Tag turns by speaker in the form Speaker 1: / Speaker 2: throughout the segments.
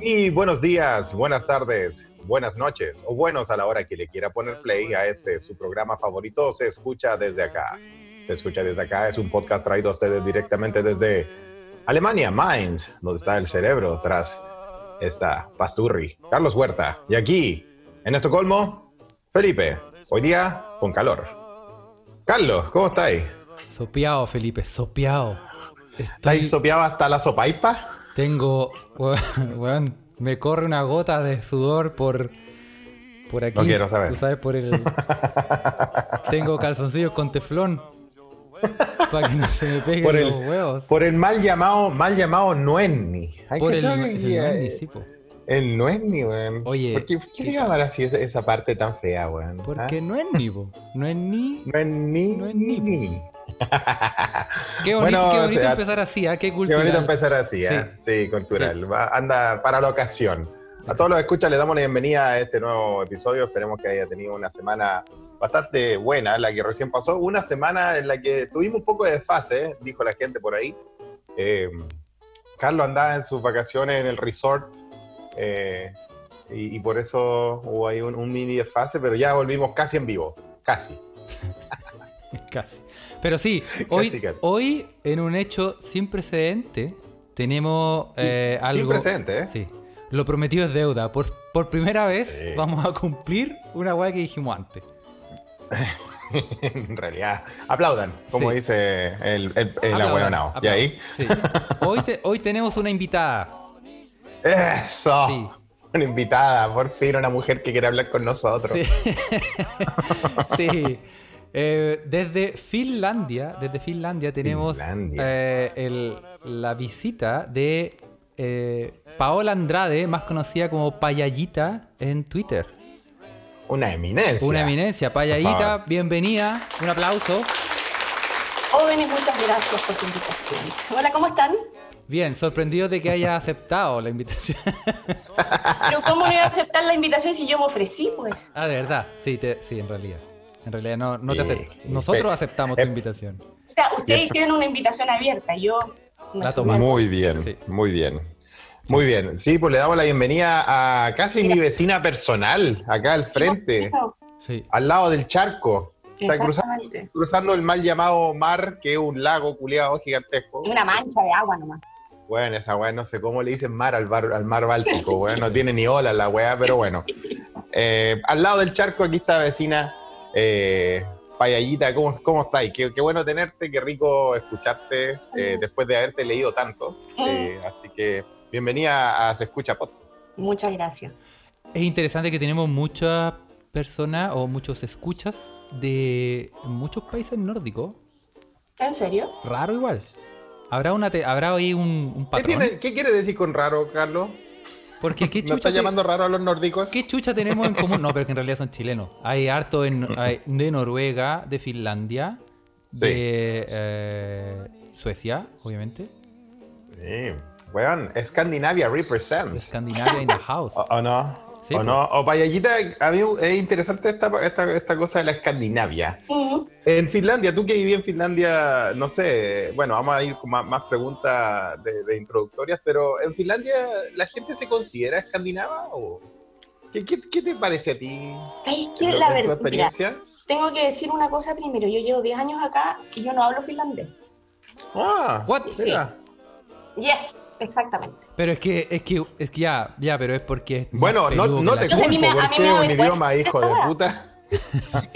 Speaker 1: Y buenos días, buenas tardes, buenas noches o buenos a la hora que le quiera poner play a este su programa favorito se escucha desde acá. Se escucha desde acá es un podcast traído a ustedes directamente desde Alemania, Mainz, donde está el cerebro tras esta pasturri. Carlos Huerta y aquí en Estocolmo, Felipe. Hoy día con calor. Carlos, ¿cómo estáis?
Speaker 2: Sopeado, Felipe, sopeado.
Speaker 1: ¿Estáis sopeado hasta la sopaipa?
Speaker 2: Tengo. Weón, weón, me corre una gota de sudor por. Por aquí.
Speaker 1: No quiero saber.
Speaker 2: Tú sabes, por el. tengo calzoncillos con teflón. Para que no se me peguen
Speaker 1: Por el-
Speaker 2: los huevos.
Speaker 1: Por el mal llamado, mal llamado Nuenni. Hay
Speaker 2: Por
Speaker 1: que
Speaker 2: el,
Speaker 1: saber
Speaker 2: es
Speaker 1: que-
Speaker 2: el Nuenni, sí, po.
Speaker 1: eh, El Nuenni, weón.
Speaker 2: Oye,
Speaker 1: ¿Por qué, por qué se llamará así esa, esa parte tan fea, weón? ¿Ah?
Speaker 2: Porque no es ni, po. No es ni.
Speaker 1: Nuenni.
Speaker 2: Nuenni. Qué bonito,
Speaker 1: Bueno,
Speaker 2: qué bonito
Speaker 1: o sea,
Speaker 2: empezar así, ¿ah? Qué
Speaker 1: Qué
Speaker 2: cultural.
Speaker 1: bonito empezar así, ¿eh? Sí, cultural. Va- anda para la ocasión. A todos los escuchas les damos la bienvenida a este nuevo episodio. Esperemos que haya tenido una semana bastante buena, la que recién pasó. Una semana en la que tuvimos un poco de desfase, ¿eh? dijo la gente por ahí. Eh, Carlos andaba en sus vacaciones en el resort eh, y, y por eso hubo ahí un, un mini desfase, pero ya volvimos casi en vivo. Casi.
Speaker 2: Casi. Pero sí, hoy,
Speaker 1: Casi, casi.
Speaker 2: hoy en un hecho sin precedente tenemos eh,
Speaker 1: sin
Speaker 2: algo.
Speaker 1: precedente, ¿eh?
Speaker 2: Sí. Lo prometido es deuda. Por, por primera vez
Speaker 1: Sí.
Speaker 2: vamos a cumplir una weá que dijimos antes.
Speaker 1: en realidad. Aplaudan, como
Speaker 2: Sí.
Speaker 1: dice el, el, el
Speaker 2: Aplaudan,
Speaker 1: ahueonao. Y
Speaker 2: aplaudan.
Speaker 1: ahí.
Speaker 2: Sí. Hoy, te- hoy tenemos una invitada.
Speaker 1: ¡Eso!
Speaker 2: Sí.
Speaker 1: Una invitada, por fin, una mujer que quiere hablar con nosotros.
Speaker 2: Sí. Sí. Eh, desde Finlandia, desde Finlandia tenemos
Speaker 1: Finlandia.
Speaker 2: eh, el- la visita de eh, Paola Andrade, más conocida como Payallita en Twitter.
Speaker 1: Una eminencia.
Speaker 2: Una eminencia,
Speaker 1: Por
Speaker 2: Payallita,
Speaker 1: favor.
Speaker 2: bienvenida, un aplauso.
Speaker 3: Jóvenes, muchas gracias por su invitación. Hola, ¿cómo están?
Speaker 2: Bien, sorprendido de que haya aceptado la invitación.
Speaker 3: Pero ¿cómo no iba a aceptar la invitación si yo me ofrecí, pues?
Speaker 2: ah, de verdad, sí, te- sí, en realidad. En realidad no, no te
Speaker 1: Sí.
Speaker 2: acepto. Nosotros
Speaker 1: Pe-
Speaker 2: aceptamos tu
Speaker 1: eh,
Speaker 2: invitación.
Speaker 3: O sea, ustedes hicieron una invitación abierta, yo... me
Speaker 2: La
Speaker 3: sumé.
Speaker 2: tomamos.
Speaker 1: Muy bien,
Speaker 2: Sí.
Speaker 1: muy bien. Muy bien. Sí, pues le damos la bienvenida a casi mi vecina personal, acá al frente,
Speaker 2: Sí.
Speaker 1: al lado del charco. Está cruzando,
Speaker 3: Exactamente.
Speaker 1: cruzando el mal llamado mar, que es un lago culeado gigantesco.
Speaker 3: Una mancha de agua nomás.
Speaker 1: Bueno, esa weá, no sé cómo le dicen mar al, bar- al mar Báltico, weá, no tiene ni ola la weá, pero bueno. Eh, al lado del charco, aquí está vecina eh, Payallita, ¿cómo, cómo estáis? Qué, qué bueno tenerte, qué rico escucharte eh, después de haberte leído tanto. Eh, así que bienvenida a Se Escucha Pod.
Speaker 3: Muchas gracias.
Speaker 2: Es interesante que tenemos muchas personas o muchos escuchas de muchos países nórdicos.
Speaker 3: ¿En serio?
Speaker 2: Raro igual. ¿Habrá, una te- ¿habrá ahí un, un
Speaker 1: ¿Qué,
Speaker 2: patrón?
Speaker 1: tiene- qué quiere decir con raro, Carlos?
Speaker 2: Porque qué
Speaker 1: ¿No
Speaker 2: chucha,
Speaker 1: está
Speaker 2: te-
Speaker 1: llamando raro a los nórdicos?
Speaker 2: qué chucha tenemos en común? No, pero que en realidad son chilenos. Hay harto en- hay de Noruega, de Finlandia,
Speaker 1: Sí.
Speaker 2: de eh, Suecia, obviamente.
Speaker 1: Sí, weón, Escandinavia represent.
Speaker 2: De Escandinavia in the house.
Speaker 1: O, o no.
Speaker 2: Sí,
Speaker 1: Mm. Ah, o
Speaker 2: pues.
Speaker 1: no. O Payallita, a mí es interesante esta, esta, esta cosa de la Escandinavia.
Speaker 3: Mm.
Speaker 1: En Finlandia, tú que viví en Finlandia, no sé, bueno, vamos a ir con más, más preguntas de, de introductorias, pero en Finlandia, ¿la gente se considera escandinava? O? ¿Qué, qué, qué te parece a ti?
Speaker 3: Es que
Speaker 1: en
Speaker 3: la
Speaker 1: tu
Speaker 3: verdad, mira,
Speaker 1: experiencia?
Speaker 3: tengo que decir una cosa primero. Yo llevo 10 años acá y yo no hablo finlandés.
Speaker 1: Ah,
Speaker 2: What?
Speaker 1: mira.
Speaker 3: Yes, exactamente.
Speaker 2: Pero es que, es que, es que ya, ya, pero es porque. es más
Speaker 1: Bueno,
Speaker 2: peludo
Speaker 1: no,
Speaker 2: que
Speaker 1: no
Speaker 2: la
Speaker 1: te
Speaker 2: chucha.
Speaker 3: Entonces, a mí
Speaker 1: culpo,
Speaker 3: me- a mí
Speaker 1: porque es
Speaker 3: me da
Speaker 1: un
Speaker 3: vergüenza
Speaker 1: idioma, hijo de
Speaker 3: esta
Speaker 1: puta.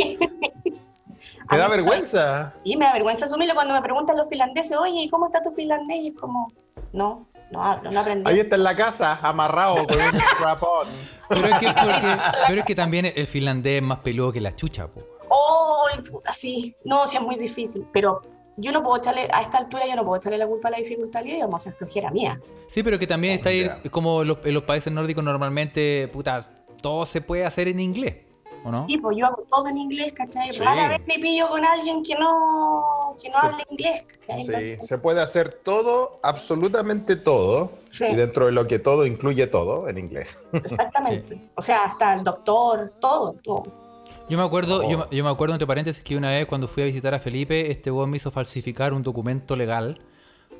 Speaker 1: ¿Te da vergüenza?
Speaker 3: Y me da vergüenza asumirlo cuando me preguntan los finlandeses, oye, ¿y cómo está tu finlandés? Y es como, no, no hablo, no aprendí.
Speaker 1: Ahí está en la casa, amarrado con un strap-on.
Speaker 2: Pero es que, porque- pero es que también el finlandés es más peludo que la chucha, po.
Speaker 3: Oh, así. No, sí es muy difícil, pero yo no puedo echarle, a esta altura yo no puedo echarle la culpa a la dificultad del idioma, o sea, es flojera mía.
Speaker 2: Sí, pero que también está ahí,
Speaker 1: Ya.
Speaker 2: como los- en los países nórdicos normalmente, puta, todo se puede hacer en inglés, ¿o no?
Speaker 3: Tipo, yo hago todo en inglés, ¿cachai?
Speaker 1: Sí.
Speaker 3: Rara vez me pillo con alguien que no, que no
Speaker 1: Se-
Speaker 3: hable inglés, ¿cachai?
Speaker 1: Sí,
Speaker 3: Entonces,
Speaker 1: se puede hacer todo, absolutamente todo,
Speaker 3: Sí.
Speaker 1: y dentro de lo que todo incluye todo en inglés.
Speaker 3: Exactamente. O sea, hasta el doctor, todo, todo.
Speaker 2: Yo me acuerdo, yo,
Speaker 1: Oh.
Speaker 2: me- yo me acuerdo entre paréntesis que una vez cuando fui a visitar a Felipe, este weón me hizo falsificar un documento legal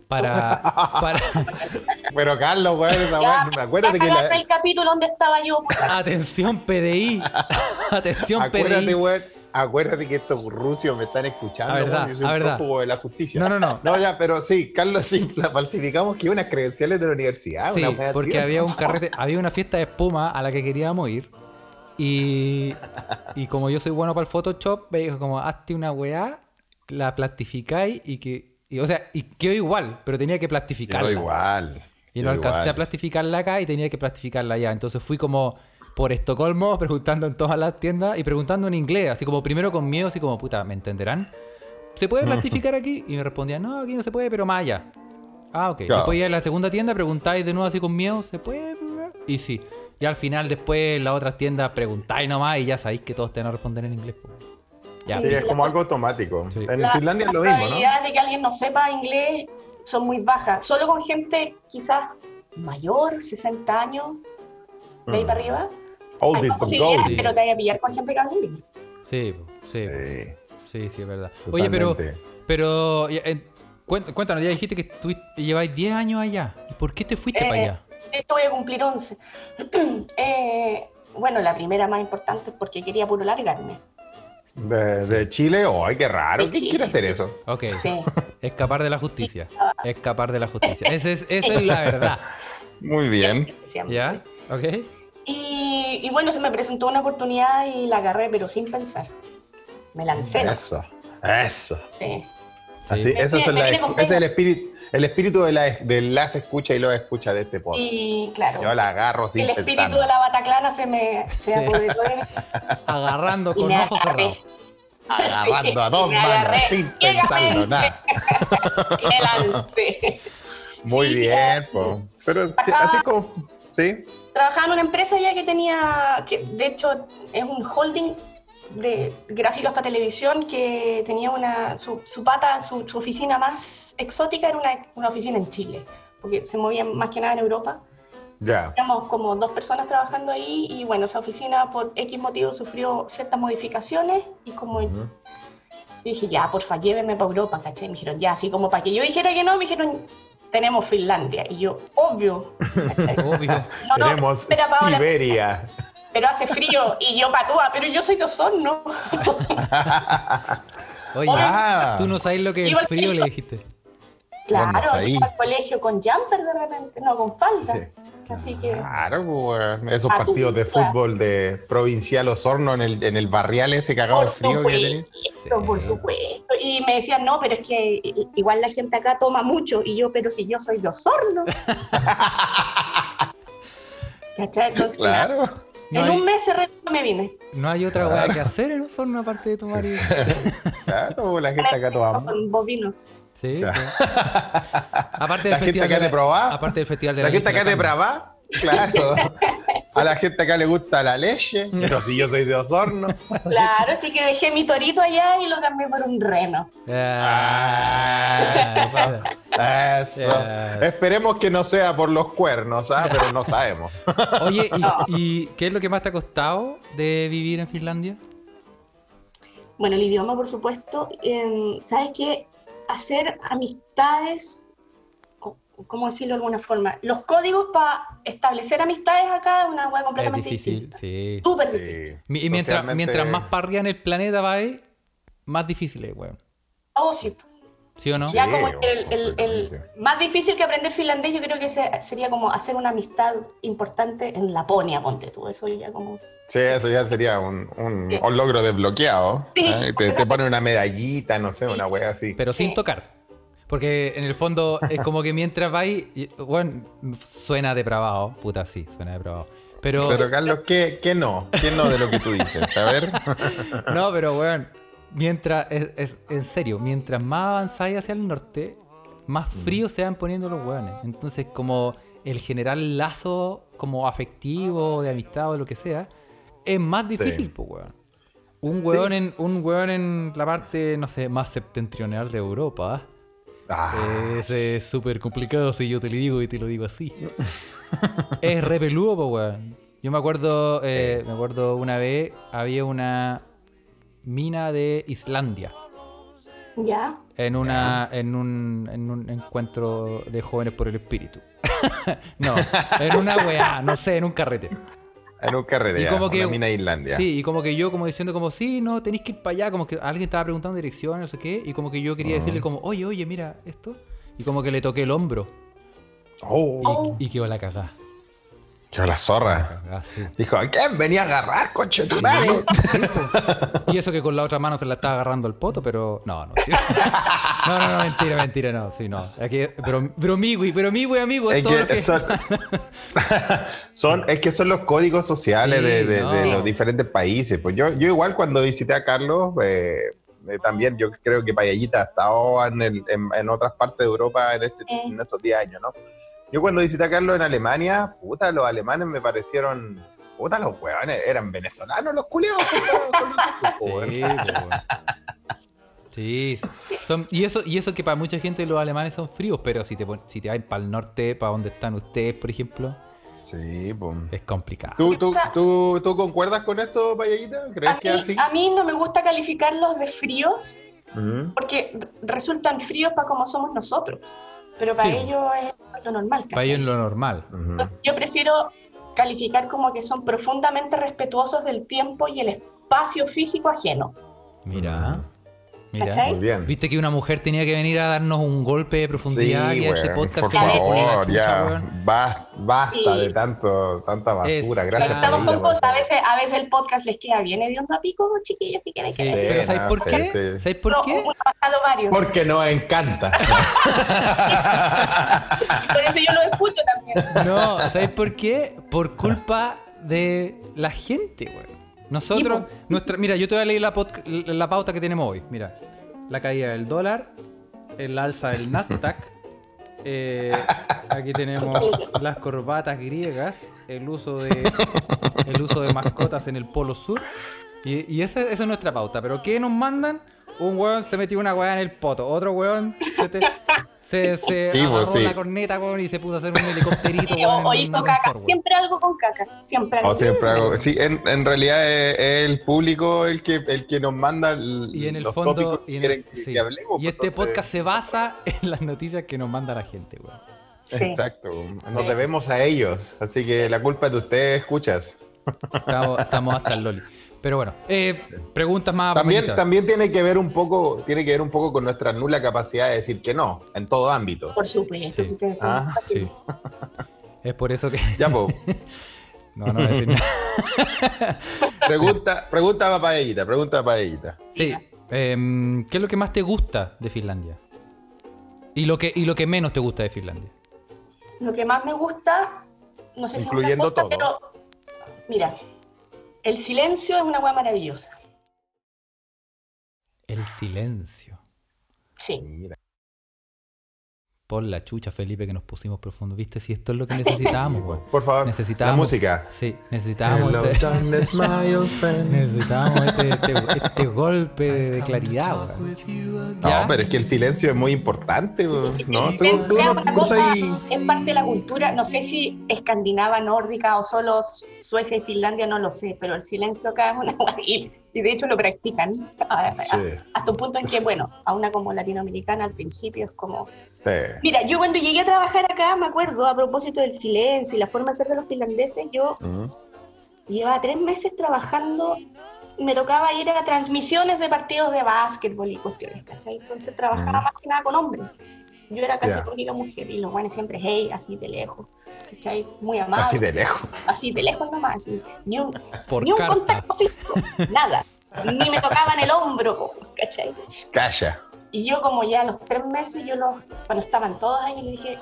Speaker 2: para, para,
Speaker 1: Pero Carlos, weón, esa weón, acuérdate que
Speaker 3: la...
Speaker 1: la,
Speaker 3: el capítulo donde estaba yo. pues, puta.
Speaker 2: Atención PDI. Atención
Speaker 1: Acuérdate,
Speaker 2: PDI.
Speaker 1: weón. Acuérdate que estos rusios me están escuchando.
Speaker 2: A verdad,
Speaker 1: weón, yo soy
Speaker 2: a
Speaker 1: un
Speaker 2: verdad.
Speaker 1: prófugo de la justicia.
Speaker 2: No, no, no.
Speaker 1: No, ya, pero sí, Carlos Sinfla, falsificamos que unas credenciales de la universidad.
Speaker 2: Sí,
Speaker 1: una wea así,
Speaker 2: porque
Speaker 1: ¿no?
Speaker 2: había un carrete, había una fiesta de espuma a la que queríamos ir. Y, y como yo soy bueno para el Photoshop, me dijo como hazte una weá, la plastificáis y que. y, o sea, y quedó igual, pero tenía que
Speaker 1: Quedó
Speaker 2: plastificarla.
Speaker 1: igual.
Speaker 2: Y no
Speaker 1: quedó
Speaker 2: alcancé
Speaker 1: igual.
Speaker 2: a plastificarla acá y tenía que plastificarla allá. Entonces fui como por Estocolmo, preguntando en todas las tiendas y preguntando en inglés, así como primero con miedo, así como, puta, ¿me entenderán? ¿Se puede plastificar aquí? Y me respondían, no, aquí no se puede, pero más allá. Ah, ok.
Speaker 1: Claro.
Speaker 2: Después ya en la segunda tienda preguntáis de nuevo así con miedo, ¿se puede? Y sí. Y al final después en las otras tiendas preguntáis nomás y ya sabéis que todos te van a responder en inglés. po. Ya,
Speaker 1: Sí,
Speaker 2: pues.
Speaker 1: es como algo automático.
Speaker 2: Sí.
Speaker 1: En
Speaker 3: La-
Speaker 1: Finlandia es lo
Speaker 3: Las
Speaker 1: mismo, ¿no?
Speaker 3: probabilidades de que alguien no sepa inglés son muy bajas. Solo con gente quizás mayor, 60 años, de ahí
Speaker 1: Mm.
Speaker 3: para arriba.
Speaker 1: All
Speaker 3: hay
Speaker 1: this
Speaker 3: más
Speaker 1: but
Speaker 3: posibilidades,
Speaker 2: gold.
Speaker 3: pero te vaya a pillar con gente que habla inglés.
Speaker 2: sí, po, sí, po,
Speaker 1: Sí,
Speaker 2: sí, sí, es verdad. Oye, pero...
Speaker 1: totalmente.
Speaker 2: Pero ya, eh, cuen- cuéntanos, ya dijiste que estuviste- lleváis 10 años allá. ¿Y por qué te fuiste
Speaker 3: Eh,
Speaker 2: para allá?
Speaker 3: Esto voy a cumplir 11. Eh, bueno, la primera más importante es porque quería puro largarme.
Speaker 1: De, de Chile, ¡ay, qué raro!
Speaker 3: De
Speaker 1: ¿Quién
Speaker 3: Chile.
Speaker 1: quiere hacer eso?
Speaker 2: Ok,
Speaker 3: Sí.
Speaker 2: escapar de la justicia. Escapar de la justicia. Ese es- esa es la verdad.
Speaker 1: Muy bien.
Speaker 3: siempre.
Speaker 2: ¿Ya? ¿Ok?
Speaker 3: Y, y bueno, se me presentó una oportunidad y la agarré, pero sin pensar. Me lancé.
Speaker 1: Eso, eso.
Speaker 3: sí.
Speaker 1: Así,
Speaker 3: Me
Speaker 1: eso
Speaker 3: viene-
Speaker 1: son
Speaker 3: me
Speaker 1: las-
Speaker 3: viene con
Speaker 1: ese es el
Speaker 3: pena.
Speaker 1: espíritu, el espíritu de, la, de las escucha y los escucha de este podcast.
Speaker 3: Y claro,
Speaker 1: Yo la agarro sin
Speaker 3: el espíritu
Speaker 1: pensar.
Speaker 3: de la Bataclana se me
Speaker 2: Sí.
Speaker 3: se apoderó de mí.
Speaker 2: Agarrando
Speaker 3: Y
Speaker 2: con
Speaker 3: me
Speaker 2: ojos
Speaker 3: agarré.
Speaker 2: cerrados.
Speaker 1: Agarrando a dos
Speaker 3: Me agarré.
Speaker 1: manos sin pensarlo
Speaker 3: Ciegamente.
Speaker 1: nada.
Speaker 3: y me lancé.
Speaker 1: Muy
Speaker 3: Sí,
Speaker 1: bien,
Speaker 3: eh,
Speaker 1: po. Pero sí,
Speaker 3: Acá-
Speaker 1: así como. Sí,
Speaker 3: Trabajaba en una empresa ya que tenía, que de hecho es un holding de gráficas para televisión que tenía una, su, su pata, su, su oficina más exótica era una, una oficina en Chile, porque se movían más que nada en Europa.
Speaker 1: ya.
Speaker 3: Éramos como dos personas trabajando ahí y bueno, esa oficina por X motivo sufrió ciertas modificaciones y como
Speaker 1: Ujú.
Speaker 3: dije, ya, porfa, llévenme para Europa, ¿cachai? Me dijeron, ya, así como para que yo dijera que no, me dijeron, tenemos Finlandia. Y yo, obvio. ¿cachai?
Speaker 2: Obvio.
Speaker 3: No, no,
Speaker 1: Tenemos
Speaker 3: espera, Paola,
Speaker 1: Siberia.
Speaker 3: pero hace frío y yo patúa, pero yo soy de Osorno.
Speaker 2: Oye,
Speaker 1: Ah.
Speaker 2: tú no sabes lo que el
Speaker 3: Igual que
Speaker 2: frío le
Speaker 3: yo.
Speaker 2: dijiste.
Speaker 1: Vamos
Speaker 3: claro,
Speaker 1: ahí.
Speaker 3: yo al colegio con jumper de repente, no, con falda. Así que,
Speaker 1: Claro, pues, esos
Speaker 3: A tu
Speaker 1: partidos de
Speaker 3: vida.
Speaker 1: fútbol de provincial Osorno en el, en el barrial ese cagado de
Speaker 3: por
Speaker 1: frío que tenía.
Speaker 3: supuesto, por supuesto. Y me decían, no, pero es que i- igual la gente acá toma mucho. Y yo, pero si yo soy de Osorno. ¿Cachai? Entonces,
Speaker 1: Claro.
Speaker 2: No
Speaker 3: en
Speaker 2: hay,
Speaker 3: un mes se re- me vine.
Speaker 2: no hay otra weá que hacer en Osorno aparte de tu marido.
Speaker 1: Claro, pues, la gente acá toma.
Speaker 3: Con bovinos.
Speaker 2: Sí. sí. Aparte del
Speaker 1: La gente
Speaker 2: festival
Speaker 1: que ha
Speaker 2: de
Speaker 1: de probar.
Speaker 2: Aparte del festival de
Speaker 1: La gente
Speaker 2: leche
Speaker 1: acá
Speaker 2: en la
Speaker 1: de
Speaker 2: cama.
Speaker 1: brava, claro. A la gente acá le gusta la leche, pero si yo soy de Osorno.
Speaker 3: Claro, así que dejé mi torito allá y lo cambié por un reno.
Speaker 2: Ah,
Speaker 1: Eso.
Speaker 2: Yes.
Speaker 1: Esperemos que no sea por los cuernos, ¿ah? pero no sabemos.
Speaker 2: Oye, ¿y- ¿y, qué es lo que más te ha costado de vivir en Finlandia?
Speaker 3: Bueno, el idioma, por supuesto. em, ¿Sabes qué? Hacer amistades, o- ¿cómo decirlo de alguna forma? Los códigos para establecer amistades acá es una hueá
Speaker 2: Es
Speaker 3: completamente
Speaker 2: difícil,
Speaker 3: distinta.
Speaker 2: sí.
Speaker 3: Súper difícil.
Speaker 1: Sí.
Speaker 2: Mi- Y mientras,
Speaker 1: Socialmente-
Speaker 2: mientras más parría en el planeta va, eh, más difícil es, weón.
Speaker 3: Oh, sí.
Speaker 2: ¿Sí o no?
Speaker 3: Ya como
Speaker 1: o-
Speaker 3: que el, el- el-
Speaker 1: completamente.
Speaker 3: más difícil que aprender finlandés, yo creo que se- sería como hacer una amistad importante en Laponia, ponte tú. Eso ya como...
Speaker 1: Sí, eso ya sería un, un-
Speaker 3: Sí.
Speaker 1: un logro desbloqueado.
Speaker 3: Sí.
Speaker 1: ¿eh? Te, te ponen una medallita, no sé, una wea así.
Speaker 2: Pero sin
Speaker 3: Sí.
Speaker 2: tocar. Porque en el fondo es como que mientras vais, y- weón, suena depravado. Puta, sí, suena depravado. Pero,
Speaker 1: Pero Carlos, ¿qué, qué no? ¿Qué no de lo que tú dices? A ver.
Speaker 2: no, pero weón, mientras, es, es- en serio, mientras más avanzáis hacia el norte, más fríos se van poniendo los weones. Entonces, como el general lazo, como afectivo, de amistad o lo que sea, es más difícil, pues, weón. Un weón, en, un weón en la parte, no sé, más septentrional de Europa. Eh,
Speaker 1: Ah,
Speaker 2: Ese es súper complicado si yo te lo digo y te lo digo así. es re peludo, po, weón. Yo me acuerdo, eh, me acuerdo una vez había una mina de Islandia
Speaker 3: Ya.
Speaker 2: en una en un, en un encuentro de jóvenes por el espíritu. no, en una weá, no sé, en un carrete.
Speaker 1: En un carrete,
Speaker 2: Y
Speaker 1: ya,
Speaker 2: como que-
Speaker 1: una mina de Islandia.
Speaker 2: Sí, y como que yo como diciendo como, sí, no, tenéis que ir para allá, como que alguien estaba preguntando direcciones, no sé qué, y como que yo
Speaker 1: Ah.
Speaker 2: quería decirle como, oye, oye, mira esto, y como que le toqué el hombro, y,
Speaker 1: Oh,
Speaker 2: y quedó la cagada,
Speaker 1: qué la zorra.
Speaker 2: así.
Speaker 1: Dijo, ¿a quién venía a agarrar, coche tu madre?
Speaker 2: pues, Y eso que con la otra mano se la estaba agarrando al poto, pero no, no, mentira. No, no, no, mentira, mentira, no, sí, no. Aquí, pero, pero mi güey, pero mi güey, amigo, es
Speaker 1: Es
Speaker 2: todo
Speaker 1: que,
Speaker 2: lo que...
Speaker 1: son, son- es que son los códigos sociales
Speaker 2: Sí,
Speaker 1: de, de- de
Speaker 2: no.
Speaker 1: los diferentes países. Pues yo, yo igual cuando visité a Carlos, eh, eh, también yo creo que Payallita ha estado en, el- en- en otras partes de Europa en, este-
Speaker 3: Sí.
Speaker 1: en estos 10 años, ¿no? Yo cuando visité a Carlos en Alemania, puta, los alemanes me parecieron... Puta, los huevones, eran venezolanos los culiados.
Speaker 2: Sí,
Speaker 1: pues,
Speaker 2: po, weón. Sí, son, y, eso, y eso que para mucha gente los alemanes son fríos, pero si te, pon- si te vas para el norte, para donde están ustedes, por ejemplo,
Speaker 1: Sí, pues.
Speaker 2: es complicado.
Speaker 1: ¿Tú, tú, tú, tú concuerdas con esto, Payallita? ¿Crees
Speaker 3: A
Speaker 1: que
Speaker 3: mí-
Speaker 1: así?
Speaker 3: a mí no me gusta calificarlos de fríos,
Speaker 1: Ujú.
Speaker 3: porque r- resultan fríos para como somos nosotros, pero para
Speaker 2: Sí.
Speaker 3: ellos es lo normal. ¿cachai?
Speaker 2: Para ellos es lo normal.
Speaker 1: Ujú.
Speaker 3: Yo prefiero calificar como que son profundamente respetuosos del tiempo y el espacio físico ajeno.
Speaker 1: Mm.
Speaker 2: Mira,
Speaker 1: Muy
Speaker 2: mira.
Speaker 3: ¿Cachai?
Speaker 1: bien.
Speaker 2: Viste que una mujer tenía que venir a darnos un golpe de profundidad
Speaker 1: Sí,
Speaker 2: y a este
Speaker 1: weón,
Speaker 2: podcast
Speaker 1: por
Speaker 2: se le pone la
Speaker 1: favor,
Speaker 2: chucha,
Speaker 1: ya.
Speaker 2: weón.
Speaker 1: Ba- basta
Speaker 3: Sí.
Speaker 1: de tanto, tanta basura.
Speaker 2: Es-
Speaker 1: Gracias
Speaker 2: Claro.
Speaker 3: Estamos
Speaker 1: por
Speaker 3: con
Speaker 1: la
Speaker 3: cosas, a veces, a veces el podcast les queda bien, ¿eh? Dios no pico, chiquillos, ¿qué quieren
Speaker 2: Sí,
Speaker 3: que les
Speaker 2: pero ¿sabes
Speaker 1: no,
Speaker 2: por
Speaker 1: sí,
Speaker 2: qué?
Speaker 1: sí.
Speaker 2: ¿Sabes por qué?
Speaker 3: un bajado varios. Por...
Speaker 1: Porque nos encanta.
Speaker 3: eso yo lo escucho también.
Speaker 2: No, ¿sabes por qué? Por culpa de la gente, güey. Nosotros, nuestra, mira, yo te voy a leer la, podca- la pauta que tenemos hoy. Mira, la caída del dólar, el alza del Nasdaq, eh, aquí tenemos las corbatas griegas, el uso de, el uso de mascotas en el Polo Sur. Y, y esa, esa es nuestra pauta. Pero ¿qué nos mandan? Un weón se metió una weá en el poto. Otro weón se, te- se, se
Speaker 1: Sí, pues,
Speaker 2: agarró
Speaker 1: sí.
Speaker 2: la corneta weón, y se puso a hacer un helicópterito.
Speaker 3: Sí, o, o
Speaker 2: en un
Speaker 3: hizo
Speaker 2: ascensor,
Speaker 3: caca.
Speaker 2: weón.
Speaker 3: Siempre algo con caca. Siempre algo.
Speaker 1: O siempre hago- sí, en, en realidad es, es el público el que, el que nos manda l-
Speaker 2: Y en el
Speaker 1: los
Speaker 2: fondo.
Speaker 1: tópicos que
Speaker 2: Y, en el-
Speaker 1: quieren que-
Speaker 2: sí.
Speaker 1: que hablemos, pues,
Speaker 2: Y este
Speaker 1: entonces-
Speaker 2: podcast se basa en las noticias que nos manda la gente, weón.
Speaker 3: Sí.
Speaker 1: Exacto. Nos debemos a ellos. Así que la culpa es de ustedes, escuchas.
Speaker 2: Estamos, estamos hasta el Loli. Pero bueno, eh, preguntas más.
Speaker 1: También,
Speaker 2: bonitas.
Speaker 1: también tiene que ver un poco, tiene que ver un poco con nuestra nula capacidad de decir que no, en todo ámbito.
Speaker 3: Por supuesto.
Speaker 2: Sí.
Speaker 3: si ustedes son
Speaker 1: Ah,
Speaker 2: Sí. Es por eso que.
Speaker 1: Ya, pues.
Speaker 2: No, no voy a decir nada.
Speaker 1: Pregunta, pregunta para Paellita, pregunta para Paellita.
Speaker 2: Sí. Em, ¿Qué es lo que más te gusta de Finlandia? Y lo que, y lo que menos te gusta de Finlandia.
Speaker 3: Lo que más me gusta, no sé si es una
Speaker 1: Incluyendo todo.
Speaker 3: cosa, pero mira, el silencio es una hueá maravillosa.
Speaker 2: El silencio.
Speaker 3: Sí.
Speaker 1: Mira.
Speaker 2: Por la chucha, Felipe, que nos pusimos profundo. ¿Viste? Si esto es lo que necesitábamos, güey.
Speaker 1: Por favor,
Speaker 2: Necesitamos.
Speaker 1: la música.
Speaker 2: Sí, necesitábamos este,
Speaker 1: darkness, my old friend.
Speaker 2: necesitábamos este, este- este golpe de, de claridad, güey.
Speaker 1: No,
Speaker 2: Ya.
Speaker 1: pero es que el silencio es muy importante, bro. ¿no? Tú,
Speaker 3: Es-
Speaker 1: tú
Speaker 3: es
Speaker 1: no
Speaker 3: una
Speaker 1: tú
Speaker 3: cosa-
Speaker 1: estás-
Speaker 3: es parte de la cultura, no sé si escandinava, nórdica o solo Suecia y Finlandia, no lo sé, pero el silencio acá es una hueá y, y de hecho lo practican a- a-
Speaker 1: Sí,
Speaker 3: hasta un punto en que, bueno, a una como latinoamericana al principio es como,
Speaker 1: sí.
Speaker 3: Mira, yo cuando llegué a trabajar acá, me acuerdo, a propósito del silencio y la forma de ser de los finlandeses, yo
Speaker 1: Mm.
Speaker 3: llevaba tres meses trabajando, me tocaba ir a transmisiones de partidos de básquetbol y cuestiones, ¿cachai? Entonces trabajaba
Speaker 1: Mm.
Speaker 3: más que nada con hombres. Yo era casi
Speaker 1: Ya.
Speaker 3: la única mujer y los buenos siempre, hey, así de lejos, ¿cachai? Muy amable,
Speaker 1: Así de lejos.
Speaker 3: así de lejos nomás, así. Ni un,
Speaker 2: Por
Speaker 3: ni un
Speaker 2: carta.
Speaker 3: contacto físico, nada. Ni me tocaban el hombro, po, ¿cachai?
Speaker 1: Calla.
Speaker 3: Y yo como ya a los tres meses, yo los, cuando estaban todos ahí, le dije,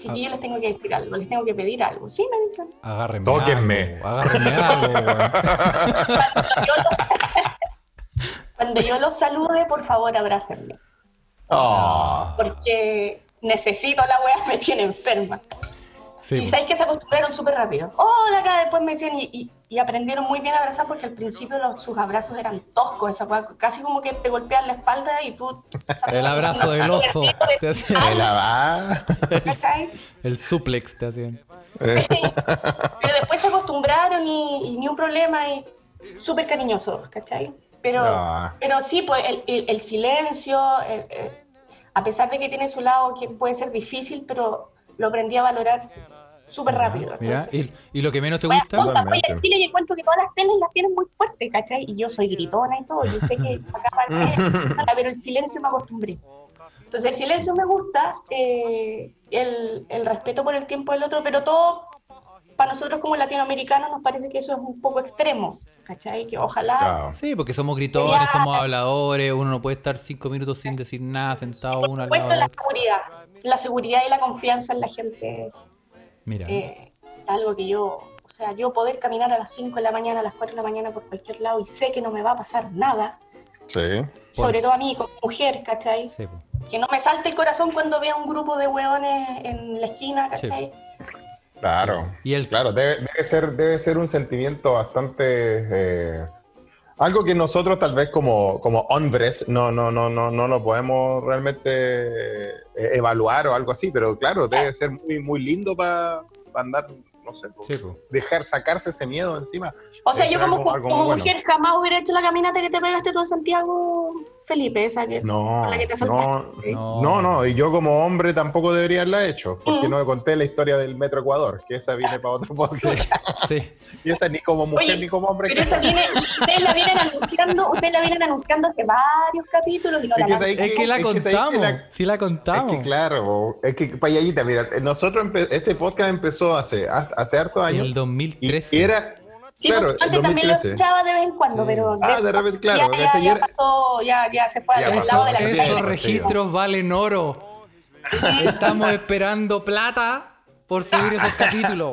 Speaker 3: chiquillos,
Speaker 1: Ah.
Speaker 3: les tengo que decir algo, les tengo que pedir algo. Sí, me dicen.
Speaker 2: Agárrenme.
Speaker 1: Tóquenme.
Speaker 2: algo, agárrenme algo, güey.
Speaker 3: Cuando yo los salude, por favor, abrácenme.
Speaker 2: Ah.
Speaker 1: Oh.
Speaker 3: Porque necesito la weá, me tiene enferma.
Speaker 2: Sí,
Speaker 3: y sabéis que se acostumbraron súper rápido. Hola, acá después me decían, y, y- y aprendieron muy bien a abrazar porque al principio los- sus abrazos eran toscos, esa weá, casi como que te golpean la espalda y tú...
Speaker 2: El abrazo del oso. Te hacían-
Speaker 1: Te la va.
Speaker 3: ¿Cachai?
Speaker 2: el suplex te hacían.
Speaker 3: Pero después se acostumbraron y, y ni un problema y súper cariñosos, ¿cachai? Pero,
Speaker 1: No.
Speaker 3: pero sí, pues el, el- el silencio, el- el- a pesar de que tiene su lado que puede ser difícil, pero lo aprendí a valorar súper
Speaker 2: Mira,
Speaker 3: rápido.
Speaker 2: Mira,
Speaker 3: entonces,
Speaker 2: ¿Y, y lo que menos te
Speaker 3: voy a
Speaker 2: gusta.
Speaker 3: Punta, voy a
Speaker 1: Totalmente.
Speaker 3: Chile y encuentro que todas las teles las tienen muy fuertes, ¿cachai? Y yo soy gritona y todo, yo sé que acá para pero el silencio me acostumbré. Entonces el silencio me gusta, eh, el, el respeto por el tiempo del otro, pero todo para nosotros como latinoamericanos nos parece que eso es un poco extremo, ¿cachai? Que ojalá...
Speaker 1: Claro.
Speaker 2: Sí, porque somos gritores, somos habladores, uno no puede estar cinco minutos sin decir nada, sentado
Speaker 3: Por
Speaker 2: uno al lado
Speaker 3: supuesto,
Speaker 2: del
Speaker 3: la
Speaker 2: otro.
Speaker 3: seguridad. La seguridad y la confianza en la gente
Speaker 2: Mira,
Speaker 3: eh, algo que yo, o sea, yo poder caminar a las 5 de la mañana, a las 4 de la mañana por cualquier lado y sé que no me va a pasar nada,
Speaker 1: Sí.
Speaker 3: sobre todo a mí como mujer, ¿cachai?
Speaker 2: sí, po.
Speaker 3: Que no me salte el corazón cuando vea un grupo de hueones en la esquina, ¿cachai?
Speaker 1: Claro.
Speaker 2: Y el-
Speaker 1: Claro, debe, debe ser, debe ser un sentimiento bastante. eh, algo que nosotros, tal vez, como, como hombres, no, no, no, no, no lo podemos realmente eh, evaluar o algo así, pero claro, debe ser muy, muy lindo para andar, no sé, pues,
Speaker 2: Sí, po.
Speaker 1: dejar sacarse ese miedo encima.
Speaker 3: O sea,
Speaker 1: Debe
Speaker 3: yo
Speaker 1: ser
Speaker 3: como,
Speaker 1: algo- algo muy
Speaker 3: como
Speaker 1: bueno.
Speaker 3: mujer jamás hubiera hecho la caminata que te pegaste tú en Santiago, Felipe, esa que...
Speaker 1: No,
Speaker 3: Con la que te
Speaker 1: no,
Speaker 3: saltaste.
Speaker 1: no, no, y yo como hombre tampoco debería haberla hecho, porque
Speaker 3: Mm.
Speaker 1: no conté la historia del Metro Ecuador, que esa viene para otro podcast.
Speaker 2: sí.
Speaker 1: y esa ni como mujer
Speaker 3: Oye,
Speaker 1: ni como hombre.
Speaker 3: Pero esa viene, ustedes la vienen anunciando, ustedes la vienen anunciando hace varios capítulos y no
Speaker 1: Es
Speaker 3: la
Speaker 1: que
Speaker 3: lanzan.
Speaker 1: esa-
Speaker 2: Es que la
Speaker 1: es que se dice
Speaker 2: contamos,
Speaker 1: la-
Speaker 2: sí la contamos.
Speaker 1: Es que claro, bo, es que payallita, mira, nosotros empe- este podcast empezó hace hasta- hace hartos
Speaker 2: En el
Speaker 1: años y,
Speaker 2: 2013.
Speaker 1: y era
Speaker 3: Sí,
Speaker 1: claro,
Speaker 3: pues antes también lo
Speaker 1: 2013.
Speaker 3: escuchaba de vez en cuando,
Speaker 2: Sí.
Speaker 3: pero.
Speaker 1: Ah, de repente, claro,
Speaker 3: Ya, ya,
Speaker 1: ¿cachai?
Speaker 3: ya
Speaker 1: Era-
Speaker 3: pasó, ya, ya se fue
Speaker 1: Ya
Speaker 3: al
Speaker 1: pasó,
Speaker 3: lado de la
Speaker 2: Eso-
Speaker 1: sí,
Speaker 2: esos
Speaker 1: sí.
Speaker 2: registros valen oro. Estamos esperando plata por subir esos capítulos.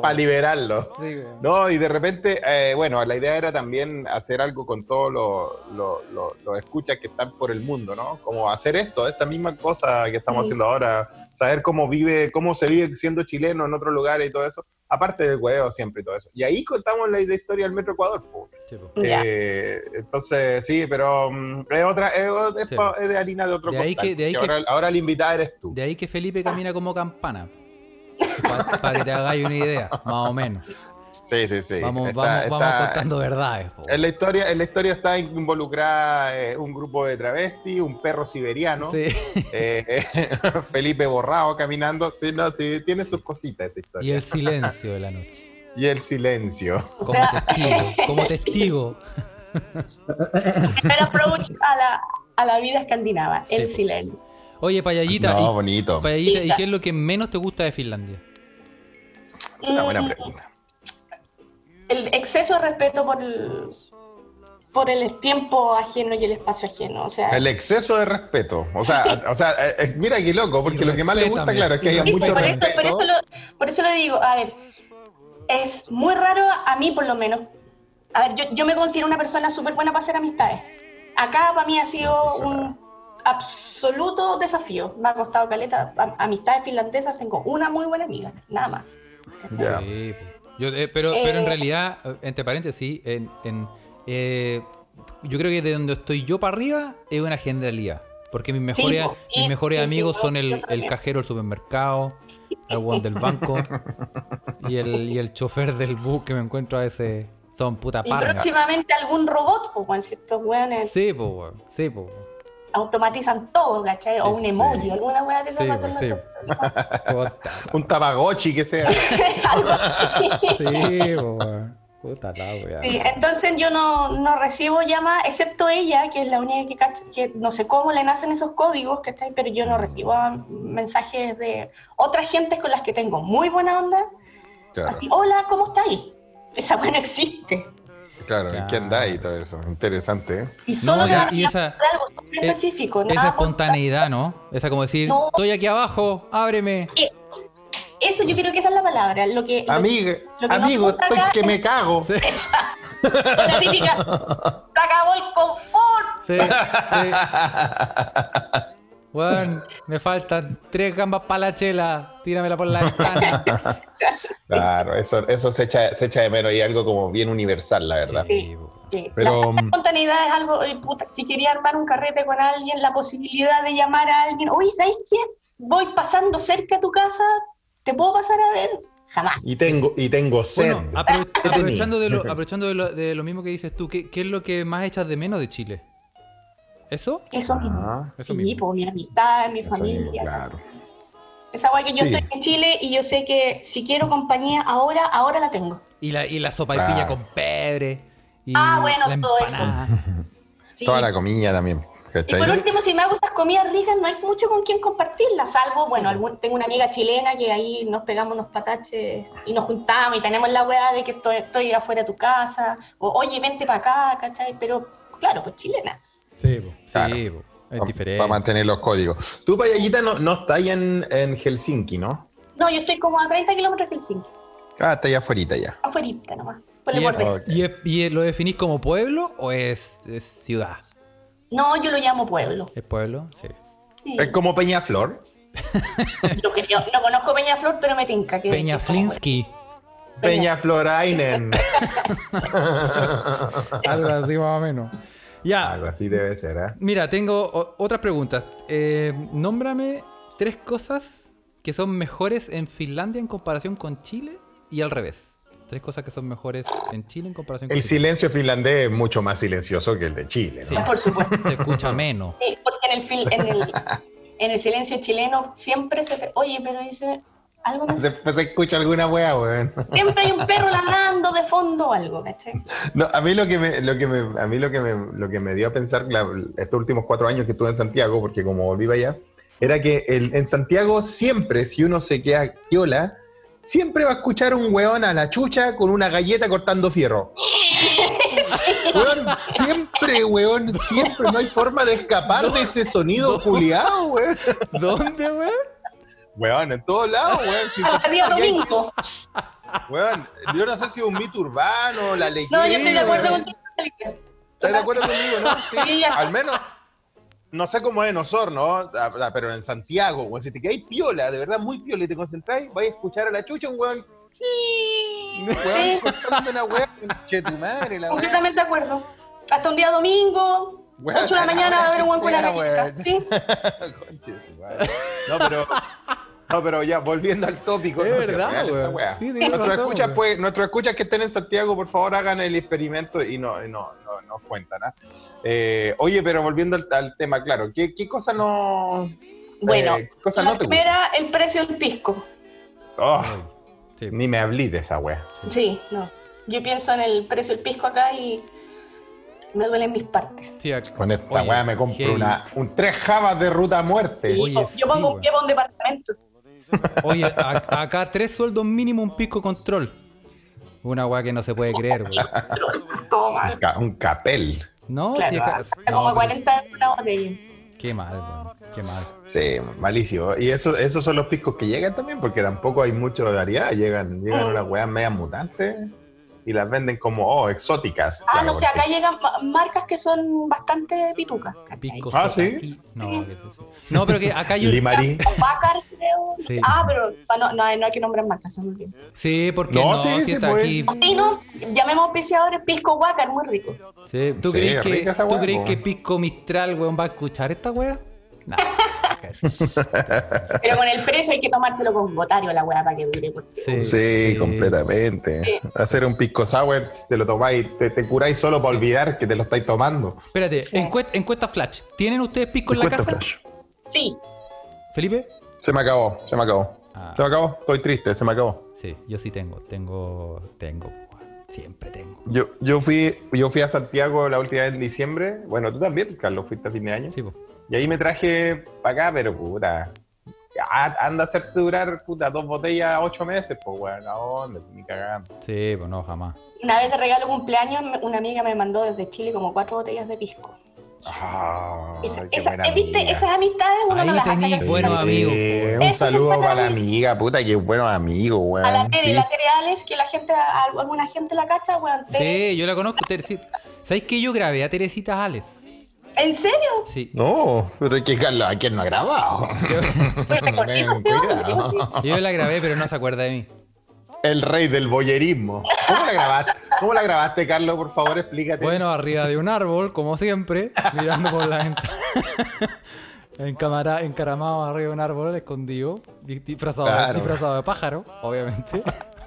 Speaker 1: para liberarlo. No, y de repente, eh, bueno, la idea era también hacer algo con todos los los- los- los escuchas que están por el mundo, ¿no? Como hacer esto, esta misma cosa que estamos
Speaker 3: Sí.
Speaker 1: haciendo ahora, saber cómo vive, cómo se vive siendo chileno en otros lugares y todo eso, aparte del huevo siempre y todo eso. Y ahí contamos la historia del Metro Ecuador, po.
Speaker 2: Sí, po.
Speaker 3: Ya.
Speaker 1: Eh, entonces, sí, pero mm, es otra, es, o- es
Speaker 2: Sí.
Speaker 1: pa- es de harina de otro
Speaker 2: De ahí
Speaker 1: costal,
Speaker 2: que- de ahí
Speaker 1: que
Speaker 2: que-
Speaker 1: ahora, ahora la invitada eres tú.
Speaker 2: De ahí que Felipe camina como campana. Para que te hagáis una idea, más o menos.
Speaker 1: Sí, sí, sí.
Speaker 2: Vamos,
Speaker 1: Está-
Speaker 2: vamos,
Speaker 1: está-
Speaker 2: vamos contando verdades. po.
Speaker 1: En la historia, en la historia está involucrada eh, un grupo de travesti, un perro siberiano,
Speaker 2: Sí.
Speaker 1: eh, eh, Felipe Borrado caminando. Sí, no, sí, tiene sus cositas esa
Speaker 2: Y
Speaker 1: historia.
Speaker 2: el silencio de la noche.
Speaker 1: Y el silencio.
Speaker 3: O
Speaker 2: Como
Speaker 3: sea,
Speaker 2: testigo. Como testigo.
Speaker 3: primer approach a la, a la vida escandinava,
Speaker 2: Sí,
Speaker 3: el
Speaker 2: po.
Speaker 3: silencio.
Speaker 2: Oye, Payallita,
Speaker 1: no,
Speaker 2: y,
Speaker 1: bonito.
Speaker 2: Payallita, ¿y qué es lo que menos te gusta de Finlandia?
Speaker 1: Es una buena
Speaker 3: Mm,
Speaker 1: pregunta.
Speaker 3: El exceso de respeto por el, por el tiempo ajeno y el espacio ajeno. O sea,
Speaker 1: El exceso de respeto. O sea, o sea eh, eh, mira qué loco, porque lo que más le gusta,
Speaker 2: respétame.
Speaker 1: claro, es que haya
Speaker 3: Sí,
Speaker 1: mucho
Speaker 3: por, eso,
Speaker 1: respeto.
Speaker 3: por, eso lo, por eso lo digo, a ver, es muy raro a mí por lo menos. A ver, yo, yo me considero una persona súper buena para hacer amistades. Acá para mí ha sido
Speaker 1: Eso nada.
Speaker 3: un absoluto desafío. Me ha costado caleta. A- Amistades finlandesas tengo una muy buena amiga, nada más.
Speaker 1: Ya.
Speaker 2: Sí, po. Yo, eh, pero, pero en
Speaker 3: Eh.
Speaker 2: realidad, eh, entre paréntesis, en, en, eh, yo creo que de donde estoy yo para arriba es una generalidad. Porque mis mejores,
Speaker 3: po.
Speaker 2: mis
Speaker 3: Sí,
Speaker 2: mejores
Speaker 3: sí, sí,
Speaker 2: amigos
Speaker 3: yo-
Speaker 2: son
Speaker 3: yo
Speaker 2: el, el
Speaker 3: también.
Speaker 2: cajero del supermercado, el guan del banco y el, y el chofer del bus que me encuentro a veces. Son puta
Speaker 3: Y
Speaker 2: parga.
Speaker 3: próximamente algún robot, pues, bueno, si estos weones
Speaker 2: Sí, po, weón. Sí, po. weón.
Speaker 3: automatizan todo, ¿cachai? O un
Speaker 1: Sí.
Speaker 3: emoji, alguna weá de esas
Speaker 2: Sí,
Speaker 3: va a ser
Speaker 2: pues, sí.
Speaker 3: nuestro-
Speaker 2: Puta,
Speaker 1: Un tabagotchi que sea.
Speaker 3: algo así.
Speaker 2: sí, po, weón. Puta la weá.
Speaker 3: Sí, entonces yo no, no recibo llamadas, excepto ella, que es la única que cacha, que no sé cómo le nacen esos códigos, que está pero
Speaker 2: Mm.
Speaker 3: yo no recibo ah, mensajes de otras gentes con las que tengo muy buena onda.
Speaker 1: Claro,
Speaker 3: Así, hola, ¿cómo estáis? Esa buena existe.
Speaker 1: claro. ¿Y qué andáis y todo eso? Interesante, ¿eh?
Speaker 3: Y solo
Speaker 2: ya,
Speaker 3: me
Speaker 2: y
Speaker 3: van a
Speaker 2: esa-
Speaker 3: hacer algo súper
Speaker 2: Eh,
Speaker 3: específico.
Speaker 2: Esa
Speaker 3: nada por-
Speaker 2: espontaneidad, ¿no? Esa como decir,
Speaker 3: No.
Speaker 2: estoy aquí abajo, ábreme.
Speaker 3: Eso yo creo que esa es la palabra. Lo que, lo
Speaker 1: Amigo,
Speaker 3: lo que nos
Speaker 1: amigo,
Speaker 3: gusta
Speaker 1: estoy
Speaker 3: acá
Speaker 1: que
Speaker 3: es-
Speaker 1: me cago.
Speaker 2: Sí.
Speaker 3: que- la típica, se acabó el confort.
Speaker 2: Sí, sí. Weón, me faltan tres gambas para la chela. Tíramela por la ventana.
Speaker 1: Claro, eso, eso se, echa, se echa de menos y algo como bien universal, la verdad.
Speaker 2: Sí, po.
Speaker 3: Sí, la
Speaker 1: Pero,
Speaker 3: falta de
Speaker 1: mm,
Speaker 3: espontaneidad es algo, eh, puta, si quería armar un carrete con alguien, la posibilidad de llamar a alguien, oye, ¿sabes qué? Voy pasando cerca a tu casa, ¿te puedo pasar a ver? Jamás.
Speaker 1: Y tengo, y tengo sed.
Speaker 2: Bueno, apro- aprovechando, de lo, aprovechando de, lo, de lo mismo que dices tú, ¿qué, qué es lo que más echas de menos de Chile? ¿Eso?
Speaker 3: Eso mismo.
Speaker 1: Ah,
Speaker 2: Eso
Speaker 3: Sí,
Speaker 2: mismo.
Speaker 3: po, mi amistad, mi
Speaker 1: eso mismo,
Speaker 3: familia.
Speaker 1: claro.
Speaker 3: Esa guay que yo
Speaker 1: Sí.
Speaker 3: estoy en Chile y yo sé que si quiero compañía ahora, ahora la tengo.
Speaker 2: Y la, y la sopa y pilla
Speaker 1: Claro.
Speaker 2: con pebre. Y
Speaker 3: Ah, bueno,
Speaker 2: la
Speaker 3: todo eso.
Speaker 2: empanada.
Speaker 3: Sí.
Speaker 1: Toda la comida también.
Speaker 3: Y
Speaker 1: ¿cachai?
Speaker 3: por último, si me hago estas comidas ricas, no hay mucho con quien compartirlas, salvo, bueno, algún- tengo una amiga chilena que ahí nos pegamos unos pataches y nos juntamos y tenemos la weá de que estoy, estoy afuera de tu casa, o oye, vente para acá, ¿cachai? Pero claro, pues chilena.
Speaker 2: Sí, po. sí,
Speaker 1: Claro.
Speaker 2: po. es
Speaker 1: Pa-
Speaker 2: diferente.
Speaker 1: Para mantener los códigos. Tú, Payallita, no, no estás ahí en, en Helsinki, ¿no?
Speaker 3: No, yo estoy como a 30 kilómetros de Helsinki,
Speaker 1: Ah, está allá afuera ya.
Speaker 3: afuerita nomás, por
Speaker 2: ¿Y,
Speaker 3: el
Speaker 2: es-
Speaker 3: borde.
Speaker 1: Ok.
Speaker 2: y es- y es- lo definís como pueblo o es, es ciudad?
Speaker 3: No, yo lo llamo pueblo.
Speaker 2: ¿Es pueblo? Sí.
Speaker 3: Sí.
Speaker 1: Es como Peñaflor.
Speaker 3: Lo que yo- no conozco Peñaflor, pero me tinca. Que
Speaker 2: Peña
Speaker 3: que es como
Speaker 2: Flinsky.
Speaker 1: Peñaflorainen.
Speaker 2: Algo así más o menos. Ya,
Speaker 1: Algo así debe ser, ¿eh?
Speaker 2: mira, tengo o- otras preguntas. Eh, nómbrame tres cosas que son mejores en Finlandia en comparación con Chile y al revés. Tres cosas que son mejores en Chile en comparación con
Speaker 1: El
Speaker 2: Chile.
Speaker 1: silencio finlandés es mucho más silencioso que el de Chile,
Speaker 2: Sí.
Speaker 1: ¿no?
Speaker 3: pueblo. Por supuesto.
Speaker 2: Se escucha menos.
Speaker 3: Sí, porque en el, fil- en el, en el silencio chileno siempre se... te- Oye, pero dice algo... no sé.
Speaker 1: Se, se escucha alguna wea, weón.
Speaker 3: Siempre hay un perro ladrando de fondo o algo, ¿cachai?
Speaker 1: No, a mí lo que me, lo que me, a mí lo que me, lo que me dio a pensar la- estos últimos cuatro años que estuve en Santiago, porque como volví para allá, era que el- en Santiago siempre, si uno se queda piola, siempre va a escuchar un weón a la chucha con una galleta cortando fierro. Weón, siempre, weón, siempre. No hay forma de escapar de ese sonido culiado, weón.
Speaker 2: ¿Dónde, weón?
Speaker 1: Weón, en todos lados, weón. Si
Speaker 3: Hasta
Speaker 1: te-
Speaker 3: día Ah, domingo.
Speaker 1: Weón, yo no sé si es un mito urbano, la leyenda.
Speaker 3: No, yo estoy de acuerdo
Speaker 1: weón.
Speaker 3: contigo.
Speaker 1: Ah,
Speaker 3: Angélica.
Speaker 1: ¿Estás de acuerdo conmigo, no?
Speaker 3: Sí,
Speaker 1: Sí,
Speaker 3: ya.
Speaker 1: al menos. No sé cómo es en Osorno, ah, ah, pero en Santiago, weón, si te quedáis piola, de verdad muy piola y te concentráis, vais a escuchar a la chucha, un weón. Weón,
Speaker 3: Sí.
Speaker 1: cortando una weá, che tu madre, la weá.
Speaker 3: Completamente de acuerdo. Hasta un día domingo,
Speaker 1: Bueno,
Speaker 3: 8 de la
Speaker 1: a la
Speaker 3: mañana,
Speaker 1: hora
Speaker 3: a ver
Speaker 1: que
Speaker 3: un con
Speaker 1: sea, Eh,
Speaker 3: la galleta. ¿sí?
Speaker 1: Conche su madre. No, pero. No, pero ya, volviendo al tópico.
Speaker 2: Es
Speaker 1: no sea
Speaker 2: verdad,
Speaker 1: real esta
Speaker 2: weón.
Speaker 1: weá.
Speaker 2: Sí, tienes
Speaker 1: Nuestros
Speaker 2: razón,
Speaker 1: escuchas
Speaker 2: weón.
Speaker 1: pues, nuestros escuchas que estén en Santiago, por favor, hagan el experimento y no, y no, no, no cuentan. ¿ah? Eh, oye, pero volviendo al, al tema, claro, ¿qué, qué cosa no.
Speaker 3: Bueno,
Speaker 1: eh, ¿qué cosa
Speaker 3: la
Speaker 1: no te gusta?
Speaker 3: primera, el precio del pisco.
Speaker 1: Oh,
Speaker 2: Sí.
Speaker 1: ni me hablé de esa wea.
Speaker 3: Sí, no. Yo pienso en el precio del pisco acá y me duelen mis partes.
Speaker 2: Sí, ac-
Speaker 1: Con esta
Speaker 2: Oye,
Speaker 1: wea me compro
Speaker 2: heavy.
Speaker 1: una, un tres jabas de ruta a muerte.
Speaker 3: Y
Speaker 2: Oye,
Speaker 3: yo,
Speaker 2: sí,
Speaker 3: pongo
Speaker 2: güey.
Speaker 3: un pie para un departamento.
Speaker 2: Oye, a- acá tres sueldos mínimo, un pico control. Una weá que no se puede creer, weón.
Speaker 3: Pero todo mal.
Speaker 1: Un, ca- un capel.
Speaker 2: No, sí,
Speaker 3: Claro,
Speaker 2: acá-
Speaker 3: hasta como
Speaker 2: no, pero-
Speaker 3: 40 euros una botella.
Speaker 2: Qué mal, weón. Qué mal.
Speaker 1: Sí, malísimo. Y eso, esos son los picos que llegan también, porque tampoco hay mucha variedad. Llegan, llegan
Speaker 3: Mm.
Speaker 1: unas weas media mutantes y las venden como, oh, exóticas.
Speaker 3: Ah,
Speaker 1: Claro,
Speaker 3: no sé, acá
Speaker 1: porque-
Speaker 3: llegan ma- marcas que son bastante pitucas. ¿cachai?
Speaker 2: Pico
Speaker 1: Ah, ¿sí?
Speaker 2: Sotaki. No, que- no, pero que acá hay un-
Speaker 1: Limarí.
Speaker 3: Bacar, creo.
Speaker 2: Sí.
Speaker 3: Ah, pero ah, no, no, hay- no hay que nombrar marcas, se me olvidó.
Speaker 2: Sí, porque no,
Speaker 1: No,
Speaker 2: sí,
Speaker 1: sí, sí,
Speaker 2: está
Speaker 1: pues.
Speaker 2: aquí.
Speaker 3: Sí, no, llamemos auspiciadores Pisco Huacar, muy rico.
Speaker 2: Sí, ¿Tú
Speaker 1: Sí,
Speaker 2: crees
Speaker 1: rica
Speaker 2: que,
Speaker 1: esa weá,
Speaker 2: ¿tú
Speaker 1: pues.
Speaker 2: crees
Speaker 1: po.
Speaker 2: que Pico Mistral, weón, va a escuchar esta weá? No.
Speaker 3: Pero con el precio hay que tomárselo con botario la weá para que dure. pues. porque-
Speaker 2: Sí,
Speaker 1: Sí, completamente.
Speaker 3: Sí.
Speaker 1: Hacer un pisco sour, te lo tomáis, te, te curáis solo para
Speaker 2: Sí.
Speaker 1: olvidar que te lo estáis tomando.
Speaker 2: Espérate, encuesta, encuesta Flash. ¿Tienen ustedes Pico en la
Speaker 1: Cuento,
Speaker 2: casa?
Speaker 1: Flash.
Speaker 3: Sí,
Speaker 2: ¿Felipe?
Speaker 1: Se me acabó, se me acabó.
Speaker 2: Ah.
Speaker 1: Se me acabó, estoy triste, se me acabó.
Speaker 2: Sí, yo sí tengo, tengo, tengo. weón. Siempre tengo.
Speaker 1: Yo, yo, fui, yo fui a Santiago la última vez en diciembre. Bueno, tú también, Carlos, fuiste a fin de año.
Speaker 2: Sí, po.
Speaker 1: Y ahí me traje para acá, pero puta. a- Anda a hacerte durar, puta, dos botellas ocho meses, pues, weón. ¿A dónde? Ni cagando.
Speaker 2: Sí, pues no, jamás.
Speaker 3: una vez de regalo cumpleaños, me- una amiga me mandó desde Chile como cuatro botellas de pisco.
Speaker 1: Ah,
Speaker 3: Esa-
Speaker 1: qué
Speaker 3: esa-
Speaker 1: buena
Speaker 3: eh, ¿Viste?
Speaker 1: amiga.
Speaker 3: Esas amistades uno
Speaker 2: Ahí
Speaker 3: no las hace.
Speaker 2: tenís,
Speaker 3: casi
Speaker 2: bueno,
Speaker 3: nunca.
Speaker 2: amigo.
Speaker 1: Eh, un
Speaker 3: Eso es
Speaker 1: saludo
Speaker 3: buena
Speaker 1: para la
Speaker 3: amiga.
Speaker 1: amiga, puta, qué buenos amigos, weón.
Speaker 3: A la Tere,
Speaker 1: sí.
Speaker 3: la Tere Alex, que la gente, a- alguna gente la cacha, weón. Tere,
Speaker 2: Sí, yo la conozco, Teresita. ¿Sabéis que yo grabé a Teresita Alex?
Speaker 3: ¿En serio?
Speaker 2: Sí.
Speaker 1: No, pero es que Carlos, ¿a quién no ha grabado?
Speaker 3: Pero te corté,
Speaker 1: Tengan
Speaker 3: weón,
Speaker 1: cuidado.
Speaker 3: digo, sí.
Speaker 2: Yo la grabé, pero no se acuerda de mí.
Speaker 1: El rey del boyerismo. ¿Cómo la grabaste? ¿Cómo la grabaste, Carlos? Por favor, explícate.
Speaker 2: Bueno, arriba de un árbol, como siempre, mirando por la ventana. En cámara, encaramado arriba de un árbol, escondido, di- disfrazado, de-
Speaker 1: Claro.
Speaker 2: disfrazado de pájaro, obviamente.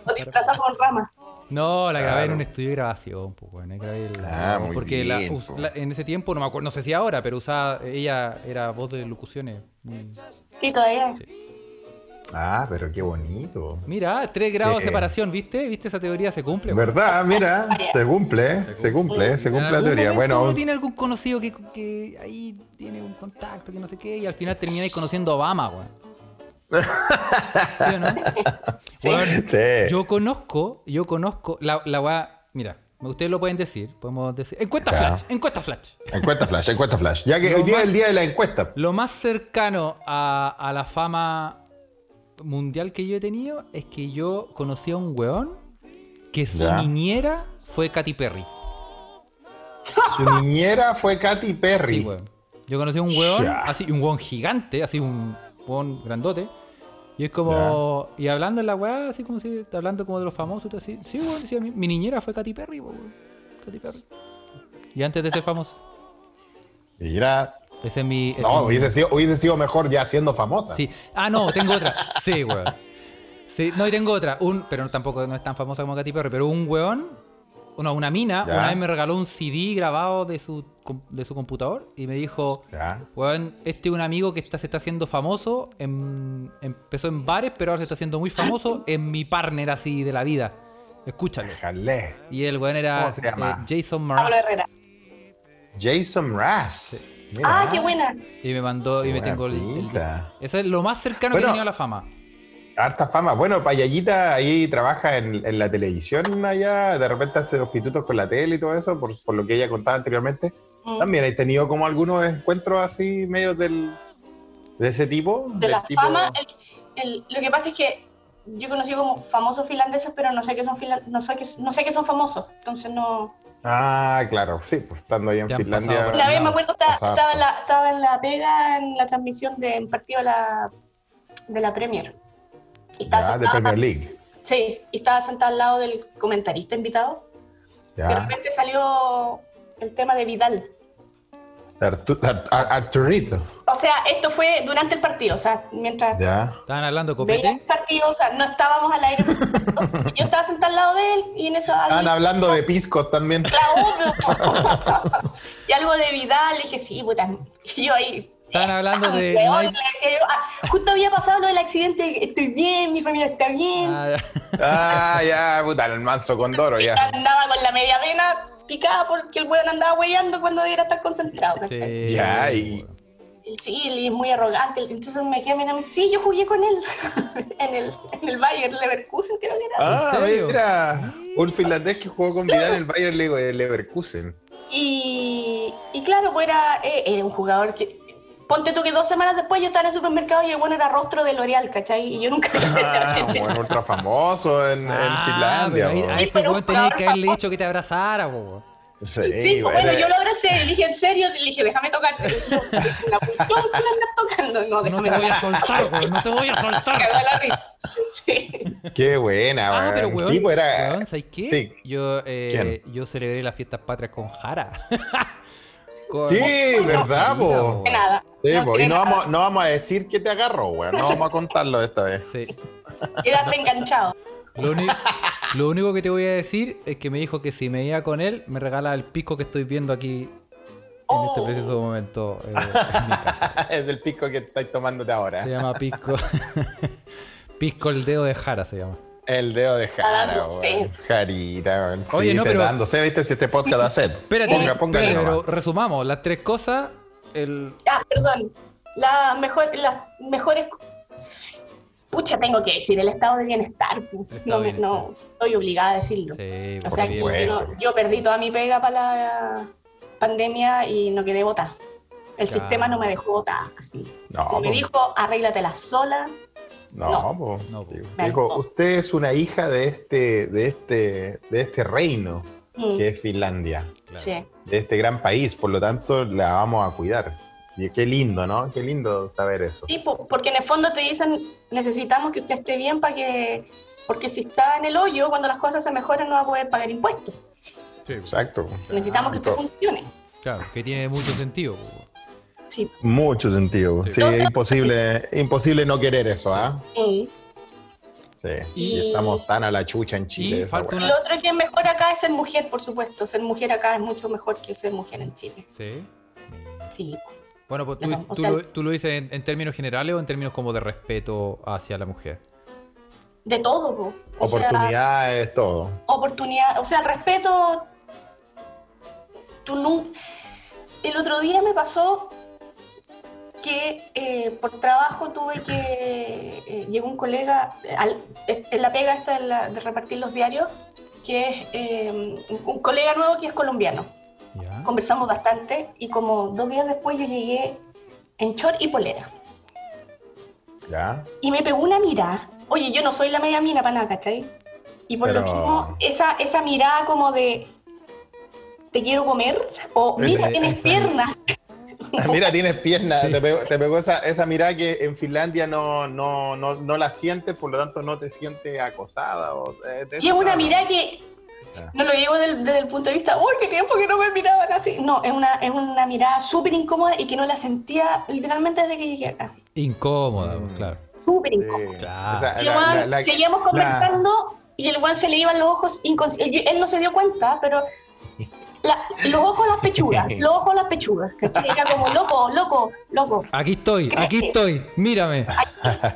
Speaker 3: O disfrazado con ramas.
Speaker 2: No, la grabé en
Speaker 1: Claro.
Speaker 2: un estudio de grabación, pues bueno, grabé la-
Speaker 1: Ah, muy
Speaker 2: porque
Speaker 1: bien,
Speaker 2: la us-
Speaker 1: po.
Speaker 2: la- en ese tiempo, no me acuerdo, no sé si ahora, pero usaba, ella era voz de locuciones. mm,
Speaker 3: Sí, todavía.
Speaker 2: Sí.
Speaker 1: Ah, pero qué bonito.
Speaker 2: Mira, 3 grados de
Speaker 1: Sí.
Speaker 2: separación, ¿viste? ¿Viste? Esa teoría se cumple. weón.
Speaker 1: ¿Verdad? Mira, se cumple, ¿eh? se cumple, se
Speaker 2: En
Speaker 1: cumple la
Speaker 2: algún
Speaker 1: teoría.
Speaker 2: momento
Speaker 1: Bueno,
Speaker 2: uno tiene algún conocido que, que ahí tiene un contacto, que no sé qué, y al final termináis conociendo a Obama, weón. ¿Sí o no? Weón,
Speaker 1: sí.
Speaker 2: yo conozco, yo conozco, la, la weá, mira, ustedes lo pueden decir, podemos decir. Encuesta
Speaker 1: Ya.
Speaker 2: Flash, encuesta Flash.
Speaker 1: Encuesta flash, encuesta flash. Ya que
Speaker 2: Lo
Speaker 1: hoy día
Speaker 2: más-
Speaker 1: es el día de la encuesta.
Speaker 2: Lo más cercano a, a la fama mundial que yo he tenido es que yo conocí a un weón que su
Speaker 1: Ya.
Speaker 2: niñera fue Katy Perry.
Speaker 1: Su niñera fue Katy Perry.
Speaker 2: Sí, weón. Yo conocí a un weón,
Speaker 1: Ya.
Speaker 2: así, un weón gigante, así un weón grandote. Y es como. Y hablando en la weá, así como si. Hablando como de los famosos, y todo así. Sí, weón, decía, mi, mi niñera fue Katy Perry, weón. Katy Perry. Y antes de ser famoso.
Speaker 1: Mira,
Speaker 2: Ese es mi. ese
Speaker 1: no,
Speaker 2: es mi-
Speaker 1: hubiese sido, hubiese sido mejor ya siendo famosa.
Speaker 2: Sí. Ah, no, tengo otra. Sí, weón. Sí, no, y tengo otra. Un, pero no- tampoco no es tan famosa como Katy Perry, pero un weón, no, una mina,
Speaker 1: Ya.
Speaker 2: una vez me regaló un CD grabado de su, com- de su computador y me dijo,
Speaker 1: Ya.
Speaker 2: weón, este es un amigo que está, se está haciendo famoso, en- empezó en bares, pero ahora se está haciendo muy famoso, es mi partner así de la vida. Escúchalo.
Speaker 1: Déjale.
Speaker 2: Y el weón era
Speaker 1: ¿Cómo se llama?
Speaker 2: eh, Jason Mraz.
Speaker 3: Pablo Herrera.
Speaker 1: Jason Mraz. Mira.
Speaker 3: Ah, qué buena.
Speaker 2: Y me mandó y me
Speaker 1: Buena
Speaker 2: tengo el, el-
Speaker 1: pinta.
Speaker 2: Eso es lo más cercano que he
Speaker 1: Bueno.
Speaker 2: tenido a la fama.
Speaker 1: Harta fama. Bueno, Payallita ahí trabaja en, en la televisión allá, de repente hace sustitutos con la tele y todo eso, por, por lo que ella contaba anteriormente.
Speaker 3: Mm.
Speaker 1: También he tenido como algunos encuentros así, medios del, de ese tipo.
Speaker 3: De
Speaker 1: del
Speaker 3: la
Speaker 1: tipo-
Speaker 3: fama, el- el- lo que pasa es que yo conocí como famosos finlandeses, pero no sé que son finlan- no sé que, no sé que son famosos, entonces no.
Speaker 1: Ah, claro, sí, pues estando ahí en
Speaker 2: Ya han pasado
Speaker 1: Finlandia.
Speaker 2: por
Speaker 3: Una vez
Speaker 2: no,
Speaker 3: me acuerdo estaba,
Speaker 1: pasa
Speaker 3: estaba en
Speaker 1: harto.
Speaker 3: la, estaba en la pega en la transmisión de un partido de la, de la Premier. Y estaba
Speaker 1: Ya, de
Speaker 3: sentada-
Speaker 1: Premier League.
Speaker 3: Sí, y estaba sentada al lado del comentarista invitado. y De
Speaker 1: Ya.
Speaker 3: repente salió el tema de Vidal.
Speaker 1: Artu- Ar- Ar- Arturito.
Speaker 3: O sea, esto fue durante el partido, o sea, mientras
Speaker 1: Ya.
Speaker 2: Estaban hablando
Speaker 3: veía
Speaker 2: copete.
Speaker 3: el partido, o sea, no estábamos al aire. yo estaba sentada al lado de él y en eso
Speaker 1: Estaban
Speaker 3: alguien-
Speaker 1: hablando de pisco también.
Speaker 3: la obvio. y algo de Vidal, le dije, sí, puta. Y yo ahí.
Speaker 2: Estaban hablando de
Speaker 3: Weón,
Speaker 2: live-
Speaker 3: le decía yo, "Ah, justo había pasado lo del accidente, estoy bien, mi familia está bien.
Speaker 2: Ah,
Speaker 1: Ah, ya, puta, el manso condoro, ya.
Speaker 3: Andaba con la media vena picada porque el weón andaba weyando cuando debiera estar concentrado. ¿cachai?
Speaker 2: sí.
Speaker 1: Ya, y.
Speaker 3: Y Sí, él es muy arrogante. Entonces me quedé mirando, sí, yo jugué con él en el, en el Bayern Leverkusen, creo que era.
Speaker 1: Ah,
Speaker 2: serio?
Speaker 1: mira. Un finlandés que jugó con Vidal en el Bayern Le- Leverkusen.
Speaker 3: Y, y claro, pues era, eh, era un jugador que. Ponte tú que dos semanas después yo estaba en el supermercado y el bueno era rostro de L'Oreal, ¿cachai? Y yo nunca
Speaker 1: Ah, un buen ultra famoso en, en
Speaker 2: Ah,
Speaker 1: Finlandia.
Speaker 2: pero ahí-
Speaker 1: po.
Speaker 2: a ese
Speaker 3: pero
Speaker 2: weón tenía que haberle dicho que te abrazara, po.
Speaker 1: Sí,
Speaker 3: Sí, pues, bueno,
Speaker 1: era-
Speaker 3: yo lo abracé y le dije, ¿en serio? Le dije, déjame tocarte. Y yo, La pulsón que la andas tocando. No,
Speaker 2: No
Speaker 3: déjame
Speaker 2: te voy a
Speaker 3: tocarte.
Speaker 2: soltar, po, no te voy a
Speaker 3: Me
Speaker 2: soltar.
Speaker 3: cagó la risa. Sí.
Speaker 1: Qué buena,
Speaker 2: Ah, pero
Speaker 1: weón.
Speaker 2: weón,
Speaker 1: Sí, pues era.
Speaker 2: weón, ¿sabes qué?
Speaker 1: Sí.
Speaker 2: Yo, eh, yo celebré las fiestas patrias con Jara. Con-
Speaker 1: Sí,
Speaker 2: con
Speaker 1: verdad,
Speaker 2: Jarita,
Speaker 1: po.
Speaker 3: De nada.
Speaker 1: Sí,
Speaker 2: pues,
Speaker 3: No
Speaker 1: po,
Speaker 3: creo
Speaker 1: y no
Speaker 3: nada.
Speaker 1: vamos, no vamos a decir que te agarró, weón. No vamos a contarlo esta vez.
Speaker 2: Sí.
Speaker 3: Quedarte enganchado.
Speaker 2: Lo, uni- lo único que te voy a decir es que me dijo que si me iba con él, me regala el pico que estoy viendo aquí en este
Speaker 3: Oh.
Speaker 2: preciso momento eh, en mi casa.
Speaker 1: es del pico que estáis tomándote ahora.
Speaker 2: Se llama Pisco. Pisco el dedo de Jara se llama.
Speaker 1: El dedo de
Speaker 3: Está
Speaker 1: Jara,
Speaker 3: dando
Speaker 1: weón. Jarita, weón.
Speaker 2: Oye,
Speaker 1: sí,
Speaker 2: no,
Speaker 1: se
Speaker 2: pero-
Speaker 1: dándose, ¿viste? Si este podcast da sed.
Speaker 2: Espérate,
Speaker 1: Ponga, ponga
Speaker 2: espérate,
Speaker 1: nomás.
Speaker 2: pero resumamos las tres cosas. El,
Speaker 3: Ah, perdón. La mejor, las mejores. Pucha, tengo que decir, el estado de bienestar. pu.
Speaker 2: El estado
Speaker 3: No,
Speaker 2: de
Speaker 3: me- no,
Speaker 2: bienestar.
Speaker 3: estoy obligada a decirlo.
Speaker 2: Sí,
Speaker 3: o
Speaker 2: por
Speaker 3: sea,
Speaker 1: sí,
Speaker 3: que
Speaker 2: bien.
Speaker 1: bueno.
Speaker 3: no- yo perdí toda mi pega para la pandemia y no quedé votada. El
Speaker 2: Claro. Ah, pues.
Speaker 3: sistema no me dejó votada. Así.
Speaker 1: No,
Speaker 3: me
Speaker 1: po.
Speaker 3: dijo, arréglatela sola.
Speaker 1: No, pues.
Speaker 3: No.
Speaker 1: po.
Speaker 2: No, po.
Speaker 1: Dijo, usted es una hija de este, de este, de este reino
Speaker 3: Mm,
Speaker 1: que es Finlandia,
Speaker 2: Claro.
Speaker 3: sí.
Speaker 1: de este gran país, por lo tanto la vamos a cuidar. Y qué lindo, ¿no? Qué lindo saber eso.
Speaker 3: Sí, po- porque en el fondo te dicen, necesitamos que usted esté bien para que... Porque si está en el hoyo, cuando las cosas se mejoran no va a poder pagar impuestos.
Speaker 1: Exacto.
Speaker 3: Necesitamos que
Speaker 1: y todo.
Speaker 3: usted funcione.
Speaker 2: Claro, que tiene mucho sentido. po.
Speaker 3: Sí.
Speaker 1: Mucho sentido. Sí, es imposible, imposible no querer eso, ¿ah?
Speaker 3: Mm.
Speaker 1: Sí.
Speaker 3: Y-
Speaker 1: Y estamos tan a la chucha en Chile.
Speaker 2: Y
Speaker 1: esa
Speaker 2: falta
Speaker 1: weá.
Speaker 2: una-
Speaker 3: Lo otro que es mejor acá es ser mujer, por supuesto. Ser mujer acá es mucho mejor que ser mujer en Chile.
Speaker 2: Sí.
Speaker 3: Sí.
Speaker 2: Bueno, pues tú,
Speaker 3: No, o
Speaker 2: tú
Speaker 3: sea-
Speaker 2: lo, tú lo dices en, en términos generales o en términos como de respeto hacia la mujer.
Speaker 3: De todo, po. O sea,
Speaker 1: Oportunidades, todo.
Speaker 3: oportunidad, o sea, el respeto, tú nu- El otro día me pasó que eh, por trabajo tuve que, eh, llegó un colega, al- en la pega esta de, la- de repartir los diarios, que es eh, un colega nuevo que es colombiano.
Speaker 2: ¿Ya?
Speaker 3: Conversamos bastante y como dos días después yo llegué en short y polera.
Speaker 1: ¿Ya?
Speaker 3: Y me pegó una mirada. Oye, yo no soy la media mina para nada, ¿cachai? Y por
Speaker 1: Pero-
Speaker 3: lo mismo, esa, esa mirada como de te quiero comer o
Speaker 1: Ese-
Speaker 3: mira, tienes
Speaker 2: esa-
Speaker 3: piernas.
Speaker 1: Ah, Mira, tienes piernas.
Speaker 2: Sí.
Speaker 1: Te pegó, te pegó esa, esa mirada que en Finlandia no, no, no, no la sientes, por lo tanto no te sientes acosada. O, eh, de
Speaker 3: Y es
Speaker 1: eso
Speaker 3: una
Speaker 1: estaba
Speaker 3: mirada que
Speaker 1: Ya.
Speaker 3: no lo digo del- desde el punto de vista, uy, qué tiempo que no me miraban así. No, es una, es una mirada súper incómoda y que no la sentía literalmente desde que llegué acá.
Speaker 2: Incómoda, pues,
Speaker 1: Mm.
Speaker 2: claro.
Speaker 3: Súper incómoda.
Speaker 1: hablando. Sí.
Speaker 2: Claro.
Speaker 1: O sea,
Speaker 3: Y
Speaker 1: la-
Speaker 3: el weón,
Speaker 1: la- la-
Speaker 3: seguíamos
Speaker 1: la-
Speaker 3: conversando y el weón se le iban los ojos incons- él, él no se dio cuenta, pero la- los ojos a las pechugas, los ojos a las pechugas, ¿cachai? Era como loco, loco, loco.
Speaker 2: Aquí estoy,
Speaker 3: Crece.
Speaker 2: aquí estoy, mírame.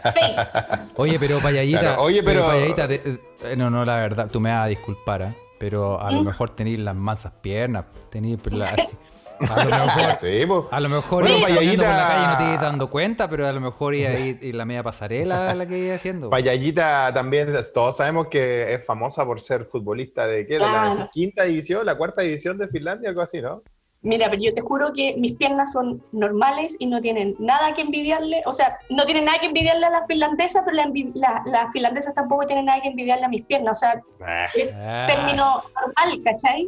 Speaker 3: Face.
Speaker 2: Oye, pero payallita.
Speaker 1: Claro, oye, pero-
Speaker 2: payallita, de- eh, no, no, la verdad, tú me vas a disculpar, ¿ah? pero
Speaker 3: Mm.
Speaker 2: a lo mejor tenéis las mansas piernas, tenéis la- así. A lo mejor,
Speaker 1: Ah, Sí, po.
Speaker 2: a lo mejor
Speaker 1: Bueno,
Speaker 2: ibas caminando por la
Speaker 1: payallita-
Speaker 2: calle y no te ibas dando cuenta, pero a lo mejor y ahí y la media pasarela la que iba haciendo.
Speaker 1: Payallita también, todos sabemos que es famosa por ser futbolista de, ¿qué? De la
Speaker 3: Claro.
Speaker 1: quinta división, la cuarta división de Finlandia, algo así, ¿no?
Speaker 3: Mira, pero yo te juro que mis piernas son normales y no tienen nada que envidiarle, o sea, no tienen nada que envidiarle a las finlandesas, pero la envi- la- las finlandesas tampoco tienen nada que envidiarle a mis piernas, o sea,
Speaker 1: Ah,
Speaker 3: es
Speaker 2: Ah,
Speaker 3: término normal, ¿cachai?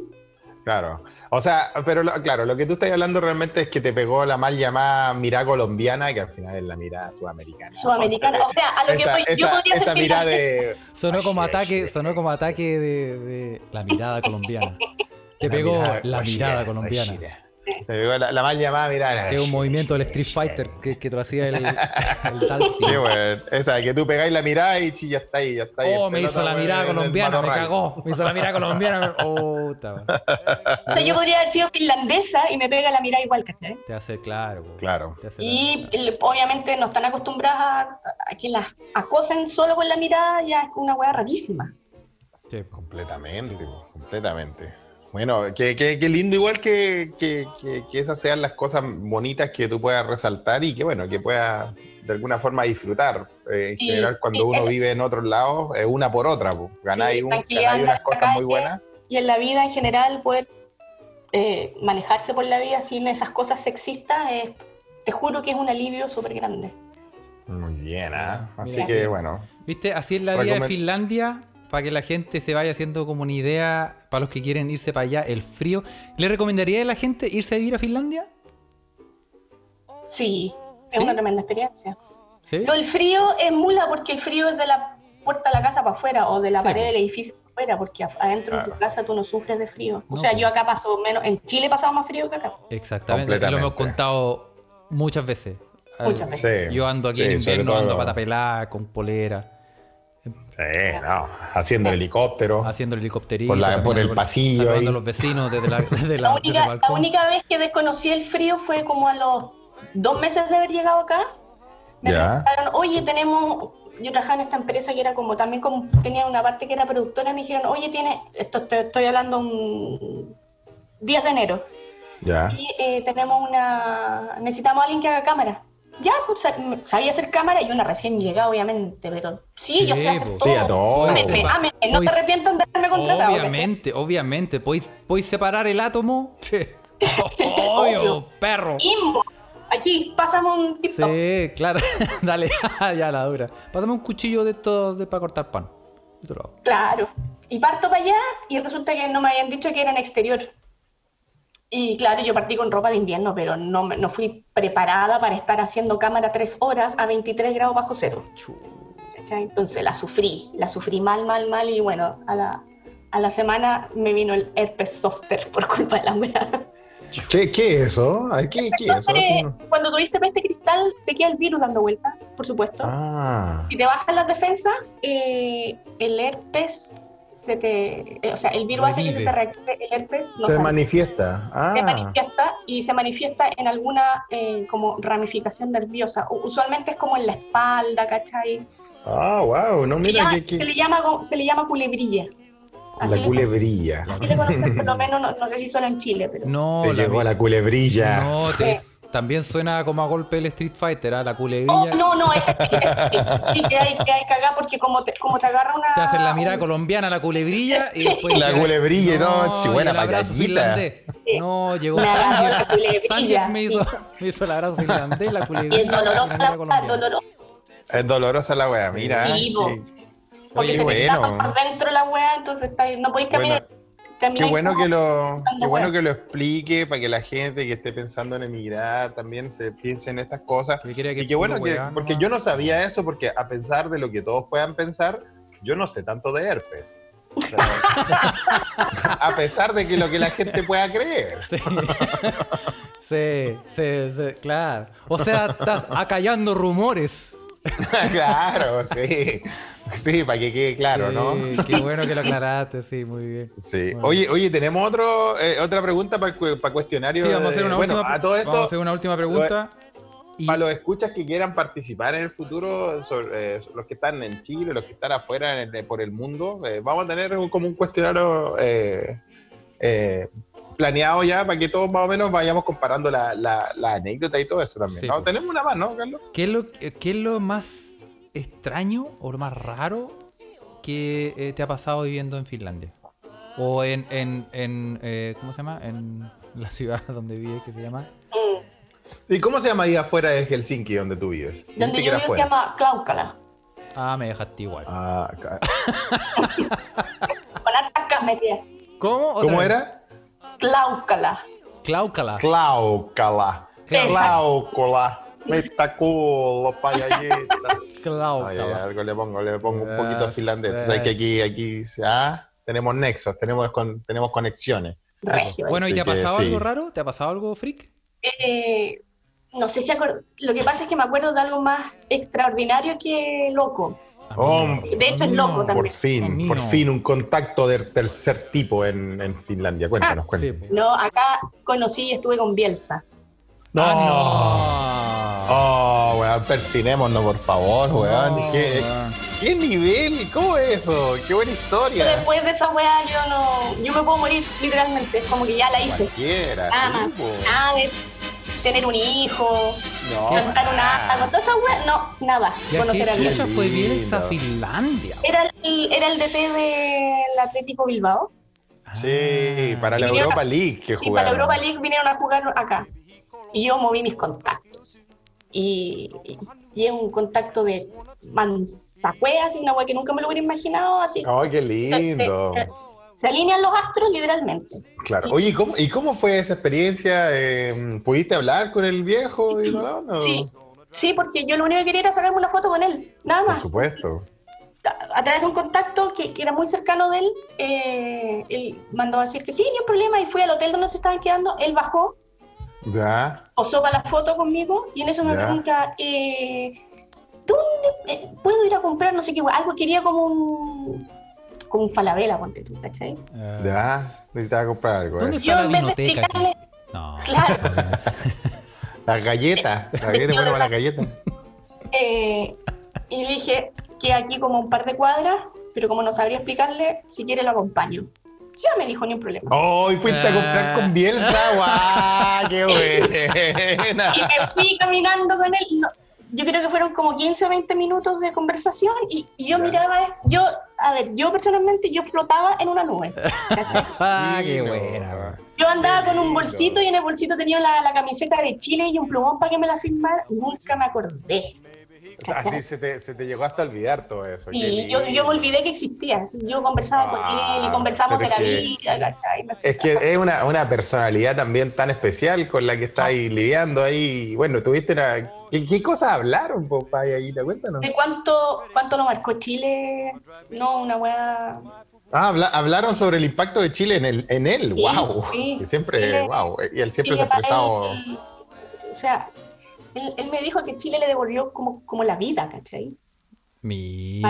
Speaker 1: Claro. O sea, pero lo- claro, lo que tú estás hablando realmente es que te pegó la mal llamada mirada colombiana, que al final es la mirada sudamericana.
Speaker 3: Sudamericana, o sea, a lo
Speaker 1: Esa,
Speaker 3: que voy- yo
Speaker 1: esa-
Speaker 3: podría
Speaker 1: esa
Speaker 3: ser
Speaker 1: mirada
Speaker 3: finlandesa.
Speaker 1: de.
Speaker 2: Sonó como
Speaker 1: Ay,
Speaker 2: ataque,
Speaker 1: ay,
Speaker 2: sonó como ataque de, de la mirada colombiana. Te
Speaker 1: la
Speaker 2: pegó
Speaker 1: mirada-
Speaker 2: la mirada colombiana.
Speaker 1: Te pegó la, la mal llamada mirada.
Speaker 2: Que es un movimiento del Street Fighter que, que te lo hacía el, el Dalsim.
Speaker 1: Sí, güey. Esa, que tú pegáis la mirada y chi, ya está ahí, ya está ahí.
Speaker 2: Oh,
Speaker 1: El
Speaker 2: me hizo
Speaker 1: pelota,
Speaker 2: la
Speaker 1: güey,
Speaker 2: mirada
Speaker 1: en el
Speaker 2: colombiana, me
Speaker 1: matorral.
Speaker 2: cagó. Me hizo la mirada colombiana. Oh, ta-
Speaker 3: O sea, yo podría haber sido finlandesa y me pega la mirada igual, ¿cachai?
Speaker 2: te hace claro. po.
Speaker 1: Claro.
Speaker 2: Te hace
Speaker 3: Y
Speaker 2: claro.
Speaker 3: el- obviamente no están acostumbradas a, a que las acosen solo con la mirada, ya es una weá rarísima.
Speaker 2: Sí, po.
Speaker 1: Completamente, po, completamente. Bueno, qué, qué- qué lindo igual que, que- que- que esas sean las cosas bonitas que tú puedas resaltar y que bueno, que puedas de alguna forma disfrutar. Eh, en
Speaker 3: Sí,
Speaker 1: general, cuando
Speaker 3: sí,
Speaker 1: uno
Speaker 3: eso.
Speaker 1: vive en otros lados, es una por otra. po. Ganáis,
Speaker 3: Sí,
Speaker 1: un-
Speaker 3: tranquilidad,
Speaker 1: ganáis unas
Speaker 3: ganáis
Speaker 1: cosas muy buenas.
Speaker 3: Y en la vida en general, poder eh, manejarse por la vida sin esas cosas sexistas, es, te juro que es un alivio súper grande.
Speaker 1: Muy bien, ¿ah?
Speaker 2: Mira,
Speaker 1: Así
Speaker 2: mira.
Speaker 1: que bueno.
Speaker 2: Viste, así es la vida de
Speaker 1: Recomen-
Speaker 2: Finlandia. Para que la gente se vaya haciendo como una idea, para los que quieren irse para allá, el frío. ¿Le recomendaría a la gente irse a vivir a Finlandia?
Speaker 3: Sí, es
Speaker 2: ¿Sí?
Speaker 3: una tremenda experiencia.
Speaker 2: ¿Sí?
Speaker 3: No, el frío es mula porque el frío es de la puerta de la casa para afuera o de la
Speaker 2: Sí,
Speaker 3: pared
Speaker 2: po.
Speaker 3: del edificio para afuera, porque af- adentro de
Speaker 1: Claro.
Speaker 3: tu casa tú no sufres de frío.
Speaker 2: No,
Speaker 3: o sea,
Speaker 2: po.
Speaker 3: yo acá paso menos, en Chile he pasado más frío que acá.
Speaker 2: Exactamente. Lo hemos
Speaker 1: Completamente.
Speaker 2: contado muchas veces.
Speaker 3: Muchas veces.
Speaker 1: Sí,
Speaker 2: Yo ando aquí en
Speaker 1: sí, sobre
Speaker 2: invierno, ando
Speaker 1: todo-
Speaker 2: pata pelada, con polera,
Speaker 1: Sí, no, haciendo helicóptero.
Speaker 2: haciendo el helicópterito.
Speaker 1: Oh. Por la- por
Speaker 2: caminando
Speaker 1: el pasillo
Speaker 2: Saludando
Speaker 1: ahí.
Speaker 2: a los vecinos desde, la, desde, la-
Speaker 3: La
Speaker 2: desde el
Speaker 3: única, la
Speaker 2: balcón.
Speaker 3: única vez que desconocí el frío fue como a los dos meses de haber llegado acá. Me
Speaker 1: Ya.
Speaker 3: preguntaron, oye, tenemos. Yo trabajaba en esta empresa que era como también como tenía una parte que era productora. Me dijeron, oye, tienes. Esto te estoy hablando un 10 de enero.
Speaker 1: Ya.
Speaker 3: Y eh, tenemos una. Necesitamos a alguien que haga cámara. Ya, pues sa- sabía hacer cámara y una recién llegada, obviamente, pero sí,
Speaker 2: Sí,
Speaker 3: yo sé hacer
Speaker 2: pues.
Speaker 1: Sí, a
Speaker 3: todo.
Speaker 1: todos.
Speaker 2: Pues,
Speaker 3: Ámenme,
Speaker 2: sepa-
Speaker 3: ámenme, no te
Speaker 2: pues,
Speaker 3: arrepientas de haberme contratado.
Speaker 2: Obviamente, obviamente. ¿Podéis, podéis separar el átomo? Che. Obvio,
Speaker 3: Obvio.
Speaker 2: perro.
Speaker 3: ¿cachai? Imbo, Aquí, pasamos un TikTok.
Speaker 2: Sí, claro. Dale, ya la dura. Pásame un cuchillo de esto de, para cortar pan. Yo te lo hago.
Speaker 3: Claro. Y parto para allá y resulta que no me habían dicho que era en exterior. Y claro, yo partí con ropa de invierno, pero no, me- no fui preparada para estar haciendo cámara tres horas a 23 grados bajo cero. ¿cachai? Entonces la sufrí, la sufrí mal, mal, mal y bueno, a la, a la semana me vino el herpes zóster por culpa de la humedad.
Speaker 1: ¿Qué, qué es eso? Ay, ¿Qué, qué es eso? Eso no-
Speaker 3: Cuando tuviste peste cristal, te queda el virus dando vuelta, por supuesto.
Speaker 1: Ah,
Speaker 3: Si te bajan las defensas, eh, el herpes se te, eh, o sea, el virus hace que se te
Speaker 2: Revive.
Speaker 3: reactive el herpes. no
Speaker 1: se
Speaker 3: sale.
Speaker 1: manifiesta. Ah,
Speaker 3: se manifiesta y se manifiesta en alguna eh, como ramificación nerviosa. U- Usualmente es como en la espalda, ¿cachai?
Speaker 1: ah, wow, no, mira,
Speaker 3: Ya,
Speaker 1: que, que-
Speaker 3: Se, le llama, go- se le llama culebrilla. Así
Speaker 1: la
Speaker 3: le-
Speaker 1: culebrilla.
Speaker 3: así le conocen, por lo menos, no, no sé si solo en Chile, pero...
Speaker 2: No,
Speaker 1: Te
Speaker 2: la
Speaker 1: llegó
Speaker 2: vi-
Speaker 1: la culebrilla.
Speaker 2: No, te- también suena como a golpe del Street Fighter, a la
Speaker 3: Oh,
Speaker 2: culebrilla.
Speaker 3: no, no, esa sí, esa sí, sí, que hay, que hay cagá porque como te, como te agarra una...
Speaker 2: Te hacen la mirada colombiana, la culebrilla y después.
Speaker 1: La culebrilla, no, si
Speaker 2: y
Speaker 1: buena
Speaker 2: el abrazo
Speaker 1: payallita.
Speaker 2: finlandés. No, llegó
Speaker 3: Me agarró
Speaker 2: Sánchez.
Speaker 3: la culebrilla,
Speaker 2: Sánchez me hizo,
Speaker 3: sí.
Speaker 2: me hizo el abrazo finlandés, la
Speaker 3: Y
Speaker 2: culebrilla.
Speaker 3: es dolorosa,
Speaker 2: la mirada
Speaker 3: la
Speaker 2: colombiana.
Speaker 3: dolorosa.
Speaker 1: Es dolorosa la wea, mira.
Speaker 3: Sí, po.
Speaker 1: qué-
Speaker 3: Porque
Speaker 1: Oye,
Speaker 3: se te
Speaker 1: bueno.
Speaker 3: tapa por dentro la weá, entonces está ahí, no podéis caminar.
Speaker 1: Qué
Speaker 3: Termináis
Speaker 1: bueno
Speaker 3: como-
Speaker 1: que lo,
Speaker 3: buscando
Speaker 1: qué bueno
Speaker 3: web.
Speaker 1: que lo explique para que la gente que esté pensando en emigrar también se piense en estas cosas.
Speaker 2: Yo quería que
Speaker 1: Y qué bueno,
Speaker 2: puro
Speaker 1: que,
Speaker 2: weá
Speaker 1: porque
Speaker 2: nomás.
Speaker 1: yo no sabía eso, porque a pesar de lo que todos puedan pensar, yo no sé tanto de herpes. O sea, a pesar de que lo que la gente pueda creer.
Speaker 2: Sí, sí, sí, claro. O sea, estás acallando rumores.
Speaker 1: claro, sí. Sí, para que quede claro,
Speaker 2: Sí,
Speaker 1: ¿no?
Speaker 2: Eh, Qué bueno que lo aclaraste, sí, muy bien.
Speaker 1: Sí.
Speaker 2: Bueno.
Speaker 1: Oye, oye, tenemos otro, eh, otra pregunta para el cu- para cuestionario.
Speaker 2: Sí, vamos a hacer
Speaker 1: de-
Speaker 2: una,
Speaker 1: bueno,
Speaker 2: última,
Speaker 1: a todo esto,
Speaker 2: vamos a hacer una última pregunta. Y,
Speaker 1: Para los escuchas que quieran participar en el futuro, sobre, eh, los que están en Chile, los que están afuera en el- por el mundo, eh, vamos a tener un- como un cuestionario eh, eh, planeado ya para que todos más o menos vayamos comparando la, la, la anécdota y todo eso también.
Speaker 2: Sí,
Speaker 1: ¿no?
Speaker 2: pues.
Speaker 1: Tenemos una más, ¿no, Carlos?
Speaker 2: ¿qué, es lo, eh, ¿Qué es lo más extraño o lo más raro que eh, te ha pasado viviendo en Finlandia? O en, en, en eh, ¿cómo se llama? En la ciudad donde vives, que se llama
Speaker 3: Mm.
Speaker 1: ¿Y cómo se llama ahí afuera de Helsinki, donde tú vives? Dijiste
Speaker 3: Donde
Speaker 1: que
Speaker 3: yo
Speaker 1: era
Speaker 3: vivo se
Speaker 1: afuera.
Speaker 3: llama Cláucala.
Speaker 2: Ah, me dejaste igual.
Speaker 1: Ah, acá.
Speaker 3: Con hartas casmetías.
Speaker 2: ¿Cómo? ¿Otra
Speaker 1: ¿Cómo
Speaker 2: vez? Ah.
Speaker 1: era?
Speaker 3: Cláucala.
Speaker 2: Cláucala.
Speaker 1: Claucala.
Speaker 2: Exacto.
Speaker 1: Claucala. Me está culo, payallita. Ay, ay,
Speaker 2: Cláucala.
Speaker 1: algo le pongo, le pongo un poquito
Speaker 2: Ya
Speaker 1: finlandés.
Speaker 2: sé.
Speaker 1: Tú sabes que aquí, aquí ah, tenemos nexos, tenemos, con, tenemos conexiones.
Speaker 3: Regio.
Speaker 2: Bueno, ¿y
Speaker 1: Así
Speaker 2: te ha
Speaker 1: que
Speaker 2: pasado
Speaker 1: sí.
Speaker 2: algo raro? ¿Te ha pasado algo freak?
Speaker 3: Eh, no sé si acuerdo. Lo que pasa es que me acuerdo de algo más extraordinario que loco.
Speaker 2: A mí
Speaker 1: Oh,
Speaker 2: no.
Speaker 3: De hecho, es
Speaker 2: No,
Speaker 3: loco
Speaker 1: Por
Speaker 3: también.
Speaker 1: fin,
Speaker 2: Camino.
Speaker 1: por fin un contacto del tercer tipo en, en Finlandia.
Speaker 3: Ah,
Speaker 1: Cuéntanos,
Speaker 2: Sí, pues.
Speaker 1: cuéntanos.
Speaker 2: po.
Speaker 3: No, acá conocí y estuve con Bielsa.
Speaker 1: ¡No!
Speaker 2: Ah, no.
Speaker 1: Oh, weón, persinémonos, por favor, Oh, weón.
Speaker 2: No,
Speaker 1: ¿Qué,
Speaker 2: weón.
Speaker 1: qué nivel? ¿Cómo es eso? ¡Qué buena historia!
Speaker 3: Después de esa weá, yo no. Yo me puedo morir, literalmente. Es como que ya la hice.
Speaker 1: Cualquiera.
Speaker 3: Nada más.
Speaker 1: sí, po.
Speaker 3: Nada de tener un hijo,
Speaker 1: No,
Speaker 3: cantar un
Speaker 1: nada.
Speaker 3: árbol, toda esa weá. No, nada.
Speaker 2: ¿Y a
Speaker 3: Conocer a
Speaker 2: qué
Speaker 3: Bielsa.
Speaker 2: chucha fue
Speaker 1: Lindo.
Speaker 2: Bielsa a Finlandia?
Speaker 3: Era el, era el DT del Atlético Bilbao.
Speaker 2: Ah.
Speaker 1: Sí, para la
Speaker 3: Y yo-
Speaker 1: Europa League que
Speaker 3: Sí, para
Speaker 1: jugaron.
Speaker 3: la Europa League vinieron a jugar acá. Y yo moví mis contactos. Y, y- y es un contacto de manzacuea, así una wea que nunca me lo hubiera imaginado. Así
Speaker 1: ¡Ay, Oh, qué lindo!
Speaker 3: Se, se- se alinean los astros literalmente.
Speaker 1: Claro. Oye, ¿y cómo, y cómo fue esa experiencia? Eh, ¿Pudiste hablar con el viejo? Y no, no,
Speaker 3: Sí, sí, porque yo lo único que quería era sacarme una foto con él, nada
Speaker 1: Por
Speaker 3: más.
Speaker 1: supuesto.
Speaker 3: A, a través de un contacto que, que era muy cercano de él, eh, él mandó a decir que sí, ni un problema, y fui al hotel donde se estaban quedando, él bajó,
Speaker 1: Ya.
Speaker 3: posó para la foto conmigo y en eso me
Speaker 1: Ya.
Speaker 3: pregunta, eh, ¿dónde eh, puedo ir a comprar? No sé qué, hue- algo quería como un, como un falabela, ponte tú, ¿cachai?
Speaker 2: Ah.
Speaker 1: Ya. Necesitaba comprar algo.
Speaker 2: ¿Dónde
Speaker 1: ¿eh?
Speaker 2: está la
Speaker 3: en vez de
Speaker 2: vinoteca aquí?
Speaker 3: explicarle-
Speaker 2: No.
Speaker 3: Claro,
Speaker 1: Las galletas. Las galletas, bueno, las galletas.
Speaker 3: eh, y le dije que aquí como un par de cuadras, pero como no sabría explicarle, si quiere lo acompaño. Ya me dijo, ni un problema.
Speaker 1: ¡Ay, fuiste a comprar con Bielsa! ¡Guau! ¡Qué buena!
Speaker 3: Y me fui caminando con él. no, yo creo que fueron como 15 o 20 minutos de conversación y, y yo
Speaker 1: Ya.
Speaker 3: miraba, esto- yo, a ver, yo personalmente, yo flotaba en una nube. ¿cachai?
Speaker 2: Ah, qué
Speaker 1: Divino.
Speaker 2: buena. weón.
Speaker 3: Yo andaba con un
Speaker 1: lindo.
Speaker 3: bolsito y en el bolsito tenía la, la camiseta de Chile y un plumón para que me la firmara. Nunca me acordé.
Speaker 1: O sea, así se te, se te llegó hasta olvidar todo eso. Oh, qué
Speaker 3: Y yo, yo
Speaker 1: lindo.
Speaker 3: me olvidé que existía. Yo conversaba con él y
Speaker 1: Ah,
Speaker 3: conversamos de
Speaker 1: pero
Speaker 3: la
Speaker 1: es que- Eh,
Speaker 3: vida, ¿cachai?
Speaker 1: Es que es una, una personalidad también tan especial con la que estáis lidiando ahí. Bueno, tuviste una... ¿Qué, qué cosas hablaron, papá? Ahí te cuéntanos.
Speaker 3: ¿De cuánto, cuánto lo marcó Chile? No, una weá.
Speaker 1: Ah, habla- hablaron sobre el impacto de Chile en, el, en él.
Speaker 3: Sí,
Speaker 1: wow.
Speaker 3: sí.
Speaker 1: Que siempre,
Speaker 3: Chile-
Speaker 1: wow. Y él siempre se ha
Speaker 3: Chile para
Speaker 1: expresado.
Speaker 3: él, O sea, él, él me dijo que Chile le devolvió como, como la vida, ¿cachai? Para él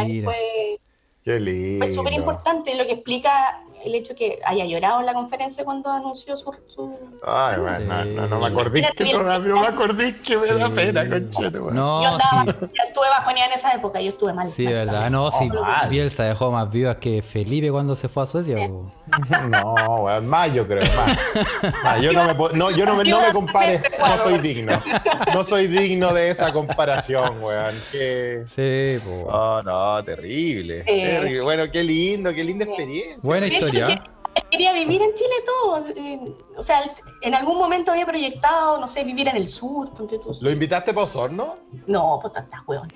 Speaker 2: Mira.
Speaker 3: fue,
Speaker 1: Qué lindo.
Speaker 3: Es pues, súper importante lo que explica el hecho que haya llorado en la conferencia cuando anunció su... su-
Speaker 1: Ay, bueno, no, no, no me acordé
Speaker 3: Mira,
Speaker 1: que
Speaker 3: mira,
Speaker 1: no, da- no me acordé que me da
Speaker 2: Sí.
Speaker 1: pena, conchito. weón.
Speaker 2: No,
Speaker 3: yo andaba,
Speaker 2: sí.
Speaker 3: yo estuve bajoneada en esa época, yo estuve mal.
Speaker 2: Sí,
Speaker 3: mal,
Speaker 2: verdad.
Speaker 3: mal.
Speaker 2: No, sí.
Speaker 1: mal.
Speaker 2: Bielsa dejó más vivas que Felipe cuando se fue a Suecia. po.
Speaker 1: No, weón, más yo creo, más. Más, yo no me, puedo- no, yo no me, no me compares, no soy digno. No soy digno de esa comparación, weón. que-
Speaker 2: Sí, po.
Speaker 1: No, no, terrible,
Speaker 3: Sí.
Speaker 1: terrible. Bueno, qué lindo, qué linda experiencia.
Speaker 2: Buena
Speaker 3: De hecho,
Speaker 2: historia.
Speaker 3: que- quería vivir en Chile todo. eh, O sea, el- en algún momento había proyectado, no sé, vivir en el sur, ponte tú.
Speaker 1: ¿Lo invitaste para Osorno?
Speaker 3: No, pues tantas hueón.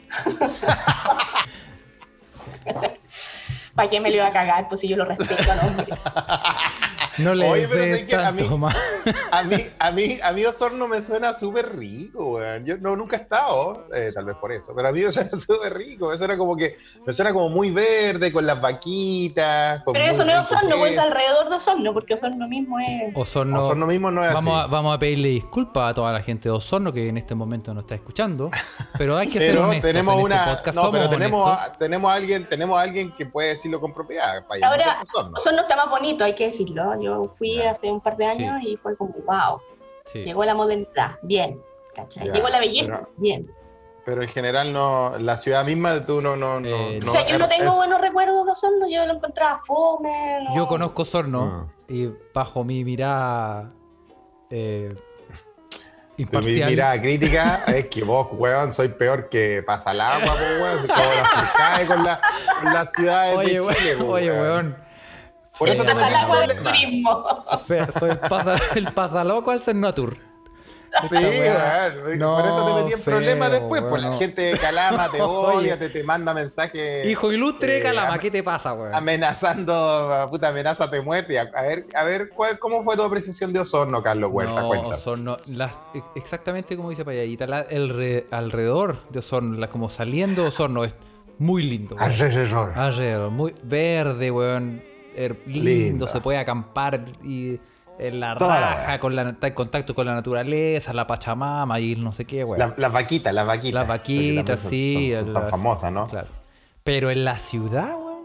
Speaker 3: ¿Para qué me lo iba a cagar? Pues si yo lo respeto al hombre.
Speaker 2: ¿ah? No le
Speaker 1: Oye, pero
Speaker 2: desees
Speaker 1: sé que a mí-
Speaker 2: tanto más.
Speaker 1: A mí, a mí, a mí Osorno me suena súper rico, weón. Yo no, nunca he estado, eh, tal vez por eso, pero a mí me suena súper rico. Me suena como que, me suena como muy verde, con las vaquitas. con
Speaker 3: Pero
Speaker 1: muy
Speaker 3: eso no es
Speaker 1: rico
Speaker 3: Osorno, pues es
Speaker 1: queso.
Speaker 3: alrededor de Osorno, porque Osorno mismo es.
Speaker 2: Osorno.
Speaker 1: Osorno mismo no es
Speaker 2: Vamos a,
Speaker 1: así.
Speaker 2: vamos a pedirle disculpas a toda la gente de Osorno que en este momento nos está escuchando, pero hay que ser
Speaker 1: Pero
Speaker 2: honestos.
Speaker 1: tenemos
Speaker 2: en este
Speaker 1: una,
Speaker 2: podcast
Speaker 1: no,
Speaker 2: somos
Speaker 1: pero tenemos,
Speaker 2: honestos.
Speaker 1: a, tenemos a alguien, tenemos a alguien que puede decirlo con propiedad. Para
Speaker 3: Ahora,
Speaker 1: Osorno.
Speaker 3: Osorno está más bonito, hay que decirlo. Yo fui
Speaker 1: Ya.
Speaker 3: hace un par de años y fue como, wow,
Speaker 2: Sí.
Speaker 3: llegó la modernidad, bien. ¿cachai?
Speaker 1: Ya,
Speaker 3: Llegó la belleza,
Speaker 1: pero-
Speaker 3: bien.
Speaker 1: Pero en general no, la ciudad misma tú no, no, no.
Speaker 2: Eh,
Speaker 1: no
Speaker 3: o sea, yo no
Speaker 1: es-
Speaker 3: tengo buenos recuerdos de Osorno, yo lo encontraba fome. no.
Speaker 2: Yo conozco
Speaker 1: Ah.
Speaker 2: Osorno y bajo mi mirada eh,
Speaker 1: Mi
Speaker 2: imparcial.
Speaker 1: mirada crítica es que vos, weón, soy peor que pasa el agua, po, weón. Como las fiscales con, la, con las ciudades
Speaker 2: oye,
Speaker 1: de Chile,
Speaker 2: weón,
Speaker 1: po,
Speaker 2: oye, weón.
Speaker 1: Por eso
Speaker 2: Eh,
Speaker 1: tengo Ah.
Speaker 3: Hasta el
Speaker 2: tenemos
Speaker 3: agua
Speaker 1: un
Speaker 3: del
Speaker 1: problema.
Speaker 3: turismo.
Speaker 2: Fe- soy el, pasa, el pasaloco al Cernatur.
Speaker 1: Sí,
Speaker 2: Esta weá.
Speaker 1: weón.
Speaker 2: No,
Speaker 1: por eso te metí en
Speaker 2: feo,
Speaker 1: problemas después. Pues
Speaker 2: weón,
Speaker 1: la
Speaker 2: no.
Speaker 1: gente de Calama te
Speaker 2: Oye.
Speaker 1: odia, te, te manda mensajes.
Speaker 2: Hijo ilustre de
Speaker 1: eh,
Speaker 2: Calama,
Speaker 1: am-
Speaker 2: ¿qué te pasa, weón?
Speaker 1: Amenazando, puta amenaza te muerte. A, a ver, a ver cuál, ¿cómo fue tu apreciación de Osorno, Carlos Huerta?
Speaker 2: No,
Speaker 1: Cuéntanos.
Speaker 2: Osorno, las- e- exactamente como dice Payadita, la- el re- alrededor de Osorno, la- como saliendo de Osorno, es muy lindo.
Speaker 1: Ah,
Speaker 2: Ah, weón.
Speaker 1: Alrededor.
Speaker 2: Alrededor, muy verde, weón. her- lindo,
Speaker 1: Lindo.
Speaker 2: se puede acampar y en la
Speaker 1: Toda la
Speaker 2: raja,
Speaker 1: weá.
Speaker 2: con la, está en contacto con la naturaleza, la pachamama y no sé qué, weón.
Speaker 1: La- Las vaquitas, las vaquitas.
Speaker 2: Las vaquitas,
Speaker 1: Porque también son-
Speaker 2: sí.
Speaker 1: son- son tan
Speaker 2: las-
Speaker 1: famosas, ¿no?
Speaker 2: Claro. Pero en la ciudad, weón.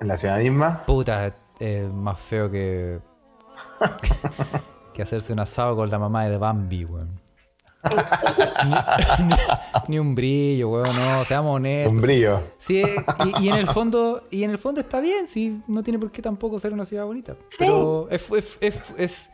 Speaker 1: En la ciudad misma.
Speaker 2: Puta, es más feo que. que hacerse un asado con la mamá de Bambi, weón. ni, ni- ni un brillo, weón, no, seamos honestos.
Speaker 1: Un brillo.
Speaker 2: Sí, eh, y, y en el fondo, y en el fondo está bien, sí, no tiene por qué tampoco ser una ciudad bonita. Pero es, es, es, es,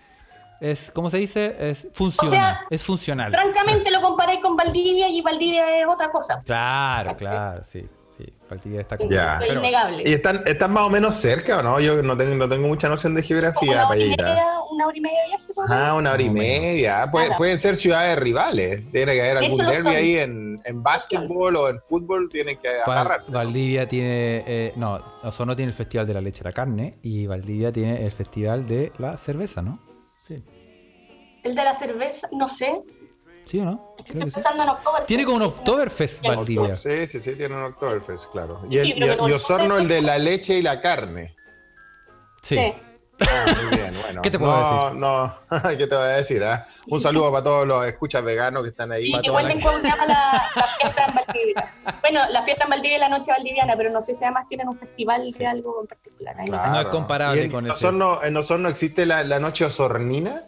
Speaker 2: es- ¿cómo se dice? Es funciona,
Speaker 3: sea,
Speaker 2: es funcional.
Speaker 3: Francamente lo comparé con Valdivia y Valdivia es otra cosa.
Speaker 2: Claro, claro, sí, sí. Valdivia está como-
Speaker 1: Ya.
Speaker 3: Es
Speaker 2: Pero-
Speaker 3: innegable.
Speaker 1: ¿Y están, están más o menos cerca o no? Yo no tengo, no tengo mucha noción de
Speaker 3: Como
Speaker 1: geografía,
Speaker 3: una, hora y
Speaker 1: Payita.
Speaker 3: media, una hora y media de viaje. ¿no?
Speaker 1: Ah, una hora y
Speaker 2: Más o menos.
Speaker 1: media. Ah, puede-
Speaker 3: Claro.
Speaker 1: Pueden ser ciudades rivales. Tiene que haber
Speaker 3: De
Speaker 1: algún
Speaker 3: hecho, lo
Speaker 1: derby
Speaker 3: son.
Speaker 1: ahí en, en básquetbol o en fútbol. Tienen que
Speaker 2: Val-
Speaker 1: agarrarse.
Speaker 2: Valdivia tiene. eh, no, Osorno tiene el Festival de la Leche y la Carne. Y Valdivia tiene el Festival de la Cerveza, ¿no? Sí.
Speaker 3: El de la cerveza, no sé.
Speaker 2: ¿Sí o no? Creo
Speaker 3: Estoy
Speaker 2: que sí.
Speaker 3: pensando en Oktoberfest.
Speaker 2: Tiene como un Oktoberfest
Speaker 3: Ya.
Speaker 2: Valdivia.
Speaker 1: Sí, sí, sí, tienen un Oktoberfest, claro. Y, el-
Speaker 3: Sí,
Speaker 1: y-
Speaker 3: pero
Speaker 1: y
Speaker 3: con-
Speaker 1: Osorno, el de la leche y la carne.
Speaker 2: Sí.
Speaker 1: Ah, muy bien, bueno.
Speaker 2: ¿Qué te puedo
Speaker 1: no, No, ¿qué te voy a decir? ah? Un saludo para todos los escuchas veganos que están ahí.
Speaker 3: Y
Speaker 2: Para
Speaker 3: que
Speaker 2: toda la-
Speaker 3: cuenten cómo se llama la, la fiesta en Valdivia. Bueno, la fiesta en Valdivia es la noche valdiviana, pero no sé si además tienen un festival de algo en particular. Ahí no-
Speaker 1: Claro.
Speaker 2: No es comparable
Speaker 1: ¿Y en
Speaker 2: con ese.
Speaker 1: Osorno, ¿En Osorno existe la, la noche osornina?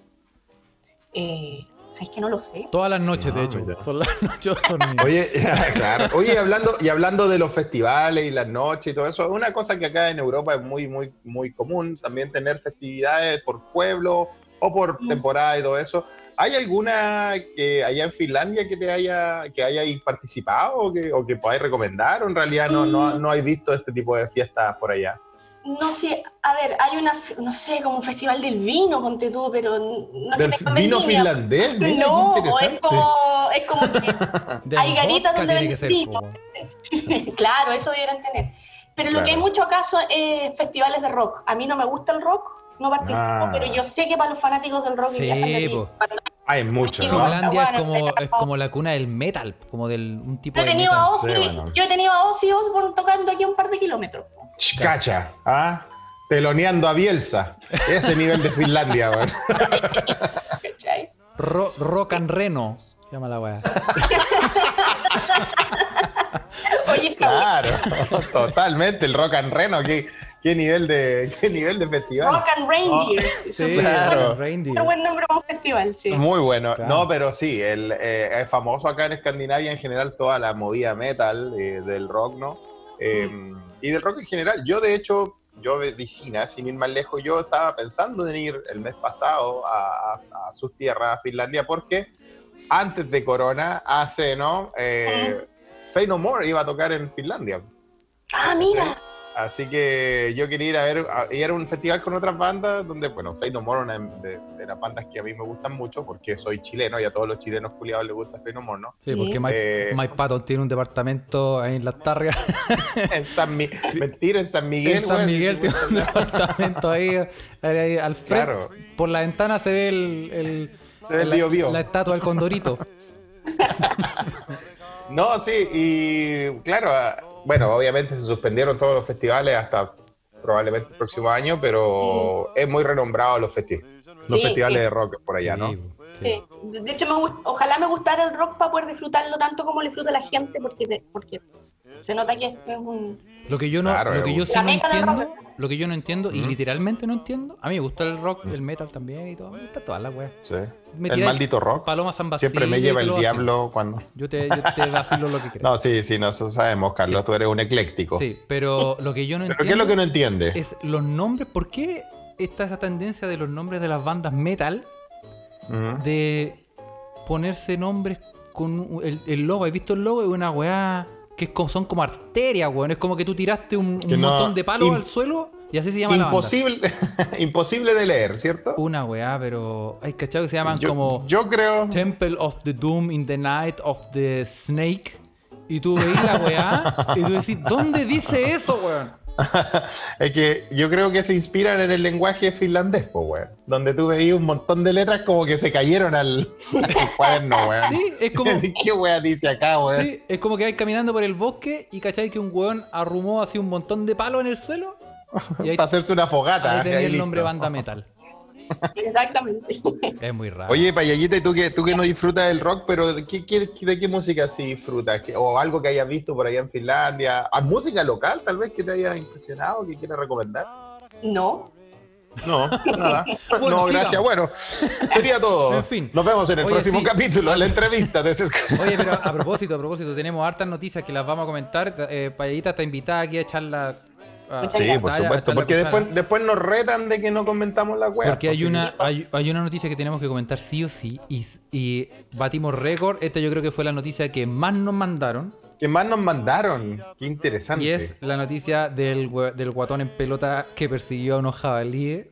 Speaker 3: Eh, o sea, es que no lo sé.
Speaker 2: Todas las noches, de
Speaker 1: No,
Speaker 2: hecho.
Speaker 1: Ah, mira.
Speaker 2: Son las noches de Osorno.
Speaker 1: Oye, claro. Oye, hablando, y hablando de los festivales y las noches y todo eso, una cosa que acá en Europa es muy, muy, muy común, también tener festividades por pueblo o por
Speaker 3: Mm.
Speaker 1: temporada y todo eso. ¿Hay alguna que allá en Finlandia que te haya, que hayáis participado o que, o que podáis recomendar? ¿O en realidad no, no, no hay visto este tipo de fiestas por allá?
Speaker 3: No sé, a ver, hay una, f- no sé, como un festival del vino, ponte tú, pero n- no es que
Speaker 1: ¿Del
Speaker 3: tenga
Speaker 1: vino
Speaker 3: vendimia.
Speaker 1: finlandés? Mira, qué
Speaker 3: No, o es
Speaker 1: interesante.
Speaker 3: como, es como que
Speaker 2: De
Speaker 3: hay Ah,
Speaker 2: vodka
Speaker 3: garitas donde
Speaker 2: tiene
Speaker 3: venden
Speaker 2: que ser.
Speaker 3: vino.
Speaker 2: po.
Speaker 3: claro, eso debieran tener. Pero lo
Speaker 1: Claro.
Speaker 3: que hay mucho acaso es festivales de rock. A mí no me gusta el rock, no participo,
Speaker 1: Ah.
Speaker 3: pero yo sé que para los fanáticos del rock
Speaker 2: Sí,
Speaker 3: viajan de aquí.
Speaker 2: po.
Speaker 3: Cuando-
Speaker 1: Hay mucho, ¿no?
Speaker 2: Finlandia es
Speaker 3: Bueno,
Speaker 2: como,
Speaker 3: está
Speaker 2: es como la cuna del metal. Como del un tipo
Speaker 3: Yo he
Speaker 2: de
Speaker 3: tenido
Speaker 2: metal.
Speaker 3: a Ozzy,
Speaker 1: Sí, bueno.
Speaker 3: yo he tenido a Ozzy Osbourne tocando aquí a un par de kilómetros.
Speaker 1: Ch, Cacha, ¿ah? Teloneando a Bielsa. Ese nivel de Finlandia, weón.
Speaker 3: ¿cachai?
Speaker 2: Ro- rock and Reno. Se llama la weá.
Speaker 3: Oye, Javier,
Speaker 1: Claro, totalmente. El rock and reno, qué, qué nivel de qué nivel de festival.
Speaker 3: Rock and Reindeer.
Speaker 2: Sí,
Speaker 1: Claro.
Speaker 2: Reindeer.
Speaker 3: Súper buen nombre para un festival, sí.
Speaker 1: Oh, Muy bueno.
Speaker 2: Claro.
Speaker 1: No, pero sí, el, eh, es famoso acá en Escandinavia en general toda la movida metal eh, del rock, ¿no? Eh, Y del rock en general. Yo, de hecho, yo de Vicina, sin ir más lejos, yo estaba pensando en ir el mes pasado a, a- a sus tierras, a Finlandia, porque antes de Corona, hace, ¿no? Eh, Faith No More iba a tocar en Finlandia.
Speaker 3: Ah, mira.
Speaker 1: Así que yo quería ir a ver, a- y era un festival con otras bandas, donde, bueno, Faith No More, una de, de las bandas que a mí me gustan mucho, porque soy chileno y a todos los chilenos culiados les gusta Faith No More, ¿no?
Speaker 2: Sí, porque
Speaker 3: Sí.
Speaker 2: Mike,
Speaker 1: Eh.
Speaker 2: Mike Patton tiene un departamento ahí en Las Targas.
Speaker 1: En San Mi- mentira, en San Miguel.
Speaker 2: En San
Speaker 1: weón,
Speaker 2: Miguel
Speaker 1: sí,
Speaker 2: tiene un departamento ahí, ahí al frente.
Speaker 1: Claro.
Speaker 2: Por la ventana se ve el, el-
Speaker 1: Se ve el
Speaker 2: la,
Speaker 1: Bío Bío.
Speaker 2: la estatua del condorito.
Speaker 1: No, sí, y claro, ah, bueno, obviamente se suspendieron todos los festivales hasta probablemente el próximo año, pero es muy renombrado los, festi- los
Speaker 3: Sí,
Speaker 1: festivales
Speaker 3: sí.
Speaker 1: de rock por allá, ¿no?
Speaker 2: Sí, sí.
Speaker 3: Sí. De hecho, me gust- ojalá me gustara el rock para poder disfrutarlo tanto como lo disfruta la gente, porque, porque se nota que es un...
Speaker 2: Lo que yo no,
Speaker 1: Claro,
Speaker 2: lo que yo
Speaker 1: es
Speaker 2: sí
Speaker 3: La
Speaker 2: no
Speaker 3: meca del
Speaker 2: entiendo,
Speaker 3: rock.
Speaker 2: lo que yo no entiendo, y literalmente no entiendo, a mí me gusta el rock, el metal también y todo, me gusta toda la wea.
Speaker 1: Sí.
Speaker 2: Me
Speaker 1: El
Speaker 2: tiráis
Speaker 1: maldito rock.
Speaker 2: Paloma San Basilio
Speaker 1: Siempre me
Speaker 2: y
Speaker 1: lleva
Speaker 2: te
Speaker 1: el
Speaker 2: lo
Speaker 1: diablo cuando...
Speaker 2: vacilo. Yo te, yo te vacilo lo que creas.
Speaker 1: No, sí, sí, nosotros sabemos, Carlos, tú eres un ecléctico.
Speaker 2: sí, pero lo que yo no
Speaker 1: ¿Pero
Speaker 2: entiendo
Speaker 1: qué es lo que no entiende?
Speaker 2: es los nombres, ¿por qué está esa tendencia de los nombres de las bandas metal
Speaker 1: Ujú.
Speaker 2: de ponerse nombres con un- el, el logo. ¿Has visto el logo? Es una weá que es como- son como arterias, weón. Es como que tú tiraste un, un
Speaker 1: Que no-
Speaker 2: montón de palos
Speaker 1: im-
Speaker 2: al suelo y así se llama la
Speaker 1: Imposible, imposible de leer, ¿cierto?
Speaker 2: banda. Una weá, pero hay cachado que se llaman
Speaker 1: yo,
Speaker 2: como
Speaker 1: yo creo...
Speaker 2: Temple of the Doom in the Night of the Snake. Y tú veis la weá y tú decís, ¿dónde dice eso, weón?
Speaker 1: Es que yo creo que se inspiran en el lenguaje finlandés, pues, weón. Donde tú veías un montón de letras como que se cayeron al, al cuaderno, weón.
Speaker 2: Sí, es como-
Speaker 1: ¿Qué weón dice acá, weón?
Speaker 2: Sí, es como que vais caminando por el bosque y cachai que un weón arrumó así un montón de palos en el suelo. Y ahí,
Speaker 1: Para hacerse una fogata.
Speaker 2: ahí tenía
Speaker 1: ahí
Speaker 2: el nombre
Speaker 1: listo.
Speaker 2: banda metal.
Speaker 3: Exactamente.
Speaker 2: Es muy raro.
Speaker 1: Oye, Payallita, ¿y tú que, tú que no disfrutas del rock, pero ¿de qué, qué- de qué música sí disfrutas? ¿Qué- ¿O algo que hayas visto por allá en Finlandia? ¿A música local, tal vez, que te haya impresionado, que quieras recomendar?
Speaker 3: No.
Speaker 1: No, nada.
Speaker 2: Bueno,
Speaker 1: no,
Speaker 2: sigamos.
Speaker 1: gracias. Bueno, sería todo.
Speaker 2: En fin.
Speaker 1: Nos vemos en el
Speaker 2: Oye,
Speaker 1: próximo
Speaker 2: sí.
Speaker 1: capítulo, en la entrevista de ese...
Speaker 2: Oye, pero a propósito, a propósito, tenemos hartas noticias que las vamos a comentar. Eh, Payallita está invitada aquí a echar la. a-
Speaker 3: Muchas
Speaker 1: Sí,
Speaker 2: a-
Speaker 3: gracias.
Speaker 1: por
Speaker 2: a- a
Speaker 1: supuesto,
Speaker 2: echar la
Speaker 1: porque
Speaker 2: cuchara.
Speaker 1: después, después nos retan de que no comentamos la pues, web.
Speaker 2: Porque hay una, hay, hay una noticia que tenemos que comentar sí o sí y, y batimos récord. Esta yo creo que fue la noticia que más nos mandaron
Speaker 1: que más nos mandaron. Qué interesante.
Speaker 2: y es la noticia del, hue- del guatón en pelota que persiguió a unos jabalíes.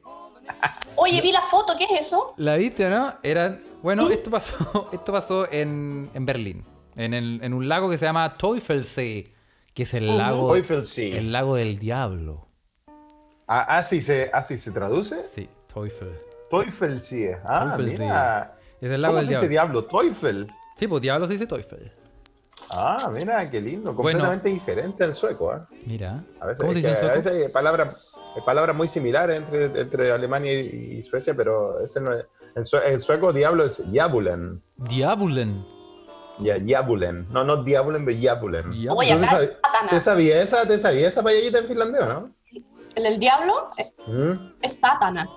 Speaker 3: Oye, vi la foto, ¿qué es eso?
Speaker 2: La viste, ¿no? Eran, bueno, esto pasó, esto pasó en, en Berlín, en, el- en un lago que se llama Teufelsee, que es el lago,
Speaker 1: Oh, Teufelsee.
Speaker 2: el lago del diablo.
Speaker 1: Ah, así, se, así se traduce.
Speaker 2: Sí, Teufel.
Speaker 1: Teufelsee. Ah,
Speaker 2: Teufelsee.
Speaker 1: mira.
Speaker 2: Es el lago
Speaker 1: ¿Cómo
Speaker 2: del
Speaker 1: se dice diablo? Teufel.
Speaker 2: Sí, pues diablo se dice Teufel.
Speaker 1: Ah, mira, qué lindo.
Speaker 2: Bueno.
Speaker 1: Completamente diferente al sueco. ¿eh?
Speaker 2: Mira.
Speaker 1: A veces,
Speaker 2: ¿Cómo se
Speaker 1: es
Speaker 2: dice en
Speaker 1: que a
Speaker 2: sueco?
Speaker 1: veces hay palabras hay palabras muy similares entre, entre Alemania y, y Suecia, pero ese no es, el, sue- el sueco diablo es jabulen.
Speaker 2: Diabulen.
Speaker 1: Mm. Ya, jabulen. No, no diabulen, pero jabulen.
Speaker 2: Diabulen.
Speaker 3: Oye,
Speaker 1: Entonces, ¿sabe-
Speaker 3: acá es Satana.
Speaker 1: ¿Te sabía esa, te sabía esa payallita en finlandés, o no?
Speaker 3: El, el diablo es,
Speaker 1: ¿Mm?
Speaker 3: es Satana.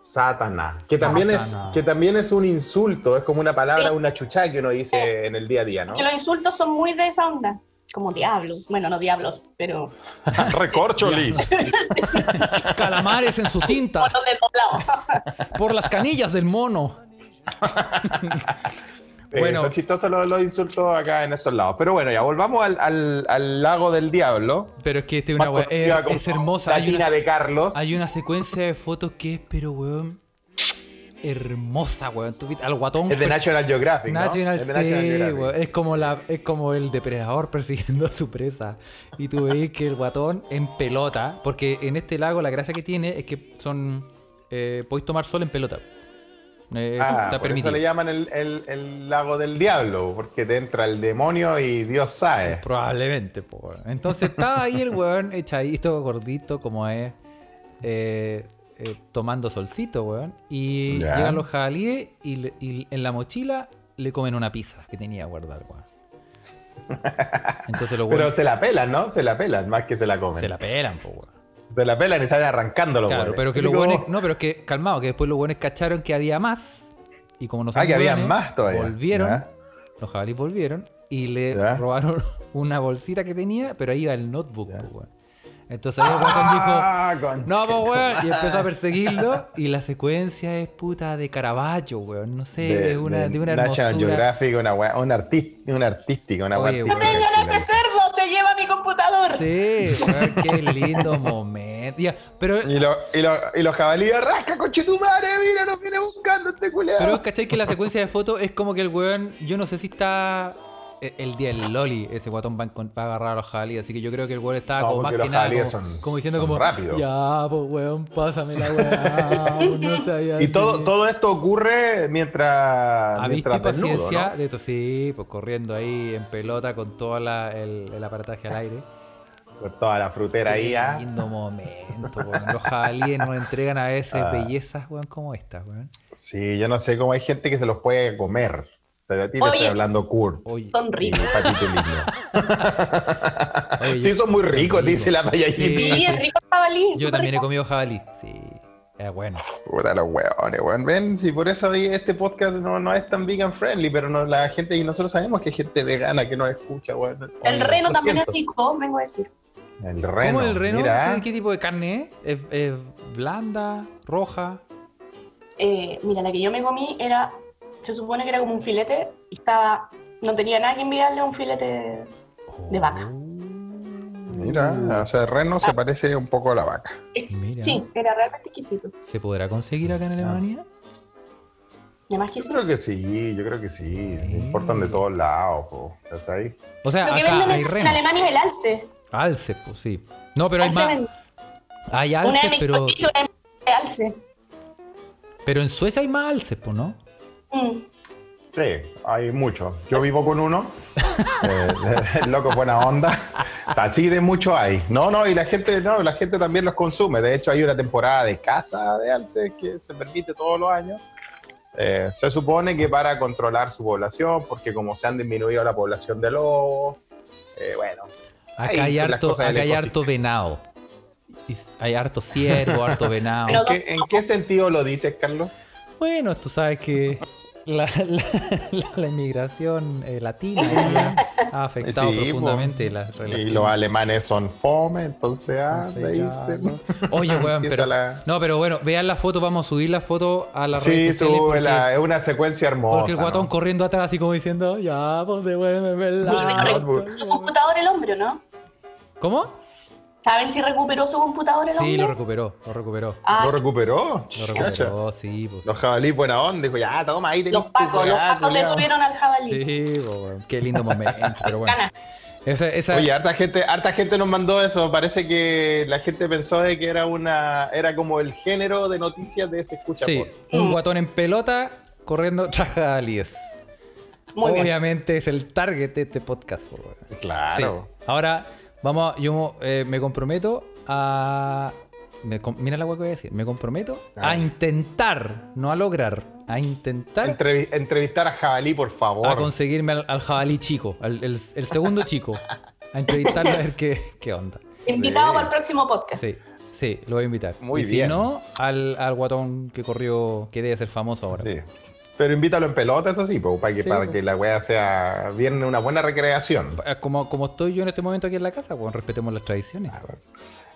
Speaker 1: Satana. Que también, es,
Speaker 2: Satana.
Speaker 1: que también es un insulto, es como una palabra,
Speaker 3: Sí.
Speaker 1: una chuchá que uno dice en el día a día, ¿no?
Speaker 3: Que los insultos son muy de esa onda. Como diablo. Bueno, no diablos, pero...
Speaker 1: Recorcholis.
Speaker 2: Calamares en su tinta.
Speaker 3: Monos de poblado.
Speaker 2: Por las canillas del mono. Bueno.
Speaker 1: bueno. Eh, Son chistosos los, los insultos acá en estos lados. Pero bueno, ya volvamos al, al- al lago del diablo.
Speaker 2: Pero es que este es una wea-
Speaker 1: Conocida
Speaker 2: es,
Speaker 1: como
Speaker 2: es hermosa.
Speaker 1: La
Speaker 2: Hay
Speaker 1: tina
Speaker 2: una,
Speaker 1: de Carlos.
Speaker 2: hay una secuencia de fotos que es, pero weón. Hermosa, weón. Tú viste Al guatón.
Speaker 1: Es de
Speaker 2: persi-
Speaker 1: National Geographic. ¿no?
Speaker 2: pues, National,
Speaker 1: Es de
Speaker 2: sí,
Speaker 1: National Geographic.
Speaker 2: weón. Es como, la, es como el depredador persiguiendo a su presa. Y tú veis que el guatón en pelota. Porque en este lago la gracia que tiene es que son. Eh, podéis tomar sol en pelota. Eh,
Speaker 1: Ah,
Speaker 2: está
Speaker 1: por eso
Speaker 2: permitido.
Speaker 1: le llaman el, el- el lago del diablo, porque te entra el demonio y Dios sabe.
Speaker 2: Probablemente, po. weón. Entonces estaba ahí el weón echadito, gordito, como es, eh, eh, tomando solcito, weón. Y
Speaker 1: Ya.
Speaker 2: llegan los jabalíes y, le- y en la mochila le comen una pizza que tenía guardada, weón. Entonces los
Speaker 1: Pero
Speaker 2: weones
Speaker 1: se la pelan, ¿no? Se la pelan, más que se la comen.
Speaker 2: se la pelan, po, weón.
Speaker 1: Se la pelan y salen arrancando los
Speaker 2: Claro,
Speaker 1: hueones.
Speaker 2: pero que
Speaker 1: Así
Speaker 2: los
Speaker 1: como-
Speaker 2: buenos. No, pero es que, calmado, que después los buenos cacharon que había más. Y como no
Speaker 1: Ah,
Speaker 2: son
Speaker 1: que había
Speaker 2: hueones,
Speaker 1: más todavía.
Speaker 2: Volvieron,
Speaker 1: Ya.
Speaker 2: los jabalíes volvieron y le
Speaker 1: Ya.
Speaker 2: robaron una bolsita que tenía, pero ahí iba el notebook,
Speaker 1: Ya.
Speaker 2: po, weón. Entonces ahí el guatón dijo.
Speaker 1: Ah, concha
Speaker 2: No, pues,
Speaker 1: tu
Speaker 2: weón. Y
Speaker 1: madre.
Speaker 2: empezó a perseguirlo. Y la secuencia es puta de Caravaggio, weón. No sé, eh, de, una, de, una hermosura.
Speaker 1: National Geographic, una weá, una, artis- una artística, una
Speaker 2: Oye,
Speaker 3: ¡No
Speaker 1: artística.
Speaker 2: weón.
Speaker 3: tengan este cerdo! ¡Se lleva mi computador!
Speaker 2: Sí, weón, qué lindo momento. Ya, pero,
Speaker 1: Y, lo- y lo- y los jabalíes, rasca, coche tu madre, mira, nos viene buscando este
Speaker 2: pero
Speaker 1: culeado.
Speaker 2: ¿cachai que la secuencia de fotos es como que el weón, yo no sé si está e- el día del Loli, ese guatón va, a encon- va a agarrar a los jabalíes, así que yo creo que el weón estaba
Speaker 1: No,
Speaker 2: como más
Speaker 1: porque
Speaker 2: que
Speaker 1: los
Speaker 2: nada como,
Speaker 1: jabalíes son-
Speaker 2: como diciendo
Speaker 1: son
Speaker 2: como
Speaker 1: rápidos.
Speaker 2: ya, pues weón, pásame la weá, pues, no sabía
Speaker 1: Y todo,
Speaker 2: así".
Speaker 1: todo esto ocurre mientras.
Speaker 2: A
Speaker 1: mientras desnudo,
Speaker 2: paciencia
Speaker 1: ¿no?
Speaker 2: de esto, sí, pues corriendo ahí en pelota con todo el, el aparataje al aire.
Speaker 1: Con toda la frutera ahí,
Speaker 2: Qué
Speaker 1: ah.
Speaker 2: lindo momento, weón. Los jabalíes nos entregan a veces
Speaker 1: Ah.
Speaker 2: bellezas, weón, como estas, weón.
Speaker 1: Sí, yo no sé cómo hay gente que se los puede comer. Pero a ti te
Speaker 3: Oye.
Speaker 1: estoy hablando Kurt.
Speaker 2: Oye,
Speaker 3: Son
Speaker 1: Y
Speaker 3: ricos.
Speaker 1: patito lindo.
Speaker 2: oye,
Speaker 1: Sí,
Speaker 2: yo-
Speaker 1: son muy ricos,
Speaker 2: ricos.
Speaker 1: dice la payallita.
Speaker 2: Sí.
Speaker 3: Sí, es rico el jabalí.
Speaker 2: Yo
Speaker 3: súper
Speaker 2: también he
Speaker 3: rico.
Speaker 2: comido jabalí, sí. Es bueno.
Speaker 1: Puta los hueones, weón. Ven, si por eso hoy este podcast no, no es tan vegan friendly, pero no- la gente, y nosotros sabemos que hay gente vegana que nos escucha, weón.
Speaker 3: El
Speaker 2: Oye,
Speaker 3: reno
Speaker 1: lo
Speaker 3: también es
Speaker 1: siento.
Speaker 3: rico, vengo a decir.
Speaker 1: El reno.
Speaker 2: ¿Cómo el reno?
Speaker 1: Mira,
Speaker 2: ¿Qué, qué tipo de carne es? ¿Es, es blanda, roja?
Speaker 3: Eh, mira, la que yo me comí era, se supone que era como un filete y estaba, no tenía nada que enviarle un filete. De vaca. Ah.
Speaker 1: mira, o sea, el reno se parece un poco a la vaca.
Speaker 3: ex-
Speaker 2: Mira.
Speaker 3: Sí, era realmente exquisito.
Speaker 2: ¿Se podrá conseguir
Speaker 1: Ah.
Speaker 2: acá en Alemania?
Speaker 3: Y además que
Speaker 1: Yo
Speaker 3: eso,
Speaker 1: creo que sí, yo creo que sí. Importan de todos lados, po. ¿Está ahí?
Speaker 2: O sea,
Speaker 3: lo que
Speaker 2: acá
Speaker 3: venden
Speaker 2: hay
Speaker 3: en, en
Speaker 2: reno.
Speaker 3: Alemania es el alce.
Speaker 2: Alce, pues sí. No, pero hay
Speaker 3: Alce
Speaker 2: más.
Speaker 3: venden.
Speaker 2: Hay
Speaker 3: Una de
Speaker 2: alces,
Speaker 3: mis
Speaker 2: pero,
Speaker 3: costillas es el alce.
Speaker 2: pero en Suecia hay más alces, pues, ¿no?
Speaker 3: Mm.
Speaker 1: Sí, hay mucho. Yo vivo con uno. Eh, loco, buena onda. Así de mucho hay. No, no, y la gente, no, la gente también los consume. De hecho, hay una temporada de caza de alces que se permite todos los años. Eh, se supone que para controlar su población, porque como se han disminuido la población de lobos, eh, bueno, Ahí,
Speaker 2: Acá hay
Speaker 1: las
Speaker 2: harto,
Speaker 1: cosas del
Speaker 2: acá hay
Speaker 1: ecosistema.
Speaker 2: harto venado. Y s- hay harto ciervo, harto venado.
Speaker 3: Pero-
Speaker 1: ¿en qué, en qué sentido lo dices, Carlos?
Speaker 2: Bueno, tú sabes que la, la- la- la inmigración eh, latina eh, ha afectado
Speaker 1: Sí,
Speaker 2: profundamente
Speaker 1: po.
Speaker 2: las
Speaker 1: Y los
Speaker 2: relaciones.
Speaker 1: alemanes son fome, entonces, ah, de ahí se-
Speaker 2: Oye, weón,
Speaker 1: Empieza
Speaker 2: pero.
Speaker 1: la-
Speaker 2: No, pero bueno, vean la foto, vamos a subir la foto a las
Speaker 1: Sí,
Speaker 2: redes sociales.
Speaker 1: sube
Speaker 2: porque-
Speaker 1: la- es una secuencia hermosa.
Speaker 2: Porque el guatón
Speaker 1: ¿no?
Speaker 2: corriendo atrás, así como diciendo, ya, pues devuélveme el
Speaker 1: Notebook.
Speaker 2: auto".
Speaker 3: Su computador el hombre, ¿o ¿no?
Speaker 2: ¿Cómo?
Speaker 3: ¿Saben si recuperó su computador el hombre?
Speaker 2: Sí, lo recuperó, lo recuperó.
Speaker 3: Ah,
Speaker 1: Lo recuperó.
Speaker 2: Lo
Speaker 1: Cacha.
Speaker 2: recuperó, sí, pues.
Speaker 1: Los jabalíes buena onda. Dijo, ya, toma ahí. tenés
Speaker 3: los
Speaker 1: tu
Speaker 3: pacos, los
Speaker 1: weá,
Speaker 3: pacos le
Speaker 1: culiao".
Speaker 3: comieron al jabalí.
Speaker 2: Sí, po, weón. qué lindo momento, pero bueno.
Speaker 3: Ganas.
Speaker 2: Esa, esa-
Speaker 1: Oye, harta gente, harta gente nos mandó eso. Parece que la gente pensó de que era una, era como el género de noticias de ese escucha.
Speaker 2: sí,
Speaker 1: por.
Speaker 2: un
Speaker 3: Mm.
Speaker 2: guatón en pelota corriendo tras alies.
Speaker 3: Muy bien.
Speaker 2: Obviamente es el target de este podcast, po, weón.
Speaker 1: Claro.
Speaker 2: Sí. Ahora, vamos, a- yo eh, me comprometo a. me com- mira la hueá que voy a decir. Me comprometo
Speaker 1: Ah.
Speaker 2: a intentar, no a lograr, a intentar
Speaker 1: Entrevi- entrevistar a Jabalí, por favor.
Speaker 2: a conseguirme al, al jabalí chico, al el, el segundo chico. A entrevistarlo a ver qué, qué onda.
Speaker 3: Invitado
Speaker 1: Sí.
Speaker 3: para el próximo podcast.
Speaker 2: Sí, sí, lo voy a invitar.
Speaker 1: Muy
Speaker 2: y
Speaker 1: bien.
Speaker 2: Si no, al, al guatón que corrió, que debe ser famoso ahora.
Speaker 1: Sí. Pero invítalo en pelota, eso sí, po, para que,
Speaker 2: Sí, pues.
Speaker 1: para
Speaker 2: po.
Speaker 1: que la wea sea bien una buena recreación.
Speaker 2: Eh, Como, como estoy yo en este momento aquí en la casa, bueno, respetemos las tradiciones.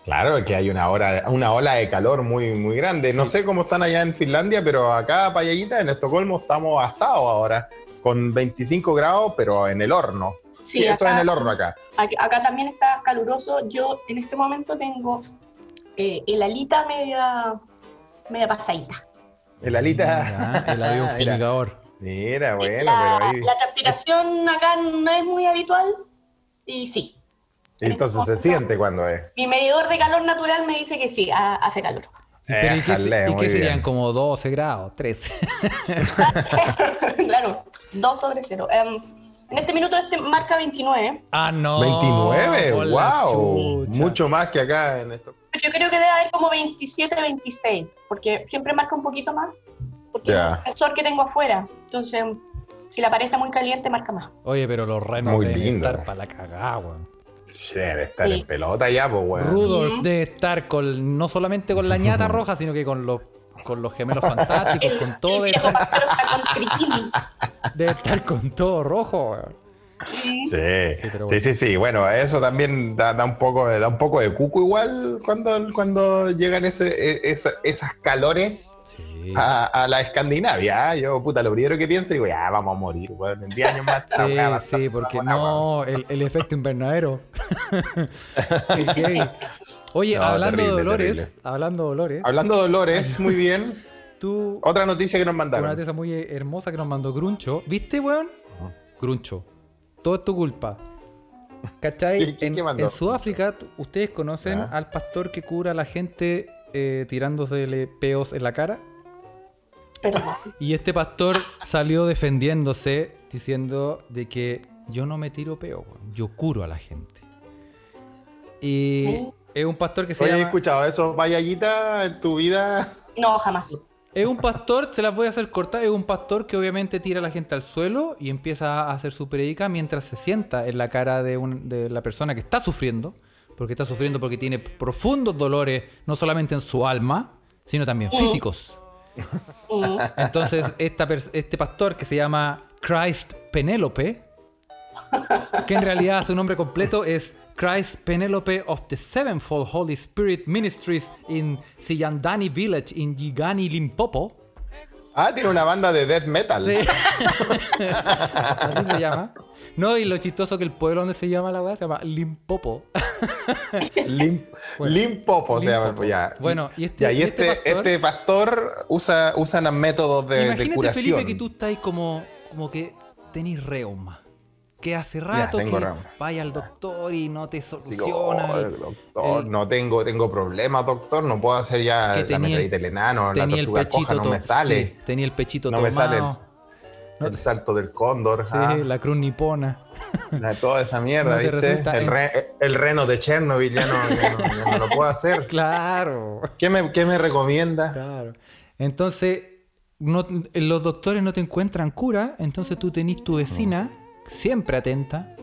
Speaker 1: Claro, que hay una, hora, una ola de calor muy, muy grande. No
Speaker 2: Sí.
Speaker 1: sé cómo están allá en Finlandia, pero acá, Payallita, en Estocolmo, estamos asados ahora, con 25 grados, pero en el horno.
Speaker 3: Sí,
Speaker 1: Y eso
Speaker 3: acá-
Speaker 1: es en el horno acá.
Speaker 3: Ac- Acá también está caluroso. Yo en este momento tengo eh, el alita media, media pasadita.
Speaker 1: El alita.
Speaker 2: Mira, el avión
Speaker 1: Mira.
Speaker 2: fumigador.
Speaker 1: Mira, bueno,
Speaker 3: la,
Speaker 1: pero ahí.
Speaker 3: la transpiración acá no es muy habitual y sí.
Speaker 1: Entonces se siente cuando es.
Speaker 3: Mi medidor de calor natural me dice que sí, ha- hace calor.
Speaker 2: Pero ¿y qué, se-
Speaker 1: Éjale,
Speaker 2: y
Speaker 1: muy
Speaker 2: qué serían?
Speaker 1: bien.
Speaker 2: Como 12 grados, 13.
Speaker 3: claro, 2 sobre 0. en este minuto este marca 29,
Speaker 2: ah, no.
Speaker 1: 29,
Speaker 2: por la
Speaker 1: wow.
Speaker 2: chucha.
Speaker 1: Mucho más que acá en Estocolmo.
Speaker 3: pero yo creo que debe haber como 27, 26, porque siempre marca un poquito más, porque
Speaker 1: Ya.
Speaker 3: es el sol que tengo afuera. Entonces, Si la pared está muy caliente, marca más.
Speaker 2: Oye, pero los renos
Speaker 1: Muy
Speaker 2: deben
Speaker 1: lindo,
Speaker 2: estar
Speaker 1: ¿no?
Speaker 2: para la cagada, weón.
Speaker 1: Sí, debe estar
Speaker 3: Sí.
Speaker 1: en pelota ya, pues, weón.
Speaker 2: Rudolf debe estar con, no solamente con la ñata roja, sino que con los, con los gemelos fantásticos, Eh, con todo. Debe
Speaker 3: El viejo
Speaker 2: estar,
Speaker 3: pastor está con triquini.
Speaker 2: debe estar con todo rojo, weón.
Speaker 1: Sí, sí,
Speaker 2: pero bueno.
Speaker 1: sí, sí. Bueno, eso también da, da un poco, de- da un poco de cuco igual cuando, cuando llegan ese, e- esa- esas calores
Speaker 2: Sí.
Speaker 1: a, a la Escandinavia. ¿ah? Yo, puta, lo primero que pienso digo, ya vamos a morir, weón. En 10 años más. esta
Speaker 2: Sí,
Speaker 1: weá va a estar
Speaker 2: sí, porque
Speaker 1: bajo el agua".
Speaker 2: no, el, el efecto invernadero. Qué heavy. Oye,
Speaker 1: No,
Speaker 2: hablando de
Speaker 1: terrible,
Speaker 2: dolores,
Speaker 1: terrible.
Speaker 2: hablando de dolores,
Speaker 1: Hablando de Dolores, muy bien.
Speaker 2: tú,
Speaker 1: Otra noticia que nos
Speaker 2: una
Speaker 1: mandaron.
Speaker 2: tesa muy hermosa que nos mandó Gruncho, ¿viste, weón? Gruncho, todo es tu culpa. ¿Cachai?
Speaker 1: ¿Qué- qué-
Speaker 2: en,
Speaker 1: qué mandó?
Speaker 2: en Sudáfrica, t- ustedes conocen
Speaker 1: Ya.
Speaker 2: al pastor que cura a la gente eh, tirándosele peos en la cara.
Speaker 3: Perdón.
Speaker 2: Y este pastor salió defendiéndose diciendo de que yo no me tiro peo, weón, yo curo a la gente. Y es un pastor que se
Speaker 1: Oye, he
Speaker 2: llama...
Speaker 1: escuchado eso, vayallita en tu vida.
Speaker 3: No, jamás.
Speaker 2: Es un pastor, se las voy a hacer cortar, es un pastor que obviamente tira a la gente al suelo y empieza a hacer su predica mientras se sienta en la cara de, un- de la persona que está sufriendo, porque está sufriendo porque tiene profundos dolores, no solamente en su alma, sino también físicos.
Speaker 3: Mm.
Speaker 2: Entonces, esta pers- este pastor que se llama Christ Penélope, que en realidad su nombre completo es Christ Penélope of the Sevenfold Holy Spirit Ministries in Siyandani Village in Gigani, Limpopo.
Speaker 1: Ah, tiene una banda de death metal.
Speaker 2: Sí. Así se llama. No, y lo chistoso que el pueblo donde se llama la weá se llama Limpopo.
Speaker 1: Lim,
Speaker 2: Bueno.
Speaker 1: Limpopo se llama.
Speaker 2: Limpopo.
Speaker 1: pues, ya.
Speaker 2: Bueno, y este-
Speaker 1: Ya,
Speaker 2: y este
Speaker 1: este,
Speaker 2: pastor-
Speaker 1: este pastor, usa, usan métodos de, de
Speaker 2: Imagínate,
Speaker 1: curación.
Speaker 2: Felipe, que tú estás como, como que tenés reuma. Que hace rato
Speaker 1: tengo
Speaker 2: que
Speaker 1: reuma.
Speaker 2: vaya al doctor y no te
Speaker 1: Digo,
Speaker 2: soluciona.
Speaker 1: "Oh,
Speaker 2: el-
Speaker 1: doctor,
Speaker 2: el-
Speaker 1: no tengo, tengo problemas, doctor. No puedo hacer ya
Speaker 2: Que
Speaker 1: la
Speaker 2: tenía el-
Speaker 1: metralleta del enano, la
Speaker 2: tenía el
Speaker 1: tortuga coja,
Speaker 2: pechito
Speaker 1: no
Speaker 2: to-
Speaker 1: me sale.
Speaker 2: sí, tenía el pechito
Speaker 1: No me sale el,
Speaker 2: tomado. No-
Speaker 1: el salto del cóndor,
Speaker 2: Sí,
Speaker 1: ah,
Speaker 2: la cruz nipona.
Speaker 1: la- toda esa mierda,
Speaker 2: No te
Speaker 1: ¿viste?
Speaker 2: resulta
Speaker 1: El,
Speaker 2: en-
Speaker 1: re- el reno de Chernobyl ya no, ya no- ya no lo puedo hacer.
Speaker 2: Claro.
Speaker 1: ¿Qué me, qué me recomienda?
Speaker 2: Claro. Entonces, no- eh, los doctores no te encuentran cura, entonces tú tenés tu vecina,
Speaker 1: Mm.
Speaker 2: siempre atenta,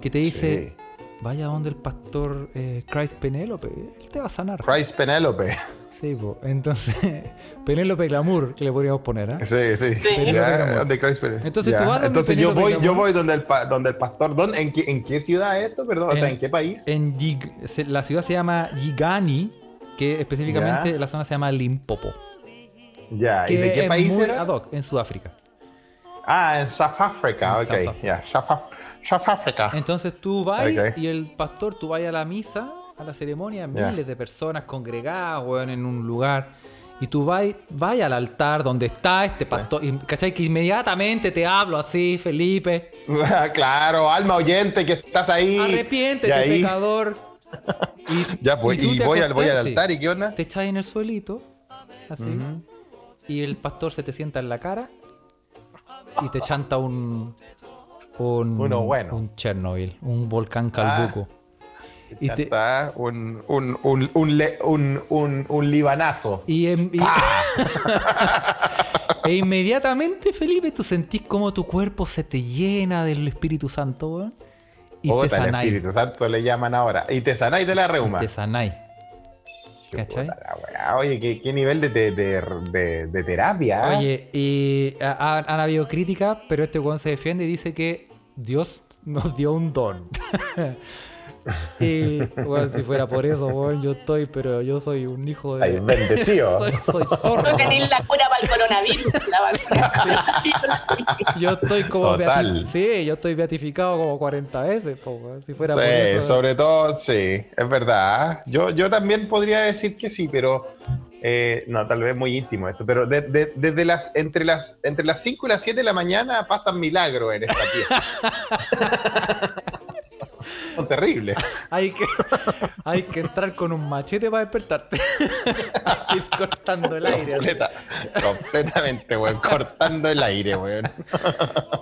Speaker 2: que te dice, vaya donde el pastor eh, Christ Penélope, él te va a sanar.
Speaker 1: Rice Penélope.
Speaker 2: Sí, po. entonces, Penélope Glamour, que le podríamos poner, ¿ah?
Speaker 1: Sí, sí.
Speaker 3: Penélope
Speaker 1: Ya,
Speaker 2: Glamour.
Speaker 1: donde Christ Penélope.
Speaker 2: Entonces
Speaker 1: Ya.
Speaker 2: tú vas donde
Speaker 1: Entonces yo
Speaker 2: Penélope
Speaker 1: voy, yo
Speaker 2: Glamour.
Speaker 1: voy donde el, pa- donde el pastor. ¿dónde, en, qué, en qué ciudad es esto? Perdón. o sea, ¿en qué país?
Speaker 2: En Yig- se- la ciudad se llama Yigani, que específicamente
Speaker 1: Ya.
Speaker 2: la zona se llama Limpopo.
Speaker 1: ya. ¿Y
Speaker 2: Que
Speaker 1: de qué
Speaker 2: es
Speaker 1: país
Speaker 2: muy
Speaker 1: era?
Speaker 2: ad hoc, en Sudáfrica.
Speaker 1: Ah, en South Africa.
Speaker 2: En
Speaker 1: ok.
Speaker 2: South Africa.
Speaker 1: Ya. South, Af- South Africa.
Speaker 2: Entonces tú vas
Speaker 1: Ok.
Speaker 2: y el pastor, tú vas a la misa, a la ceremonia,
Speaker 1: Ya.
Speaker 2: miles de personas congregadas, weón, en un lugar. Y tú vas, vas al altar donde está este pastor. Y, ¿Cachai? Que inmediatamente te hablo así, Felipe.
Speaker 1: claro, alma oyente que estás ahí.
Speaker 2: Arrepiéntete,
Speaker 1: Y ahí-
Speaker 2: pecador. Y,
Speaker 1: Ya, pues,
Speaker 2: tú
Speaker 1: y
Speaker 2: te
Speaker 1: voy al- voy al
Speaker 2: acostás,
Speaker 1: altar, ¿y qué onda?
Speaker 2: Te echas en el suelito, así. Y el pastor se te sienta en la cara y te chanta un. un
Speaker 1: Uno bueno. Ah.
Speaker 2: Un Chernobyl, un volcán calbuco. y,
Speaker 1: Ya
Speaker 2: te-
Speaker 1: está un, un, un, un, le- un, un, un libanazo.
Speaker 2: y en- y-
Speaker 1: Ah.
Speaker 2: e inmediatamente, Felipe, tú sentís como tu cuerpo se te llena del Espíritu Santo, weón. Y
Speaker 1: Puta,
Speaker 2: te
Speaker 1: el
Speaker 2: sanáis.
Speaker 1: Espíritu Santo le llaman ahora. Y te sanáis de la reuma.
Speaker 2: Te sanáis. ¿Cachai?
Speaker 1: Puta la weá, Oye, ¿qué, qué nivel de, de, de, de- de terapia. ¿eh?
Speaker 2: Oye, y ha- ha- han habido críticas, pero este weón se defiende y dice que Dios nos dio un don. y weón, si fuera por eso, weón, yo estoy, pero yo soy un hijo de.
Speaker 1: Ay, bendecido.
Speaker 2: soy, soy torro.
Speaker 3: No tenéis la cura para el coronavirus. La vacuna
Speaker 2: Yo estoy como
Speaker 1: Total.
Speaker 2: beati- Sí, yo estoy beatificado como 40 veces, po, weón. si fuera por
Speaker 1: Sí,
Speaker 2: eso.
Speaker 1: sobre todo, sí, es verdad. ¿ah? Yo, yo también podría decir que sí, pero eh, no, tal vez muy íntimo esto. Pero de- de- desde las entre las entre las 5 y las 7 de la mañana pasan milagros en esta pieza. Son terribles.
Speaker 2: Hay que, hay que entrar con un machete para despertarte. hay que ir cortando el aire. así.
Speaker 1: Completa- completamente, weón. Cortando el aire, weón.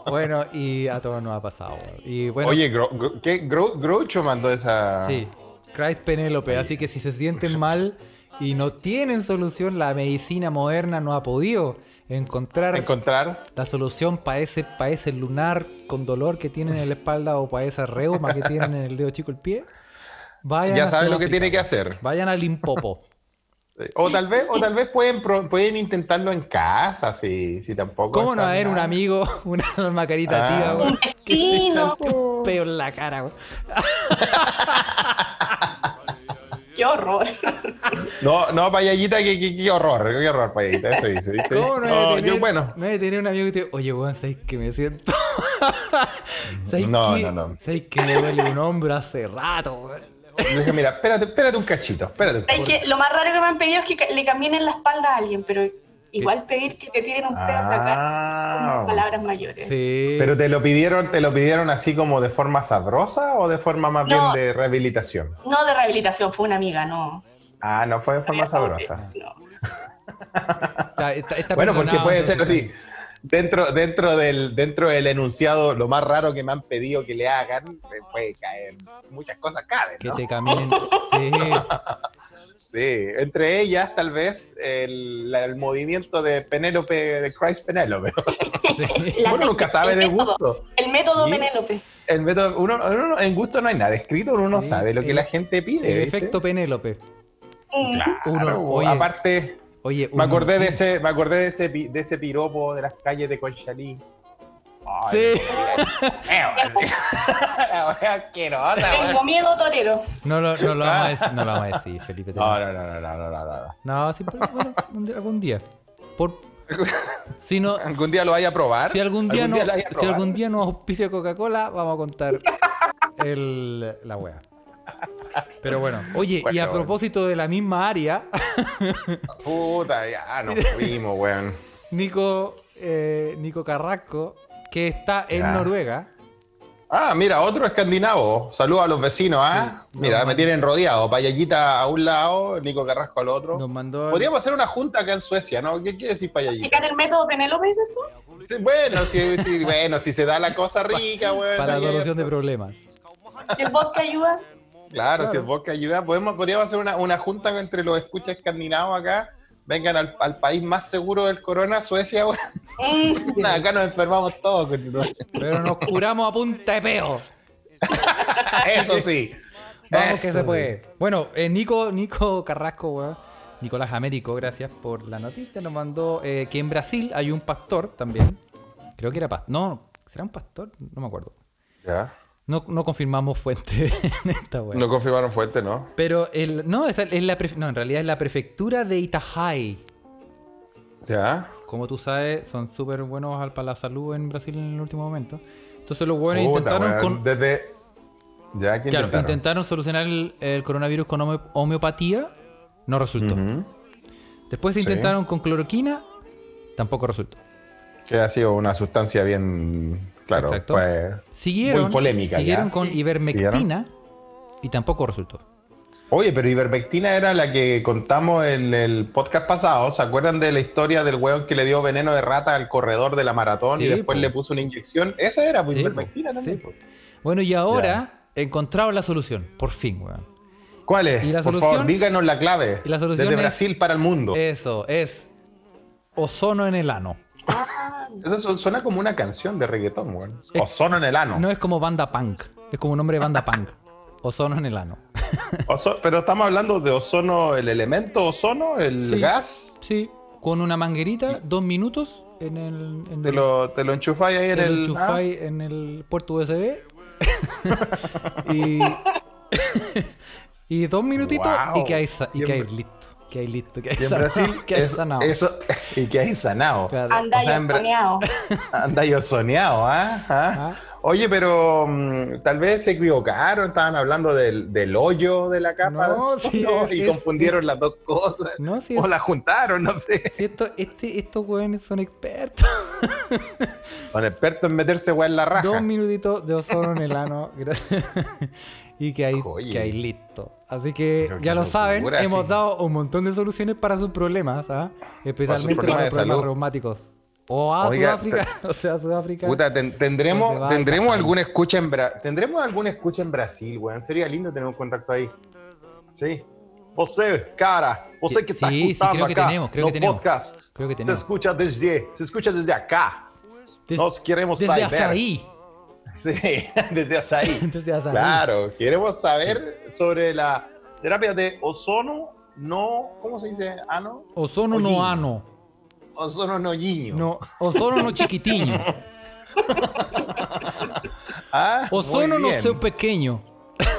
Speaker 2: Bueno, y a todos nos ha pasado. weón. Y bueno,
Speaker 1: Oye, Gro- Gro- ¿qué? Gro- Groucho mandó esa.
Speaker 2: Sí, Christ Penélope. Así que si se sienten mal y no tienen solución, la medicina moderna no ha podido. encontrar
Speaker 1: Encontrar.
Speaker 2: la solución para ese, pa' ese lunar con dolor que tienen en la espalda o para esa reuma que tienen en el dedo chico el pie. Vayan
Speaker 1: Ya
Speaker 2: a
Speaker 1: saben lo que
Speaker 2: Sudáfrica,
Speaker 1: tiene que
Speaker 2: weón.
Speaker 1: hacer.
Speaker 2: Vayan al Limpopo.
Speaker 1: O tal vez, o tal vez pueden, pro- pueden intentarlo en casa, si, si tampoco.
Speaker 2: ¿Cómo no
Speaker 1: están-
Speaker 2: va a haber un amigo, una alma caritativa,
Speaker 1: Ah,
Speaker 2: weón,
Speaker 3: Un
Speaker 2: que te
Speaker 3: vecino,
Speaker 2: chante un peo en la cara, weón?
Speaker 3: ¡Qué horror!
Speaker 1: No, no, payallita, qué, qué- qué horror, qué horror, payallita, eso dice, ¿viste?
Speaker 2: ¿Cómo no hay
Speaker 1: No,
Speaker 2: de tener,
Speaker 1: yo, bueno,
Speaker 2: no hay de tener un amigo que te diga, oye, weón, ¿sabes que me siento? ¿Sabes
Speaker 1: No,
Speaker 2: qué?
Speaker 1: no, no.
Speaker 2: ¿Sabes que me duele un hombro hace rato, weón?
Speaker 1: yo dije, mira, espérate, espérate un cachito, espérate un
Speaker 3: Es que lo más raro que me han pedido es que ca- le cambien en la espalda a alguien, pero igual pedir que te tiren un pedo en la cara son
Speaker 1: Ah.
Speaker 3: unas palabras mayores.
Speaker 2: Sí.
Speaker 1: Pero te lo pidieron, te lo pidieron así como de forma sabrosa o de forma más
Speaker 3: No.
Speaker 1: bien de rehabilitación.
Speaker 3: No de rehabilitación, fue una amiga, no.
Speaker 1: Ah, no fue de forma sabrosa.
Speaker 3: No.
Speaker 2: Está- está- está
Speaker 1: Bueno, porque
Speaker 2: perdonado,
Speaker 1: puede ser
Speaker 2: entonces,
Speaker 1: así. Dentro, dentro, del, dentro del enunciado, lo más raro que me han pedido que le hagan, eh, puede caer. Muchas cosas caben.
Speaker 2: Que
Speaker 1: ¿no?
Speaker 2: te caminen. Sí.
Speaker 1: Sí, entre ellas tal vez el, la- el movimiento de Penélope, de Christ Penélope.
Speaker 2: sí.
Speaker 3: La
Speaker 1: Uno nunca
Speaker 3: técnica,
Speaker 1: sabe
Speaker 3: el
Speaker 1: de
Speaker 3: método,
Speaker 1: gusto.
Speaker 3: El método
Speaker 1: ¿Y?
Speaker 3: Penélope.
Speaker 1: El método- uno, uno- en gusto no hay nada escrito, uno no
Speaker 2: Sí,
Speaker 1: sabe lo que
Speaker 2: el-
Speaker 1: la gente pide.
Speaker 2: El
Speaker 1: ¿viste?
Speaker 2: efecto Penélope.
Speaker 3: Mm.
Speaker 1: Claro,
Speaker 2: Uno,
Speaker 1: o-
Speaker 2: oye.
Speaker 1: aparte,
Speaker 2: Oye,
Speaker 1: me
Speaker 2: un-
Speaker 1: acordé, de
Speaker 2: sí.
Speaker 1: ese, me acordé de, ese, pi- de ese piropo de las calles de Conchalí. Ay,
Speaker 2: Sí.
Speaker 1: eh, bueno. La wea asquerosa, weón.
Speaker 3: Tengo miedo, torero.
Speaker 2: No lo, no lo vamos
Speaker 1: Ah.
Speaker 2: a decir, no lo vamos a decir, Felipe. te-
Speaker 1: No, no, no, no, no, no, no, no.
Speaker 2: No, sí, pero bueno, un día- algún día. Por, si, no,
Speaker 1: ¿Algún día lo vaya a probar?
Speaker 2: si algún día, no,
Speaker 1: lo vaya a
Speaker 2: si
Speaker 1: probar?
Speaker 2: algún día nos auspicia Coca-Cola, vamos a contar el, la wea. Pero bueno, oye, y
Speaker 1: Bueno,
Speaker 2: a
Speaker 1: bueno.
Speaker 2: propósito de la misma área,
Speaker 1: Puta, ya nos fuimos, weón.
Speaker 2: Nico, eh, Nico Carrasco, que está en
Speaker 1: Ya.
Speaker 2: Noruega,
Speaker 1: Ah, mira, otro escandinavo. Saludos a los vecinos, ¿ah?
Speaker 2: Sí,
Speaker 1: mira,
Speaker 2: no,
Speaker 1: me
Speaker 2: man.
Speaker 1: tienen rodeado. Payallita a un lado, Nico Carrasco al otro.
Speaker 2: nos mandó. el-
Speaker 1: Podríamos hacer una junta acá en Suecia, ¿no? ¿Qué quiere decir payallita?
Speaker 3: ¿Aplicar el método Penélope, dices tú?
Speaker 1: Sí, bueno, si, si- bueno, si se da la cosa rica, weón.
Speaker 2: para
Speaker 1: ahí-
Speaker 2: solución de problemas.
Speaker 3: ¿Y el vodka ayuda?
Speaker 1: Claro, si el vodka ayuda, podemos, podríamos hacer una, una junta entre los escuchas escandinavos acá. Vengan al, al país más seguro del corona, Suecia, weón.
Speaker 3: Mm.
Speaker 1: Nah, acá nos enfermamos todos, conchito.
Speaker 2: Pero nos curamos a punta de peo.
Speaker 1: Eso sí.
Speaker 2: Vamos que
Speaker 1: Eso
Speaker 2: se
Speaker 1: sí.
Speaker 2: puede. Bueno, eh, Nico, Nico Carrasco, weón, Nicolás Américo, gracias por la noticia. Nos mandó eh, que en Brasil hay un pastor también. Creo que era pastor. No, ¿será un pastor? No me acuerdo.
Speaker 1: Ya.
Speaker 2: No, no confirmamos fuente en esta weá.
Speaker 1: No confirmaron fuerte, ¿no?
Speaker 2: Pero el, no, es, el- es la pref- no, en realidad es la prefectura de Itajai.
Speaker 1: Ya.
Speaker 2: Como tú sabes, son súper buenos al- para la salud en Brasil en el último momento. Entonces los buenos
Speaker 1: Puta,
Speaker 2: intentaron
Speaker 1: weón,
Speaker 2: con,
Speaker 1: Desde... Ya, ¿qué
Speaker 2: Claro,
Speaker 1: intentaron?
Speaker 2: intentaron solucionar el, el coronavirus con home- homeopatía, no resultó. Después
Speaker 1: Sí.
Speaker 2: intentaron con cloroquina, tampoco resultó.
Speaker 1: Que ha sido una sustancia bien... Claro,
Speaker 2: Exacto.
Speaker 1: pues...
Speaker 2: Siguieron,
Speaker 1: Muy polémica,
Speaker 2: siguieron
Speaker 1: ya.
Speaker 2: con ivermectina y tampoco resultó.
Speaker 1: Oye, pero ivermectina era la que contamos en el podcast pasado. ¿Se acuerdan de la historia del weón que le dio veneno de rata al corredor de la maratón y
Speaker 2: Sí,
Speaker 1: después
Speaker 2: po.
Speaker 1: le puso una inyección? Esa era, pues,
Speaker 2: Sí,
Speaker 1: ivermectina
Speaker 2: po.
Speaker 1: también.
Speaker 2: Sí, po. Bueno, y ahora encontraron la solución, por fin, weón.
Speaker 1: ¿Cuál es?
Speaker 2: Y la
Speaker 1: Por
Speaker 2: solución-
Speaker 1: favor, díganos la clave.
Speaker 2: Y la solución
Speaker 1: Desde
Speaker 2: es- eh,
Speaker 1: Brasil para el mundo.
Speaker 2: Eso es ozono en el ano.
Speaker 3: Ah,
Speaker 1: Eso su- suena como una canción de reggaetón, weón. O sono en el ano.
Speaker 2: No es como banda punk, es como un nombre de banda punk. Ozono en el ano.
Speaker 1: Oso- pero estamos hablando de ozono, el elemento ozono, el
Speaker 2: Sí.
Speaker 1: gas.
Speaker 2: Sí, con una manguerita, dos minutos en el. en
Speaker 1: Te
Speaker 2: el-
Speaker 1: lo, te lo enchufáis ahí en
Speaker 2: Te lo
Speaker 1: el. Ah.
Speaker 2: enchufáis en el puerto USB y, y dos minutitos
Speaker 1: Guau.
Speaker 2: y que hay, sa- y
Speaker 1: Y en
Speaker 2: que hay
Speaker 1: Bra-
Speaker 2: listo. Que hay listo, que hay
Speaker 1: Ah, y en
Speaker 2: sanado,
Speaker 1: Brasil,
Speaker 2: que hay
Speaker 1: es-
Speaker 2: sanado.
Speaker 1: eso. Y que hay sanado.
Speaker 2: Claro.
Speaker 3: Anda
Speaker 1: O sea, en Bra-
Speaker 3: yotoneado.
Speaker 1: Anda yo soñado, ¿ah? ¿Ah?
Speaker 2: Ah.
Speaker 1: Oye, pero mm, tal vez se equivocaron, estaban hablando del, del hoyo de la capa
Speaker 2: No,
Speaker 1: de ozono
Speaker 2: sí,
Speaker 1: y
Speaker 2: es-
Speaker 1: confundieron
Speaker 2: es-
Speaker 1: las dos cosas.
Speaker 2: No, sí
Speaker 1: o
Speaker 2: es-
Speaker 1: las juntaron, no sé.
Speaker 2: sí, esto- este, estos hueones son expertos.
Speaker 1: Son expertos en meterse weón en la raja.
Speaker 2: Dos minutitos de ozono en el ano. gracias. y que hay,
Speaker 1: Oye.
Speaker 2: que hay listo. Así que
Speaker 1: Pero
Speaker 2: ya
Speaker 1: qué
Speaker 2: lo saben,
Speaker 1: locura,
Speaker 2: hemos
Speaker 1: sí.
Speaker 2: dado un montón de soluciones para sus problemas, ¿ah? especialmente para,
Speaker 1: problemas de
Speaker 2: los problemas
Speaker 1: salud.
Speaker 2: reumáticos. O a
Speaker 1: Oiga,
Speaker 2: Sudáfrica, o sea, Sudáfrica.
Speaker 1: Puta, ten-
Speaker 2: No pues, se va
Speaker 1: tendremos,
Speaker 2: a
Speaker 1: tendremos
Speaker 2: casar.
Speaker 1: alguna escucha en Bra- tendremos alguna escucha en Brasil, weón. Sería lindo tener un contacto ahí. Sí. Você, cara, você que está
Speaker 2: Sí, sí,
Speaker 1: escutando
Speaker 2: creo que
Speaker 1: acá
Speaker 2: tenemos,
Speaker 1: no
Speaker 2: creo que tenemos.
Speaker 1: podcast,
Speaker 2: Creo que
Speaker 1: se
Speaker 2: tenemos.
Speaker 1: escucha desde, se escucha desde acá.
Speaker 2: Des-
Speaker 1: Nos queremos
Speaker 2: desde
Speaker 1: saber.
Speaker 2: Azaí.
Speaker 1: Sí, desde Azaí.
Speaker 2: Desde Azaí.
Speaker 1: Claro, queremos saber sobre la terapia de ozono, no, ¿cómo se dice? ¿Ano?
Speaker 2: Ozono
Speaker 1: Ollín.
Speaker 2: no ano.
Speaker 1: Ozono no guiño.
Speaker 2: No, ozono no chiquitiño.
Speaker 1: Ah, muy
Speaker 2: Ozono no
Speaker 1: bien.
Speaker 2: seu pequeño.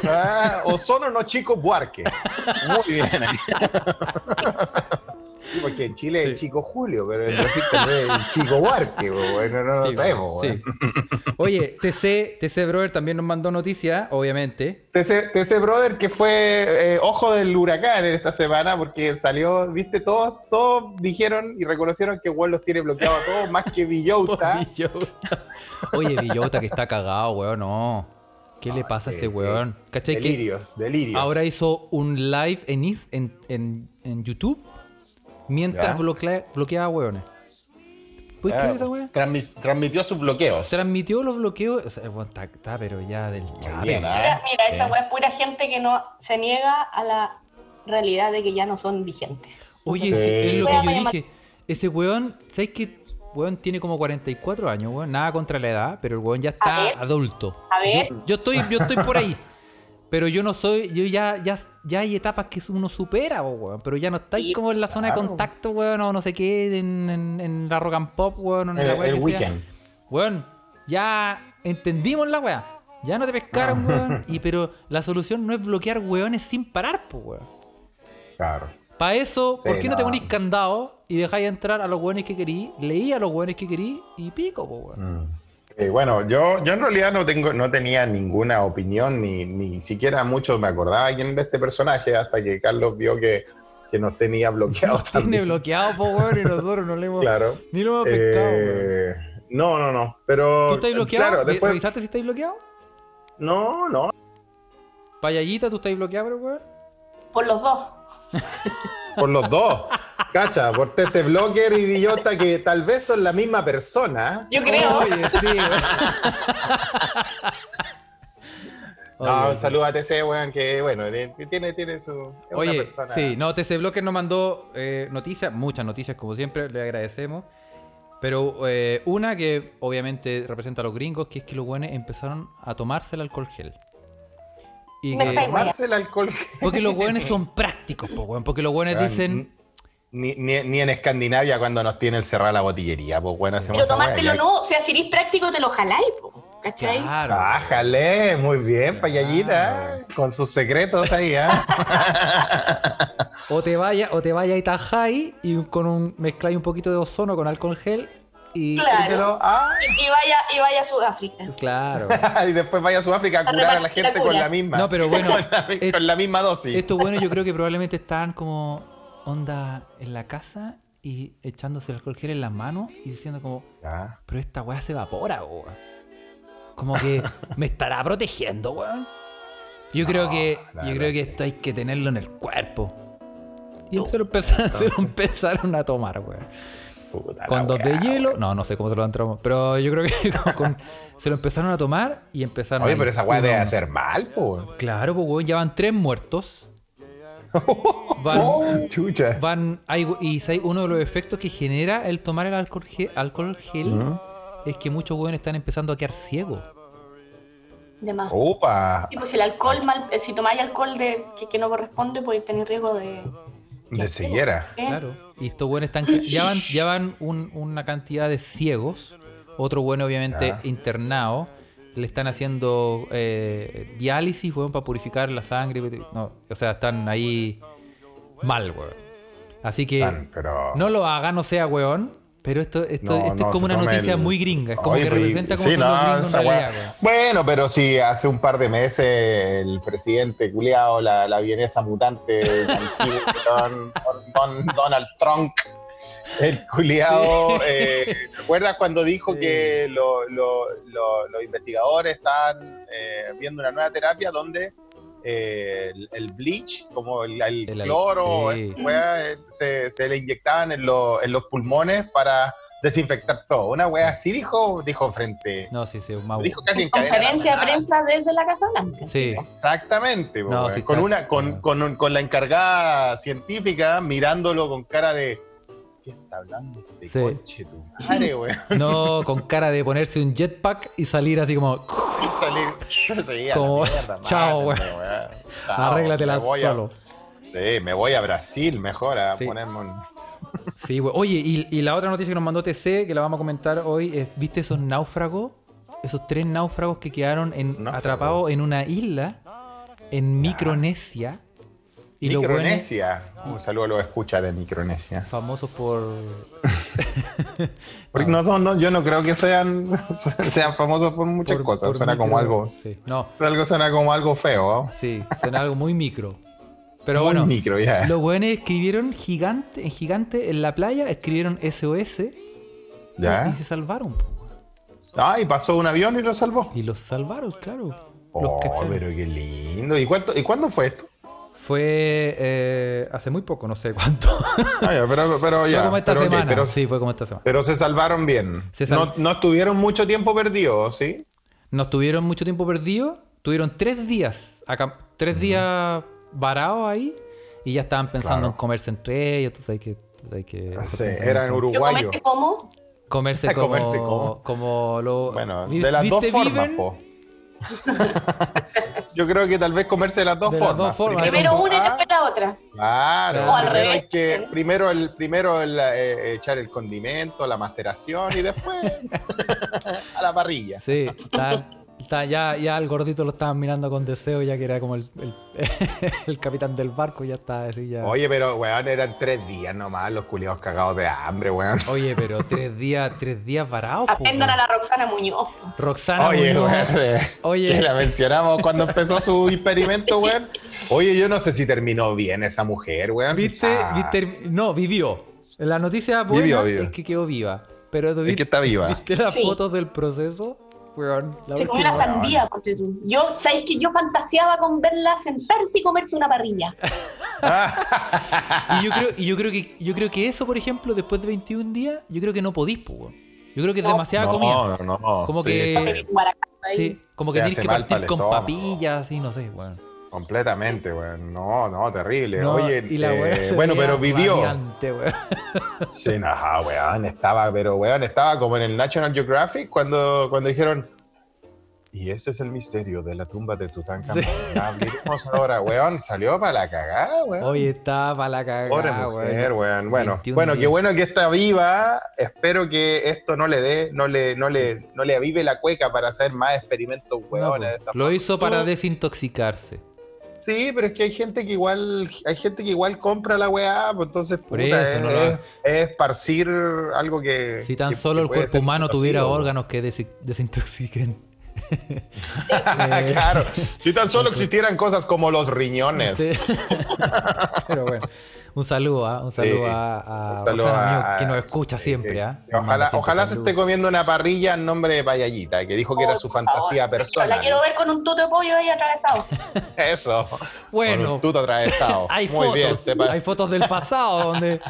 Speaker 1: Ah, Ozono no chico Buarque. Muy bien. Sí, porque en Chile es chico Julio, pero en Brasil también es chico Buarque. bo, Bueno, no lo
Speaker 2: Sí,
Speaker 1: sabemos.
Speaker 2: sí.
Speaker 1: bueno.
Speaker 2: Oye, TC, TC Brother también nos mandó noticias, obviamente.
Speaker 1: TC, TC Brother que fue eh, ojo del huracán en esta semana porque salió, viste, todos, todos dijeron y reconocieron que Juan los tiene bloqueados a todos, más que Villota.
Speaker 2: Villota. Oye, Villota que está cagado, weón, no. ¿Qué le pasa a ese
Speaker 1: eh,
Speaker 2: weón? ¿Cachai? Que
Speaker 1: Delirios, delirios.
Speaker 2: ahora hizo un live en, Is- en, en- en YouTube
Speaker 1: Ya.
Speaker 2: mientras bloquea- bloqueaba weones. ¿Puedes creer esa
Speaker 1: pues.
Speaker 2: weón?
Speaker 4: Transmi- transmitió sus bloqueos.
Speaker 2: Transmitió los bloqueos. O sea, el weón está, está pero ya del
Speaker 4: bien,
Speaker 2: chave.
Speaker 4: ah.
Speaker 3: Mira, mira, esa
Speaker 4: sí.
Speaker 3: weá es pura gente que no se niega a la realidad de que ya no son vigentes.
Speaker 2: Oye,
Speaker 1: Sí.
Speaker 2: sí, es lo que yo
Speaker 3: Voy a llamar.
Speaker 2: dije. Ese weón, ¿sabes qué? Weón tiene como 44 años, weón. Nada contra la edad, pero el weón ya
Speaker 3: A
Speaker 2: está
Speaker 3: ver.
Speaker 2: adulto.
Speaker 3: A ver.
Speaker 2: Yo, yo estoy, yo estoy por ahí. Pero yo no soy, yo ya, ya, ya hay etapas que uno supera, po, weón. Pero ya no estáis
Speaker 3: Sí,
Speaker 2: como en la zona de
Speaker 1: claro.
Speaker 2: contacto, weón, o no sé qué, en, en- en la rock and pop, weón, o en
Speaker 1: El-
Speaker 2: la weá
Speaker 1: el
Speaker 2: que sea.
Speaker 1: weekend.
Speaker 2: Weón, ya entendimos la weá. Ya no te pescaron,
Speaker 1: Ah.
Speaker 2: weón. Y pero la solución no es bloquear weones sin parar, pues, weón.
Speaker 1: Claro.
Speaker 2: Para eso,
Speaker 1: Sí,
Speaker 2: ¿por qué no, te
Speaker 1: no.
Speaker 2: ponís candado y dejáis entrar a los hueones que querís, leí a los hueones que querís y pico, po, weón?
Speaker 1: Eh, bueno, yo, yo en realidad no tengo, no tenía ninguna opinión, ni, ni siquiera mucho me acordaba quién era este personaje, hasta que Carlos vio que, que nos tenía bloqueados.
Speaker 2: Nos tiene
Speaker 1: también.
Speaker 2: bloqueado, po, weón, y nosotros no le hemos.
Speaker 1: Claro.
Speaker 2: Ni lo hemos pescado, weón.
Speaker 1: Eh, no, no, no. Pero.
Speaker 2: ¿Tú estás bloqueado?
Speaker 1: Claro,
Speaker 2: ¿Ve-
Speaker 1: después.
Speaker 2: ¿Revisaste si estáis bloqueado?
Speaker 1: No, no.
Speaker 2: Payallita, ¿tú estáis bloqueado, pero, weón?
Speaker 3: Por los dos.
Speaker 1: Por los dos. Cacha, por TC Blocker y Villota, que tal vez son la misma persona.
Speaker 3: Yo creo.
Speaker 2: Oye, sí, weón.
Speaker 1: No,
Speaker 2: Oye,
Speaker 1: un
Speaker 2: sí.
Speaker 1: saludo Ah, a TC, weón, que bueno, de- tiene, tiene su. es una
Speaker 2: Oye,
Speaker 1: persona-
Speaker 2: sí, no, TC Blocker nos mandó eh, noticias, muchas noticias como siempre, le agradecemos. Pero eh, una que obviamente representa a los gringos, que es que los buenos empezaron a tomarse el alcohol gel. Y
Speaker 3: Me está
Speaker 2: que,
Speaker 3: igual.
Speaker 1: Tomarse el alcohol.
Speaker 2: porque los buenos son prácticos, po, weón, porque los buenos
Speaker 1: Weón,
Speaker 2: dicen...
Speaker 1: Ah, Ni, ni- ni en Escandinavia cuando nos tienen cerrada la botillería, pues bueno, hacemos
Speaker 3: Pero
Speaker 1: esa weá,
Speaker 3: tomártelo
Speaker 1: ya.
Speaker 3: no, o sea, si eres práctico te lo jaláis, po, ¿cachai?
Speaker 2: Claro.
Speaker 1: Ah. Bájale, muy bien, payallita, con sus secretos ahí, ¿ah?
Speaker 2: O te vaya, o te vaya y tajáis y con un mezcláis un poquito de ozono con alcohol gel y...
Speaker 3: Claro.
Speaker 1: Dímelo, ah.
Speaker 3: Y, y vaya, y vaya a Sudáfrica.
Speaker 2: Claro.
Speaker 1: y después vaya a Sudáfrica a curar a la gente con la misma.
Speaker 2: No, pero bueno, eh,
Speaker 1: con, la, mi-
Speaker 2: es-
Speaker 1: con la misma dosis.
Speaker 2: Esto bueno, yo creo que probablemente estaban como onda en la casa y echándose el alcohol gel en las manos y diciendo como,
Speaker 1: Ya.
Speaker 2: pero esta weá se evapora, weón. Como que me estará protegiendo, weón. Yo creo que
Speaker 1: la
Speaker 2: yo
Speaker 1: verdad
Speaker 2: creo que esto hay que tenerlo en el cuerpo. Y se lo empezaron, se lo empezaron a tomar, weón.
Speaker 1: Puta la
Speaker 2: Con dos
Speaker 1: wea.
Speaker 2: de hielo, no, no sé cómo se lo han tomado, pero yo creo que con- con- se lo empezaron a tomar y empezaron
Speaker 1: Oye,
Speaker 2: ahí,
Speaker 1: pero esa weá
Speaker 2: uno a
Speaker 1: debe
Speaker 2: uno.
Speaker 1: hacer mal, pues.
Speaker 2: Claro, pues weón, ya van tres muertos. Van,
Speaker 1: Oh. chucha.
Speaker 2: van hay- y si hay uno de los efectos que genera el tomar el alcohol ge- alcohol gel, es que muchos hueones están empezando a quedar ciegos.
Speaker 3: De más.
Speaker 1: Oh. Opa,
Speaker 3: Y pues el alcohol, mal, eh, si tomáis alcohol de, que, que no corresponde, podéis tener riesgo de...
Speaker 1: de ceguera.
Speaker 3: ¿eh?
Speaker 2: Y estos hueones están que- ya van, ya van un- una cantidad de ciegos, otro bueno obviamente
Speaker 1: Ya.
Speaker 2: internado, le están haciendo eh, diálisis, hueón, para purificar la sangre, no, o sea, están ahí mal, hueón. Así que
Speaker 1: Tan, pero...
Speaker 2: No lo haga, no sea weón. Pero esto, esto,
Speaker 1: No, no,
Speaker 2: esto es como
Speaker 1: se
Speaker 2: una
Speaker 1: toma
Speaker 2: noticia
Speaker 1: el-
Speaker 2: muy gringa. Es como
Speaker 1: Oye,
Speaker 2: que
Speaker 1: pero-
Speaker 2: representa como
Speaker 1: sí,
Speaker 2: son
Speaker 1: no,
Speaker 2: los gringos
Speaker 1: esa
Speaker 2: en
Speaker 1: weá-
Speaker 2: realidad, weón.
Speaker 1: Bueno, pero si hace un par de meses el presidente culiao, la, la vienesa mutante, don, don- Donald Trump, el culiao, eh, ¿recuerdas cuando dijo que lo- lo- lo- los investigadores están eh, viendo una nueva terapia donde eh, el, el bleach, como el, el
Speaker 2: El al-
Speaker 1: cloro,
Speaker 2: sí.
Speaker 1: esta weá, eh, se, se le inyectaban en, lo- en los pulmones para desinfectar todo. Una wea así dijo, dijo frente.
Speaker 2: No, sí, sí, más
Speaker 1: Lo dijo casi en cadena
Speaker 3: Conferencia de
Speaker 1: nacional.
Speaker 3: prensa desde la Casa Blanca.
Speaker 2: Sí.
Speaker 1: Exactamente, po,
Speaker 2: No,
Speaker 1: weón.
Speaker 2: sí
Speaker 1: con
Speaker 2: está-
Speaker 1: una, con, con, un- con la encargada científica mirándolo con cara de ¿qué está hablando este
Speaker 2: Sí.
Speaker 1: conche tu madre, weón?
Speaker 2: No, con cara de ponerse un jetpack y salir así como.
Speaker 1: Y salir- Sí, a la
Speaker 2: Como,
Speaker 1: mierda,
Speaker 2: chao,
Speaker 1: mátenme,
Speaker 2: weón.
Speaker 1: Chao,
Speaker 2: Arréglatela
Speaker 1: me voy a-
Speaker 2: solo.
Speaker 1: Sí, me voy a Brasil mejor a
Speaker 2: Sí.
Speaker 1: ponerme un.
Speaker 2: Sí, güey. Oye, y, y la otra noticia que nos mandó TC, que la vamos a comentar hoy, es, ¿viste esos náufragos? Esos tres náufragos que quedaron en-
Speaker 1: Náufragos.
Speaker 2: atrapados en una isla en Micronesia. Y los güeyes
Speaker 1: Micronesia. Un saludo a los escuchas de Micronesia.
Speaker 2: famosos por... Ah.
Speaker 1: Porque no son, no, yo no creo que sean, sean famosos por muchas
Speaker 2: por-
Speaker 1: cosas.
Speaker 2: por
Speaker 1: suena como
Speaker 2: micro-
Speaker 1: algo.
Speaker 2: Sí, no,
Speaker 1: Algo suena como algo feo. ¿no?
Speaker 2: sí, suena algo muy micro. Pero
Speaker 1: Muy
Speaker 2: bueno,
Speaker 1: micro, ya.
Speaker 2: los güeyes escribieron gigante, en gigante en la playa, escribieron SOS
Speaker 1: ¿Ya?
Speaker 2: y se salvaron. po, güey.
Speaker 1: Ah, y pasó un avión y lo salvó.
Speaker 2: Y los salvaron, claro. Los
Speaker 1: Oh,
Speaker 2: cacharon.
Speaker 1: pero qué lindo. ¿Y, cuánto, ¿Y cuándo fue esto?
Speaker 2: Fue eh, hace muy poco, no sé cuánto.
Speaker 1: Ah, ya, pero, pero ya.
Speaker 2: fue como esta
Speaker 1: pero, ok,
Speaker 2: semana.
Speaker 1: pero,
Speaker 2: sí, fue como esta semana.
Speaker 1: pero se salvaron bien.
Speaker 2: Se sal-
Speaker 1: no, no estuvieron mucho tiempo perdidos, ¿sí?
Speaker 2: Nos tuvieron mucho tiempo perdido. Tuvieron tres días, acá, tres días varados ahí. Y ya estaban pensando
Speaker 1: Claro.
Speaker 2: en comerse entre ellos. Tú sabes que. tú sabes que esos
Speaker 1: Sí,
Speaker 2: pensamientos.
Speaker 1: eran
Speaker 3: Yo
Speaker 1: uruguayos.
Speaker 3: comerte como,
Speaker 2: Comerse
Speaker 3: este
Speaker 2: como.
Speaker 1: Comerse
Speaker 2: como.
Speaker 1: como.
Speaker 2: lo,
Speaker 1: Bueno,
Speaker 2: vi-
Speaker 1: de las dos
Speaker 2: ¿viste
Speaker 1: formas,
Speaker 2: Viven?
Speaker 1: po. Yo creo que tal vez comerse de las dos
Speaker 2: De las
Speaker 1: formas.
Speaker 2: dos formas.
Speaker 3: primero
Speaker 2: Eso-
Speaker 1: su-
Speaker 3: una y
Speaker 1: ah,
Speaker 3: después la otra.
Speaker 1: Claro,
Speaker 2: O al
Speaker 1: primero
Speaker 3: revés.
Speaker 1: hay que primero el primero el, eh, echar el condimento, la maceración y después a la parrilla.
Speaker 2: Sí, estaban- estaban- ya, ya al gordito lo estaban mirando con deseo, ya que era como el, el- el capitán del barco, ya estaba así. Ya.
Speaker 1: Oye, pero weón, eran tres días nomás los culiados cagados de hambre, weón.
Speaker 2: Oye, pero tres días, tres días varados. po,
Speaker 3: Aprendan a
Speaker 2: weón.
Speaker 3: la Roxana Muñoz.
Speaker 2: Roxana
Speaker 1: Oye,
Speaker 2: Muñoz.
Speaker 1: weón, se-
Speaker 2: Oye.
Speaker 1: que la mencionamos cuando empezó su experimento, weón. Oye, yo no sé si terminó bien esa mujer, weón.
Speaker 2: ¿Viste?
Speaker 1: Ah,
Speaker 2: viste- no, vivió. La noticia buena
Speaker 1: Vivió, vivió.
Speaker 2: es que quedó viva. Pero tú
Speaker 1: Es que
Speaker 2: viste,
Speaker 1: está viva.
Speaker 2: ¿viste las
Speaker 3: Sí.
Speaker 2: fotos del proceso, weón. La
Speaker 3: Se comió
Speaker 2: última-
Speaker 3: una sandía, ponte tú. Yo, ¿sabéis que yo fantaseaba con verla sentarse y comerse una parrilla?
Speaker 2: Y yo creo, y yo creo que yo creo que eso, por ejemplo, después de 21 días, yo creo que no podís, po, weón. Yo creo que es
Speaker 3: No.
Speaker 2: demasiada comida.
Speaker 1: No, no, no.
Speaker 2: Como
Speaker 1: Sí,
Speaker 2: que-
Speaker 1: sí,
Speaker 2: Eh,
Speaker 3: Guaracato ahí.
Speaker 2: Sí, como que
Speaker 1: Te
Speaker 2: tienes
Speaker 1: hace
Speaker 2: que
Speaker 1: mal
Speaker 2: partir
Speaker 1: pa'l
Speaker 2: con
Speaker 1: estómago.
Speaker 2: papillas y no sé, weón.
Speaker 1: Completamente, weón. No, no, terrible.
Speaker 2: No,
Speaker 1: Oye,
Speaker 2: y la
Speaker 1: eh,
Speaker 2: weá se
Speaker 1: bueno,
Speaker 2: veía
Speaker 1: pero vivió.
Speaker 2: radiante, weón.
Speaker 1: Sí, no, ajá, weón, estaba, pero weón, estaba como en el National Geographic cuando, cuando dijeron. Y ese es el misterio de la tumba de Tutankamón. Abrimos ahora, weón, salió para la cagada, weón.
Speaker 2: Oye, estaba para la cagada,
Speaker 1: Pobre mujer,
Speaker 2: weón.
Speaker 1: weón. Bueno,
Speaker 2: 21
Speaker 1: bueno, qué
Speaker 2: Ah, días.
Speaker 1: bueno que está viva. Espero que esto no le dé, no le, no le, no le avive la cueca para hacer más experimentos,
Speaker 2: No,
Speaker 1: weón.
Speaker 2: po. Lo hizo para desintoxicarse.
Speaker 1: Sí, pero es que hay gente que igual, hay gente que igual compra la weá, pues entonces
Speaker 2: Por
Speaker 1: puta,
Speaker 2: eso,
Speaker 1: es,
Speaker 2: no lo hagas.
Speaker 1: es esparcir algo que.
Speaker 2: Si tan
Speaker 1: que-
Speaker 2: solo
Speaker 1: que
Speaker 2: el
Speaker 1: puede
Speaker 2: cuerpo
Speaker 1: ser
Speaker 2: humano tuviera
Speaker 1: nocivo.
Speaker 2: órganos que desi- desintoxiquen. Eh,
Speaker 1: Ah, claro. Si tan solo existieran cosas como los riñones.
Speaker 2: sí. Pero bueno, un saludo, ¿ah? un saludo a, a
Speaker 1: Un saludo
Speaker 2: Roxana
Speaker 1: a-
Speaker 2: Muñoz, que nos escucha
Speaker 1: sí,
Speaker 2: siempre.
Speaker 1: sí.
Speaker 2: ¿ah? Nos manda
Speaker 1: Ojalá,
Speaker 2: siempre
Speaker 1: ojalá se
Speaker 2: saludos.
Speaker 1: esté comiendo una parrilla en nombre de Payallita, que dijo que era su
Speaker 3: Oh, Por favor,
Speaker 1: fantasía
Speaker 3: yo La quiero
Speaker 1: personal.
Speaker 3: ver con un tuto de pollo ahí atravesado.
Speaker 1: Eso.
Speaker 2: Bueno.
Speaker 1: Con un tuto atravesado.
Speaker 2: Hay
Speaker 1: Muy
Speaker 2: fotos,
Speaker 1: bien, sepa-
Speaker 2: hay fotos del pasado donde,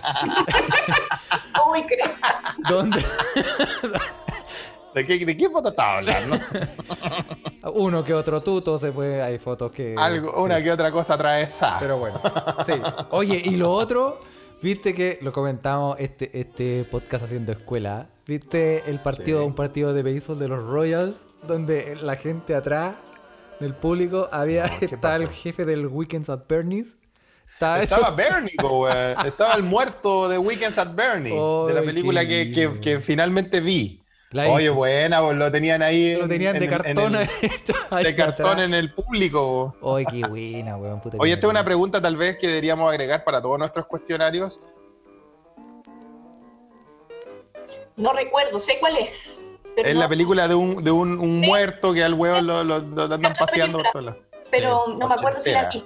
Speaker 3: Uy, creo.
Speaker 2: donde
Speaker 1: ¿De qué, ¿De qué foto estaba hablando?
Speaker 2: uno que otro tuto se fue, hay fotos que...
Speaker 1: Algo,
Speaker 2: sí.
Speaker 1: Una que otra cosa atravesada.
Speaker 2: Pero bueno, sí. Oye, y lo otro, viste que lo comentamos este, este podcast haciendo escuela. Viste el partido,
Speaker 1: Sí.
Speaker 2: un partido de béisbol de los Royals, donde la gente atrás del público había
Speaker 1: No, ¿qué
Speaker 2: estaba el
Speaker 1: pasó?
Speaker 2: jefe del Weekends at Bernie's. Estaba eso.
Speaker 1: Estaba Bernie, po, weón. Estaba el muerto de Weekends at Bernie, de la
Speaker 2: Ay,
Speaker 1: película
Speaker 2: qué
Speaker 1: que, que-
Speaker 2: lindo.
Speaker 1: que finalmente vi.
Speaker 2: La
Speaker 1: Oye,
Speaker 2: viste.
Speaker 1: buena, po, lo tenían ahí.
Speaker 2: Lo tenían de
Speaker 1: en- en- en
Speaker 2: cartón.
Speaker 1: el-
Speaker 2: hecho ahí
Speaker 1: de cartón
Speaker 2: atrás.
Speaker 1: en el público. po.
Speaker 2: Ay, qué buena, weón. Puta que
Speaker 1: Oye,
Speaker 2: me
Speaker 1: esta es una
Speaker 2: acuerdo.
Speaker 1: pregunta tal vez que deberíamos agregar para todos nuestros cuestionarios.
Speaker 3: No recuerdo, sé cuál es. pero
Speaker 1: Es
Speaker 3: no-
Speaker 1: la película de un, de un, un muerto que al huevo lo, lo- lo andan
Speaker 3: Otra
Speaker 1: paseando por
Speaker 3: película.
Speaker 1: todos lados.
Speaker 3: Pero no me acuerdo si la vi.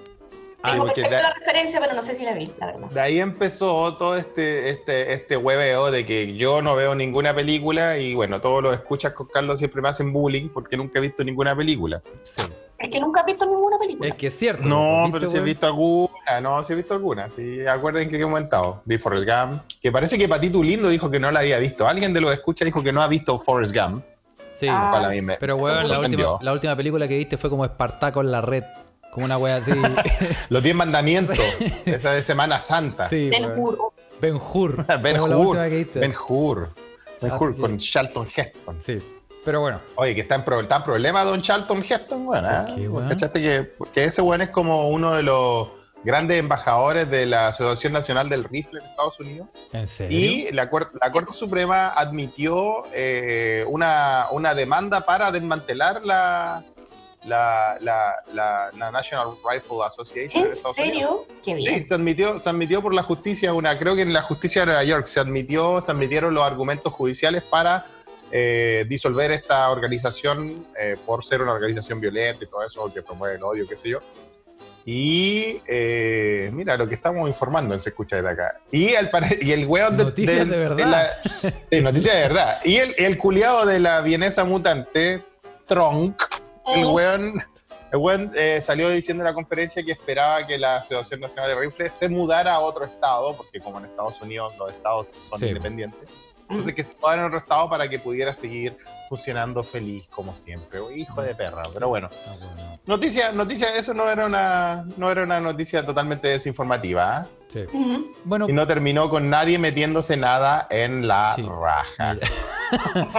Speaker 1: Ah,
Speaker 3: Tengo
Speaker 1: porque
Speaker 3: perfecta
Speaker 1: la-
Speaker 3: la referencia, pero no sé si la vi, la verdad.
Speaker 1: De ahí empezó todo este, este, este hueveo de que yo no veo ninguna película y bueno, todos los escuchas con Carlos siempre me hacen bullying porque nunca he visto ninguna película.
Speaker 2: Sí.
Speaker 3: Es que nunca he visto ninguna película.
Speaker 2: Es que es cierto.
Speaker 1: No,
Speaker 2: ¿viste,
Speaker 1: pero si he
Speaker 2: weón?
Speaker 1: visto alguna, alguna, no, sí he visto alguna. Sí, acuerden que he comentado. Vi Forrest Gump. Que parece que Patito Lindo dijo que no la había visto. Alguien de los escucha dijo que no ha visto Forrest Gump.
Speaker 2: Sí.
Speaker 1: lo
Speaker 3: Ah.
Speaker 1: cual a mí me-
Speaker 2: Pero,
Speaker 1: me
Speaker 2: weón, la
Speaker 1: sorprendió.
Speaker 2: última, la última película que viste fue como Espartaco en la red. Como una wea así.
Speaker 1: Los 10 mandamientos. esa de Semana Santa.
Speaker 2: sí,
Speaker 3: Ben
Speaker 2: weón.
Speaker 3: Hur.
Speaker 2: Ben Hur.
Speaker 1: Ben
Speaker 2: Como la
Speaker 1: Hur.
Speaker 2: última que viste. Ah,
Speaker 1: Ben Hur. Ben
Speaker 2: Así
Speaker 1: Hur
Speaker 2: que-
Speaker 1: con Charlton Heston.
Speaker 2: Sí. Pero bueno.
Speaker 1: Oye, que está en, pro- está en problema Don Charlton Heston, weón. ¿ah?
Speaker 2: ¿Por qué, weón?
Speaker 1: ¿Cachaste que, que ese weón es como uno de los grandes embajadores de la Asociación Nacional del Rifle en Estados Unidos?
Speaker 2: ¿En serio?
Speaker 1: Y la, cuer- la Corte Suprema admitió eh, una, una demanda para desmantelar la, la, la, la- la National Rifle Association. de
Speaker 3: ¿En
Speaker 1: Estados Unidos.
Speaker 3: serio? Qué
Speaker 1: Sí,
Speaker 3: bien.
Speaker 1: se admitió, se admitió por la justicia, una, creo que en la justicia de Nueva York se admitió, se admitieron los argumentos judiciales para eh, disolver esta organización eh, por ser una organización violenta y todo eso, que promueve el odio, qué sé yo. Y eh, mira lo que estamos informando en Se Escucha desde acá. Y el, pare- y el weón de,
Speaker 2: Noticias de verdad.
Speaker 1: la- sí, noticias de verdad. Y el, el culiado de la vienesa mutante, Tronk,
Speaker 3: Eh.
Speaker 1: el weón, el weón, eh, salió diciendo en la conferencia que esperaba que la Asociación Nacional de Rifle se mudara a otro estado, porque como en Estados Unidos los estados son
Speaker 2: Sí.
Speaker 1: independientes. Entonces que se mudara a otro estado para que pudiera seguir funcionando feliz como siempre. Oh, Hijo de perra, pero bueno.
Speaker 2: Ah, bueno.
Speaker 1: Noticia, noticia, eso no era una, no era una noticia totalmente desinformativa. ¿ah?
Speaker 2: Sí.
Speaker 3: Ujú.
Speaker 2: Bueno,
Speaker 1: Y no terminó con nadie metiéndose nada en la
Speaker 2: Sí.
Speaker 1: raja.
Speaker 2: Mira.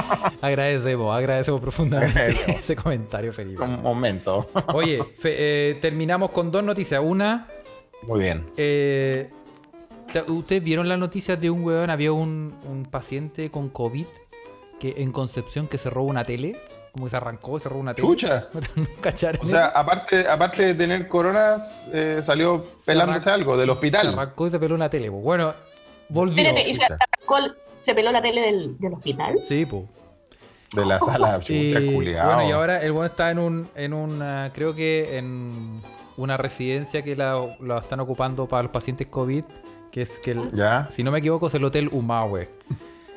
Speaker 2: agradecemos, agradecemos profundamente ese comentario, Felipe.
Speaker 1: Un momento.
Speaker 2: Oye, Fe- eh, terminamos con dos noticias. Una,
Speaker 1: Muy bien.
Speaker 2: eh, ta- ¿ustedes vieron las noticias de un weón? Había un, un paciente con COVID que en Concepción que se robó una tele. Como que se arrancó, se robó una tele.
Speaker 1: Chucha.
Speaker 2: ¿Cacharon
Speaker 1: O sea,
Speaker 2: eso?
Speaker 1: aparte, aparte de tener corona, eh, salió
Speaker 2: Se
Speaker 1: pelándose
Speaker 2: arran-
Speaker 1: algo del
Speaker 2: Se
Speaker 1: hospital.
Speaker 2: arrancó y se peló una tele. po. Bueno, volvió.
Speaker 3: Espérate, y se arrancó- se peló la tele del, del hospital.
Speaker 2: Sí, po.
Speaker 1: De la sala,
Speaker 2: Y,
Speaker 1: chucha, culiao.
Speaker 2: bueno, y ahora el bueno está en un, en una, creo que en una residencia que la, la están ocupando para los pacientes COVID, que es que, el-
Speaker 1: ¿Ya?
Speaker 2: si no me equivoco, es el Hotel Umahue.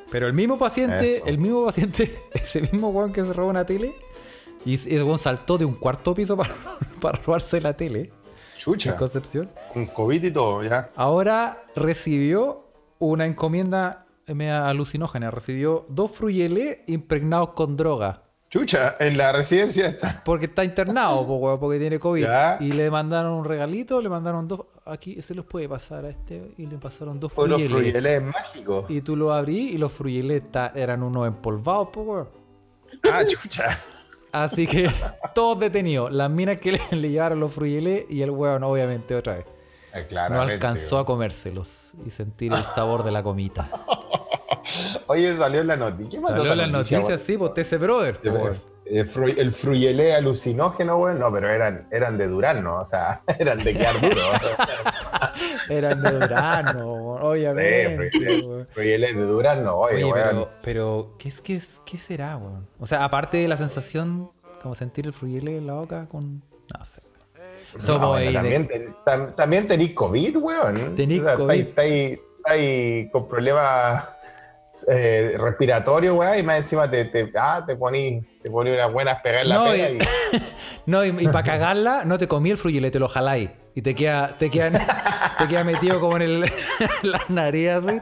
Speaker 2: Pero el mismo paciente,
Speaker 1: Eso.
Speaker 2: el mismo paciente, ese mismo weón que se robó una tele, y ese weón saltó de un cuarto piso para, para robarse la tele en
Speaker 1: Chucha.
Speaker 2: Concepción.
Speaker 1: Con COVID y todo, ya.
Speaker 2: Ahora recibió una encomienda media alucinógena, recibió dos fruyeles impregnados con droga.
Speaker 1: Chucha, en la residencia está.
Speaker 2: Porque está internado, po, weón, porque tiene COVID.
Speaker 1: Ya.
Speaker 2: Y le mandaron un regalito, le mandaron dos. Aquí se los puede pasar a este. Y le pasaron dos
Speaker 1: Unos
Speaker 2: fruyeles.
Speaker 1: fruyeles mágicos.
Speaker 2: Y tú lo abrí y los fruyeles ta- eran unos empolvados, po, weón.
Speaker 1: Ah, chucha.
Speaker 2: Así que todos detenidos. Las minas que le, le llevaron los fruyeles y el weón, obviamente, otra vez.
Speaker 1: Eh,
Speaker 2: No
Speaker 1: claramente,
Speaker 2: alcanzó a comérselos y sentir el sabor de la comita.
Speaker 1: weón. Oye, salió en la noticia. ¿Qué mandó
Speaker 2: Salió
Speaker 1: esa
Speaker 2: las
Speaker 1: noticia,
Speaker 2: noticias, sí, pues TC Brother. po,
Speaker 1: weón?
Speaker 2: weón.
Speaker 1: Eh, fru- El fruyelé alucinógeno, güey. No, pero eran, eran de durazno, o sea, eran de quedar duro.
Speaker 2: Eran de verano, weón, obviamente.
Speaker 1: fruyeles
Speaker 2: weón.
Speaker 1: fruyelé de durazno, oye,
Speaker 2: Oye,
Speaker 1: weón.
Speaker 2: pero, pero ¿qué, es, qué, es- qué será, weón? O sea, aparte de la sensación, como sentir el fruyele en la boca con. No sé. Somos
Speaker 1: No, Ah, bueno,
Speaker 2: ahí de-
Speaker 1: también, ten- tam- también tenís COVID, weón.
Speaker 2: Tenís COVID.
Speaker 1: estáis- estáis- estáis con problemas eh, respiratorios, weón, y más encima te, te, ah, te ponís te poní unas buenas pegadas en la
Speaker 2: No,
Speaker 1: pera
Speaker 2: y-
Speaker 1: y-
Speaker 2: No, y, para cagarla, no te comí el fruyele, te lo jaláis. Y te queda, te queda, te queda metido como en el, en las narices así.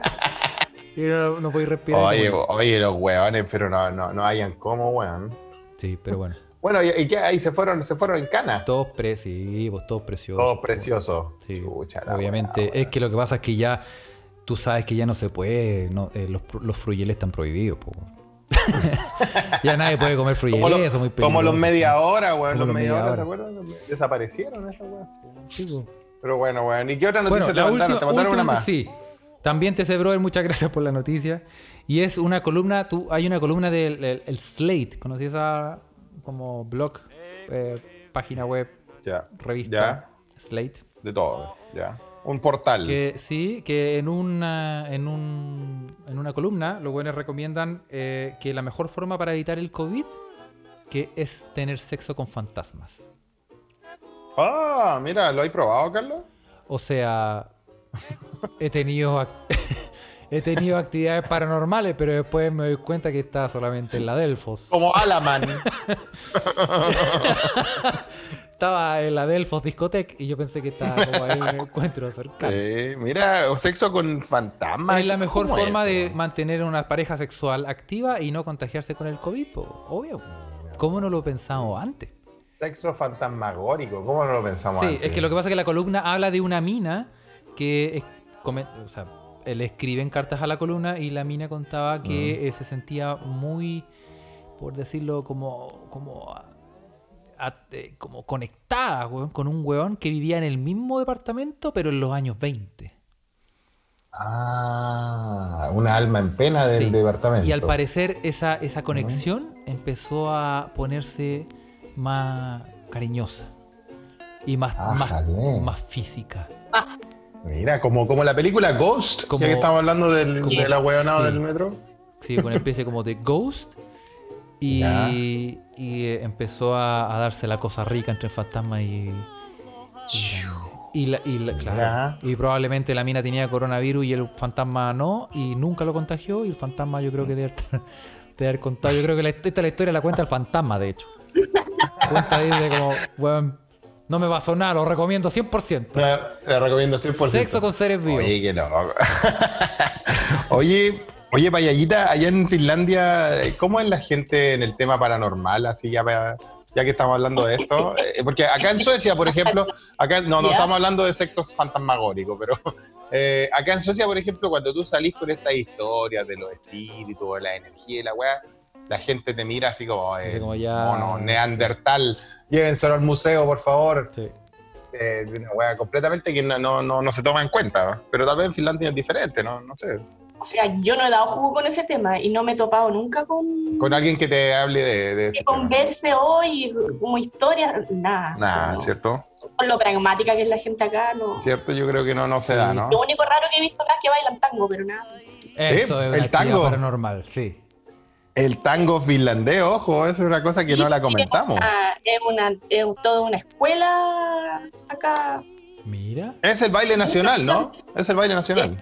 Speaker 2: Y no, no podéis respirar. y
Speaker 1: Oye,
Speaker 2: te morís.
Speaker 1: oye, los weones, pero no, no, no hayan cómo, weón.
Speaker 2: Sí, pero bueno.
Speaker 1: Bueno, y, y qué, ahí se fueron, se fueron en cana.
Speaker 2: Todos pre, sí, vos todos preciosos.
Speaker 1: Todos preciosos.
Speaker 2: Sí,
Speaker 1: Chucha, la
Speaker 2: obviamente.
Speaker 1: weá, weón.
Speaker 2: Es que lo que pasa es que ya tú sabes que ya no se puede. no, eh, los, fru- los fruyeles están prohibidos, po. ya nadie puede comer
Speaker 1: Como,
Speaker 2: fruyeles,
Speaker 1: los-
Speaker 2: son muy peligrosos.
Speaker 1: como los media hora, weón.
Speaker 2: Como
Speaker 1: Los
Speaker 2: los
Speaker 1: media
Speaker 2: media
Speaker 1: hora,
Speaker 2: hora.
Speaker 1: ¿te acuerdas? Desaparecieron esos weón.
Speaker 2: Sí, po.
Speaker 1: Pero bueno, weón. ¿Y qué otra noticia
Speaker 2: Bueno,
Speaker 1: te
Speaker 2: la
Speaker 1: mandaron?
Speaker 2: última,
Speaker 1: te mandaron
Speaker 2: última
Speaker 1: una más.
Speaker 2: Sí. También te sé, brother, muchas gracias por la noticia. Y es una columna, tú, hay una columna del el- el Slate, conocí esa como blog, eh, página web,
Speaker 1: Ya.
Speaker 2: revista, Slate.
Speaker 1: De todo, ya. Un portal.
Speaker 2: Que sí, que en una, en un, en una columna los buenos recomiendan eh, que la mejor forma para evitar el COVID que es tener sexo con fantasmas.
Speaker 1: Ah, mira, ¿lo has probado, Carlos?
Speaker 2: O sea, he tenido ac- he tenido actividades paranormales, pero después me doy cuenta que estaba solamente en la Delfos.
Speaker 1: Oh.
Speaker 4: Como Alaman.
Speaker 2: Estaba en la Delfos Discotec y yo pensé que estaba como ahí en un encuentro cercano.
Speaker 1: Eh, mira, o sexo con fantasmas.
Speaker 2: es la mejor
Speaker 4: ¿cómo es
Speaker 2: forma de
Speaker 4: eso?
Speaker 2: mantener una pareja sexual activa y no contagiarse con el COVID, po, obvio. ¿Cómo no lo pensamos antes?
Speaker 1: Sexo fantasmagórico. ¿Cómo no lo pensamos
Speaker 2: Sí,
Speaker 1: antes?
Speaker 2: es que lo que pasa es que la columna habla de una mina que es- come- o sea, le escriben cartas a la columna y la mina contaba que eh, se sentía muy, por decirlo, como, como, a- a- eh, como conectada weón, con un weón que vivía en el mismo departamento, pero en los años 20.
Speaker 1: Ah, una alma en pena del
Speaker 2: Sí.
Speaker 1: departamento.
Speaker 2: Y al parecer esa, esa conexión empezó a ponerse más cariñosa y más,
Speaker 1: Ah,
Speaker 2: más,
Speaker 1: jale.
Speaker 2: más física.
Speaker 3: Más.
Speaker 1: Mira, como, como la película Ghost,
Speaker 2: Como-
Speaker 1: ya que estamos hablando del,
Speaker 2: como-
Speaker 1: del ahueonado
Speaker 2: sí.
Speaker 1: del metro.
Speaker 2: Sí, con especie como de Ghost. Y,
Speaker 1: Ya.
Speaker 2: y, eh, empezó a, a darse la cosa rica entre el fantasma y. Y, la- y la- claro, y probablemente la mina tenía coronavirus y el fantasma no, y nunca lo contagió. Y el fantasma, yo creo que debe haber, debe haber contado. Yo creo que la, esta la historia la cuenta el fantasma, de hecho. Cuenta dice como, weón, no me va a sonar, lo recomiendo 100%.
Speaker 1: La, la recomiendo 100%.
Speaker 2: Sexo con seres vivos.
Speaker 1: Oye, qué loco. oye, oye, payallita, allá en Finlandia, eh, ¿cómo es la gente en el tema paranormal? Así ya, pa- ya que estamos hablando de esto. Eh, Porque acá en Suecia, por ejemplo, acá no, no
Speaker 3: Ya.
Speaker 1: estamos hablando de sexos fantasmagóricos, pero eh, acá en Suecia, por ejemplo, cuando tú salís con estas historias de los espíritus, de la energía y la weá, la gente te mira así como, eh,
Speaker 2: Así como ya-
Speaker 1: mono, neandertal. Llévenselo al museo, por favor
Speaker 2: Sí.
Speaker 1: eh, de una hueá completamente que no, no, no, no se toma en cuenta. Pero tal vez en Finlandia es diferente, ¿no? No sé.
Speaker 3: O sea, yo no he dado jugo con ese tema y no me he topado nunca con
Speaker 1: Con alguien que te hable de, de ese
Speaker 3: que
Speaker 1: tema.
Speaker 3: converse hoy como historia, nada.
Speaker 1: Nada,
Speaker 3: No.
Speaker 1: ¿cierto?
Speaker 3: Con lo pragmática que es la gente acá, no.
Speaker 1: ¿Cierto? Yo creo que no, no se da, ¿no?
Speaker 3: Lo único raro que he visto acá es que bailan tango, pero nada.
Speaker 2: Eso es una
Speaker 1: el
Speaker 2: actividad
Speaker 1: tango.
Speaker 2: paranormal, sí.
Speaker 1: El tango finlandés, ojo, eso es una cosa que no la
Speaker 3: Sí,
Speaker 1: comentamos.
Speaker 3: ah, Es, una, es toda una escuela acá.
Speaker 2: Mira.
Speaker 1: Es el baile nacional, ¿no? Es el baile nacional.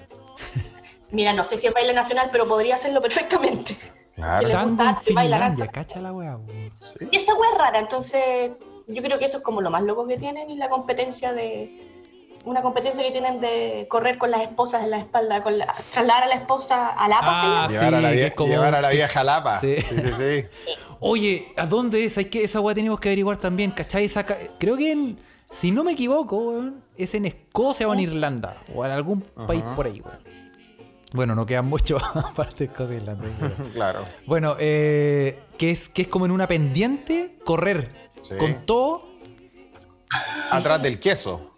Speaker 3: Mira, no sé si es baile nacional, pero podría hacerlo perfectamente.
Speaker 1: Claro.
Speaker 3: Claro.
Speaker 2: Tango
Speaker 3: gusta,
Speaker 2: en
Speaker 3: te baila
Speaker 2: Finlandia,
Speaker 3: gato.
Speaker 2: cacha la weá. weón.
Speaker 3: Y esta wea es rara, entonces yo creo que eso es como lo más loco que tienen y la competencia de. Una competencia que tienen de correr con las esposas en la espalda, con la- trasladar a la esposa a la
Speaker 2: Ah,
Speaker 1: Llevar, a la
Speaker 2: Sí, que
Speaker 1: vie-
Speaker 2: es como-
Speaker 1: llevar a la vieja Lapa.
Speaker 2: Sí.
Speaker 1: Sí, sí, sí.
Speaker 2: Oye, ¿a dónde es? Hay que, esa weá tenemos que averiguar también, ¿cachai? Esa ca- creo que en, si no me equivoco, weón, es en Escocia o en Irlanda, o en algún país por ahí, weón. Bueno, no quedan mucho aparte de Escocia e Irlanda. pero-
Speaker 1: Claro.
Speaker 2: bueno, eh, que, es, que es como en una pendiente, correr
Speaker 1: Sí.
Speaker 2: con todo.
Speaker 1: Atrás del queso,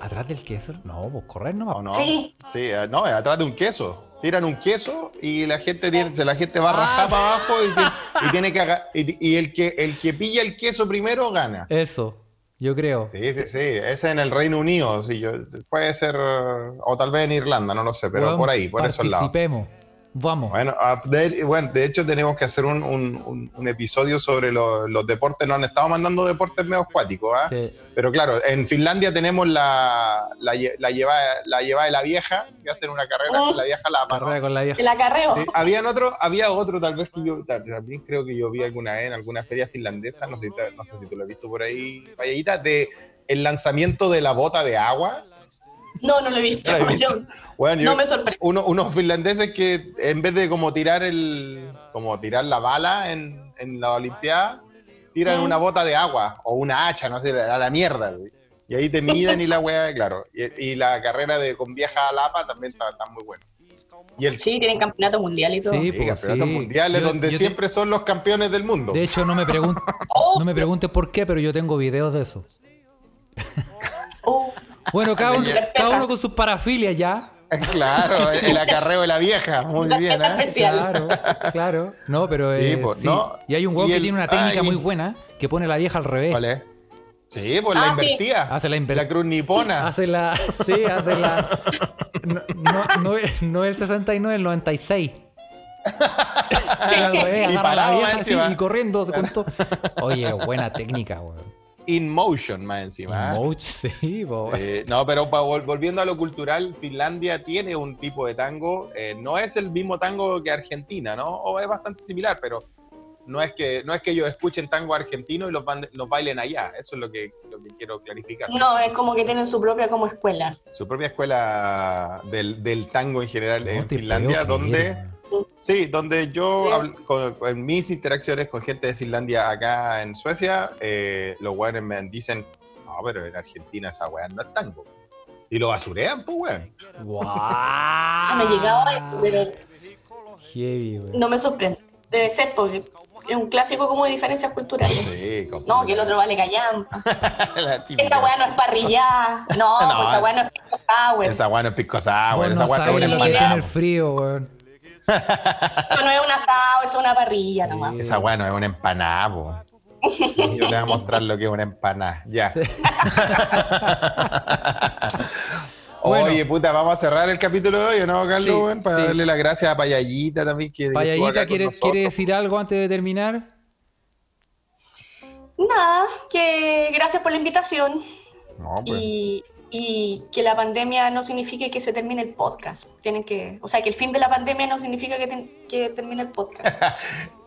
Speaker 2: ¿Atrás del queso? No, pues correr
Speaker 1: ¿o
Speaker 2: nomás.
Speaker 1: no?
Speaker 3: Sí.
Speaker 1: Sí, eh, no, es atrás de un queso. Tiran un queso y la gente, tiene, se- la gente va a rajar
Speaker 2: Ah.
Speaker 1: para abajo y, tiene- y tiene que aga- y, y el que el que pilla el queso primero gana.
Speaker 2: Eso, yo creo.
Speaker 1: Sí, sí, sí. Ese en el Reino Unido, sí, yo- puede ser eh, o tal vez en Irlanda, no lo sé, pero
Speaker 2: Weón,
Speaker 1: por ahí, por esos lados.
Speaker 2: Participemos. Vamos.
Speaker 1: Bueno, a- de, bueno, de hecho tenemos que hacer un, un- un- un episodio sobre lo- los deportes. Nos han estado mandando deportes medio acuáticos, ¿ah?
Speaker 2: Sí.
Speaker 1: Pero claro, en Finlandia tenemos la, la, lle- la lleva, la lleva de la vieja, que hacen una carrera
Speaker 3: Oh.
Speaker 1: con la vieja la mano.
Speaker 2: Carrera con la vieja.
Speaker 3: El acarreo.
Speaker 1: Sí, habían otro, había otro tal vez que yo tal- también creo que yo vi alguna vez en alguna feria finlandesa, no sé, si te- no sé si tú lo has visto por ahí, Valladita, de el lanzamiento de la bota de agua.
Speaker 3: No, no lo he visto.
Speaker 1: ¿La he visto?
Speaker 3: Yo-
Speaker 1: Bueno, yo-
Speaker 3: no me sorprende.
Speaker 1: uno- unos finlandeses que en vez de como tirar el como tirar la bala en, en la olimpiada, tiran
Speaker 3: Mm.
Speaker 1: una bota de agua o una hacha, no sé, a la mierda. güey. Y ahí te miden y la weá, claro. Y, y la carrera de con vieja a Lapa también está, está muy buena. Y el
Speaker 3: Sí, tienen campeonato mundial y todo.
Speaker 2: Sí.
Speaker 1: Sí,
Speaker 2: po,
Speaker 1: campeonatos
Speaker 2: sí.
Speaker 1: mundiales
Speaker 2: Yo-
Speaker 1: donde
Speaker 2: yo te-
Speaker 1: siempre son los campeones del mundo.
Speaker 2: De hecho, no me, pregun no me preguntes por qué, pero yo tengo videos de eso.
Speaker 3: Oh,
Speaker 2: Bueno, cada uno,
Speaker 3: Ya.
Speaker 2: cada uno con sus parafilias ya.
Speaker 1: claro, el acarreo de la vieja. Muy bien, ¿eh?
Speaker 3: especial.
Speaker 2: Claro, claro. No, pero
Speaker 1: Sí,
Speaker 2: eh,
Speaker 1: pues,
Speaker 2: sí.
Speaker 1: no.
Speaker 2: Y hay un huevo
Speaker 1: Y
Speaker 2: que
Speaker 1: el-
Speaker 2: tiene una técnica
Speaker 1: ay.
Speaker 2: muy buena que pone la vieja al revés.
Speaker 1: ¿Cuál es? Sí, pues la
Speaker 3: Ah, sí.
Speaker 1: invertía.
Speaker 2: Hace la inver-
Speaker 1: La cruz nipona.
Speaker 2: Hace la. Sí, hace la. No, no, no, es- no el 69, el 96. Al revés,
Speaker 1: Y
Speaker 2: agarra a Ah, la
Speaker 1: parado,
Speaker 2: vieja
Speaker 1: más
Speaker 2: así
Speaker 1: encima.
Speaker 2: y corriendo. se contó. Oye, buena técnica, weón.
Speaker 1: in motion más encima. ¿ah?
Speaker 2: Emoji, sí, po, weón.
Speaker 1: Eh, no, pero pa- vol- volviendo a lo cultural, Finlandia tiene un tipo de tango. eh, no es el mismo tango que Argentina, ¿no? O es bastante similar, pero no es que, no es que ellos escuchen tango argentino y los, ban- los bailen allá. Eso es lo que, lo que quiero clarificar.
Speaker 3: No, es como que tienen su propia como escuela.
Speaker 1: Su propia escuela del, del tango en general
Speaker 2: No
Speaker 1: en
Speaker 2: te
Speaker 1: Finlandia,
Speaker 2: puedo
Speaker 1: donde...
Speaker 2: creer, weón.
Speaker 1: Sí, donde yo,
Speaker 3: Sí.
Speaker 1: habl- con, con mis interacciones con gente de Finlandia acá en Suecia, eh, los weones me dicen, no, pero en Argentina esa weá no es tango. Y lo basurean, pues weón.
Speaker 2: ¡Guau!
Speaker 3: No Ah,
Speaker 1: Ah.
Speaker 3: me llegaba eso, pero
Speaker 2: Heavy, weón.
Speaker 3: no me sorprende. Debe ser porque es un clásico como de diferencias culturales.
Speaker 1: Sí,
Speaker 3: No, que el otro vale callampa.
Speaker 1: La típica.
Speaker 3: Esa weá no es parrillada. No,
Speaker 1: No.
Speaker 3: pues esa weá no es pisco sour.
Speaker 1: Esa weá no es pisco sour,
Speaker 2: Vos
Speaker 1: Ah, esa weá
Speaker 2: no
Speaker 1: no es
Speaker 2: sabés
Speaker 1: una
Speaker 2: lo que tiene el
Speaker 1: empanada.
Speaker 2: frío, weón.
Speaker 3: Eso no es un asado, eso es una parrilla nomás.
Speaker 1: Esa weá no es una empanada, po. Yo te voy a mostrar lo que es una empanada. Ya.
Speaker 2: Bueno.
Speaker 1: Oye, puta, vamos a cerrar el capítulo de hoy, ¿o ¿no, Carlos?
Speaker 2: Sí,
Speaker 1: weón? Para
Speaker 2: sí.
Speaker 1: darle las gracias a Payallita también. Que estuvo acá
Speaker 2: Payallita,
Speaker 1: con
Speaker 2: ¿quiere,
Speaker 1: nosotros.
Speaker 2: ¿quiere decir algo antes de terminar?
Speaker 3: Nada, que gracias por la invitación
Speaker 1: No, pues.
Speaker 3: y, y que la pandemia no signifique que se termine el podcast. Tienen que, o sea, que el fin de la pandemia no significa que, ten- que termine el podcast.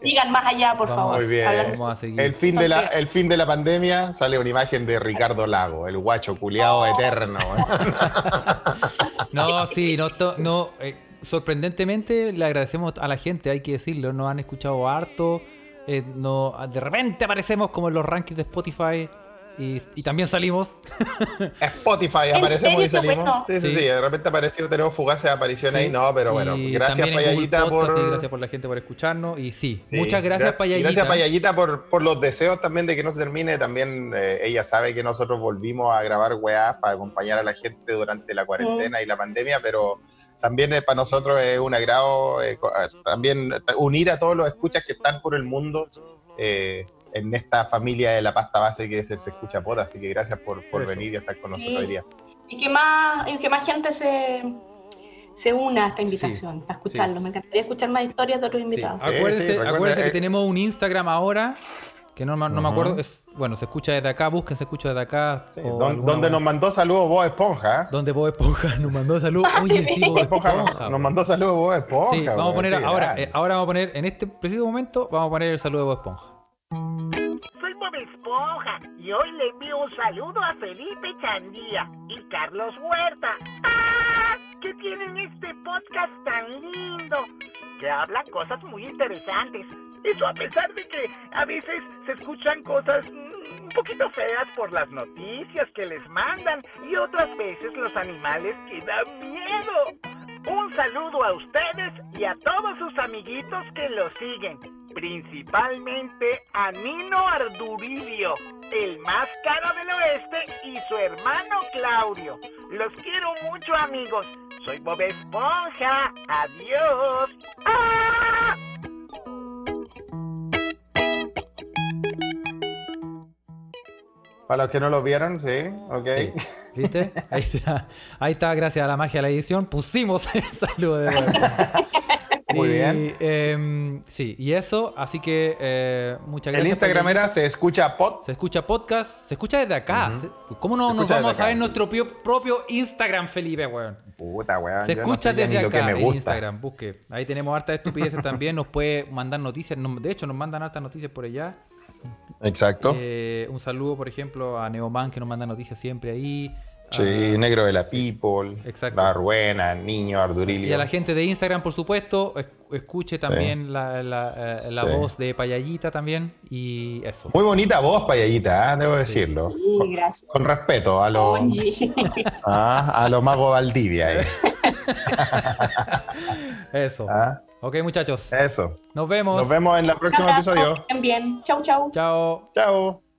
Speaker 3: Sigan más allá, por
Speaker 2: Vamos,
Speaker 3: favor.
Speaker 1: Muy bien.
Speaker 3: hablando-
Speaker 2: Vamos a seguir.
Speaker 1: El fin, de la, el fin de la pandemia sale una imagen de Ricardo Lago, el guacho
Speaker 3: Oh.
Speaker 1: culiado eterno. weón.
Speaker 2: No, sí, no, to- no. eh, sorprendentemente le agradecemos a la gente, hay que decirlo, nos han escuchado harto. eh, no, de repente aparecemos como en los rankings de Spotify y, y también salimos.
Speaker 1: Spotify
Speaker 3: ¿En
Speaker 1: aparecemos
Speaker 3: serio?
Speaker 1: y salimos.
Speaker 3: Bueno.
Speaker 1: Sí, sí,
Speaker 2: Sí.
Speaker 1: sí, De repente apareció, tenemos fugaces apariciones
Speaker 2: Sí,
Speaker 1: ahí. No, pero bueno,
Speaker 2: y
Speaker 1: gracias
Speaker 2: también en Google
Speaker 1: Payallita
Speaker 2: Podcast,
Speaker 1: por.
Speaker 2: sí, gracias por la gente por escucharnos. Y sí,
Speaker 1: sí,
Speaker 2: muchas gracias,
Speaker 1: gra-
Speaker 2: Payallita.
Speaker 1: Gracias Payallita por, por los deseos también de que no se termine. También eh, ella sabe que nosotros volvimos a grabar weá para acompañar a la gente durante la cuarentena y la pandemia, pero también eh, para nosotros es un agrado eh, co- eh, también ta- unir a todos los escuchas que están por el mundo eh, en esta familia de la pasta base que se, se escucha por. Así que gracias por, por
Speaker 2: Eso.
Speaker 1: venir y estar con nosotros
Speaker 3: Sí.
Speaker 1: hoy día.
Speaker 3: Y que más, y que más gente se, se una a esta invitación, a escucharlo. Me encantaría escuchar más historias de otros
Speaker 2: Sí,
Speaker 3: invitados.
Speaker 2: Acuérdense,
Speaker 1: sí, Ah. recuerda,
Speaker 2: acuérdense que
Speaker 1: eh.
Speaker 2: tenemos un Instagram ahora. Que no, me- no
Speaker 1: Ujú.
Speaker 2: me acuerdo, es, bueno, se escucha desde acá, busquen, se escucha desde acá.
Speaker 1: Sí,
Speaker 2: o
Speaker 1: don-
Speaker 2: alguna
Speaker 1: donde
Speaker 2: wea.
Speaker 1: nos mandó saludos vos, Esponja. ¿eh?
Speaker 2: Donde Bob Esponja nos mandó saludos. Oye, sí, Bob
Speaker 1: Bob Esponja
Speaker 2: Esponja.
Speaker 1: nos- nos, mandó saludos vos, Esponja.
Speaker 2: Sí, vamos
Speaker 1: weón,
Speaker 2: a poner
Speaker 1: qué
Speaker 2: ahora,
Speaker 1: grande.
Speaker 2: eh, ahora vamos a poner, en este preciso momento, vamos a poner el saludo de Bob Esponja.
Speaker 5: Soy Bob Esponja y hoy le envío un saludo a Felipe Chandía y Carlos Huerta. ¡Ah! Que tienen este podcast tan lindo, que habla cosas muy interesantes. Eso a pesar de que a veces se escuchan cosas mm, un poquito feas por las noticias que les mandan y otras veces los animales que dan miedo. Un saludo a ustedes y a todos sus amiguitos que lo siguen principalmente a Nino Arduridio, el más caro del oeste, y su hermano Claudio. Los quiero mucho, amigos. Soy Bob Esponja. Adiós. ¡Ah!
Speaker 1: Para los que no lo vieron, sí, ok.
Speaker 2: Sí, ¿Viste? Ahí está. Ahí está, gracias a la magia de la edición, pusimos el saludo de Bob Esponja.
Speaker 1: Muy
Speaker 2: Y,
Speaker 1: bien.
Speaker 2: em, sí, y eso, así que eh, muchas
Speaker 1: El
Speaker 2: gracias.
Speaker 1: Instagram
Speaker 2: Payallita.
Speaker 1: era se escucha pod.
Speaker 2: Se escucha podcast, se escucha desde acá. Se- ¿Cómo no
Speaker 1: Se
Speaker 2: nos
Speaker 1: escucha desde
Speaker 2: vamos a
Speaker 1: acá,
Speaker 2: saber
Speaker 1: sí.
Speaker 2: nuestro pio- propio Instagram, Felipe, weón?
Speaker 1: Puta, weón.
Speaker 2: Se
Speaker 1: yo no sé
Speaker 2: escucha
Speaker 1: ya ni
Speaker 2: desde
Speaker 1: lo que
Speaker 2: acá
Speaker 1: me
Speaker 2: en
Speaker 1: gusta.
Speaker 2: Instagram, busque. Ahí tenemos hartas estupideces también, nos puede mandar noticias, nos- de hecho nos mandan hartas noticias por allá.
Speaker 1: Exacto.
Speaker 2: Eh, un saludo, por ejemplo, a Neoman que nos manda noticias siempre ahí. Ah, A-
Speaker 1: sí, Negro de la People.
Speaker 2: Exacto.
Speaker 1: La Ruena, Niño, Ardurilio.
Speaker 2: Y a la gente de Instagram, por supuesto, es- escuche también la, la- eh, la
Speaker 1: Sí.
Speaker 2: voz de Payallita también y eso.
Speaker 1: Muy bonita voz, payallita, ¿eh? debo decirlo.
Speaker 3: Sí, gracias.
Speaker 1: Con respeto a los
Speaker 3: Oye.
Speaker 1: ah, a los magos Valdivia. eh.
Speaker 2: Eso.
Speaker 1: Ah,
Speaker 2: Ok, muchachos.
Speaker 1: Eso.
Speaker 2: Nos vemos.
Speaker 1: Nos vemos en el próximo
Speaker 3: Un abrazo,
Speaker 1: episodio.
Speaker 3: estén bien. Chau, chau.
Speaker 2: Chao.
Speaker 1: Chao.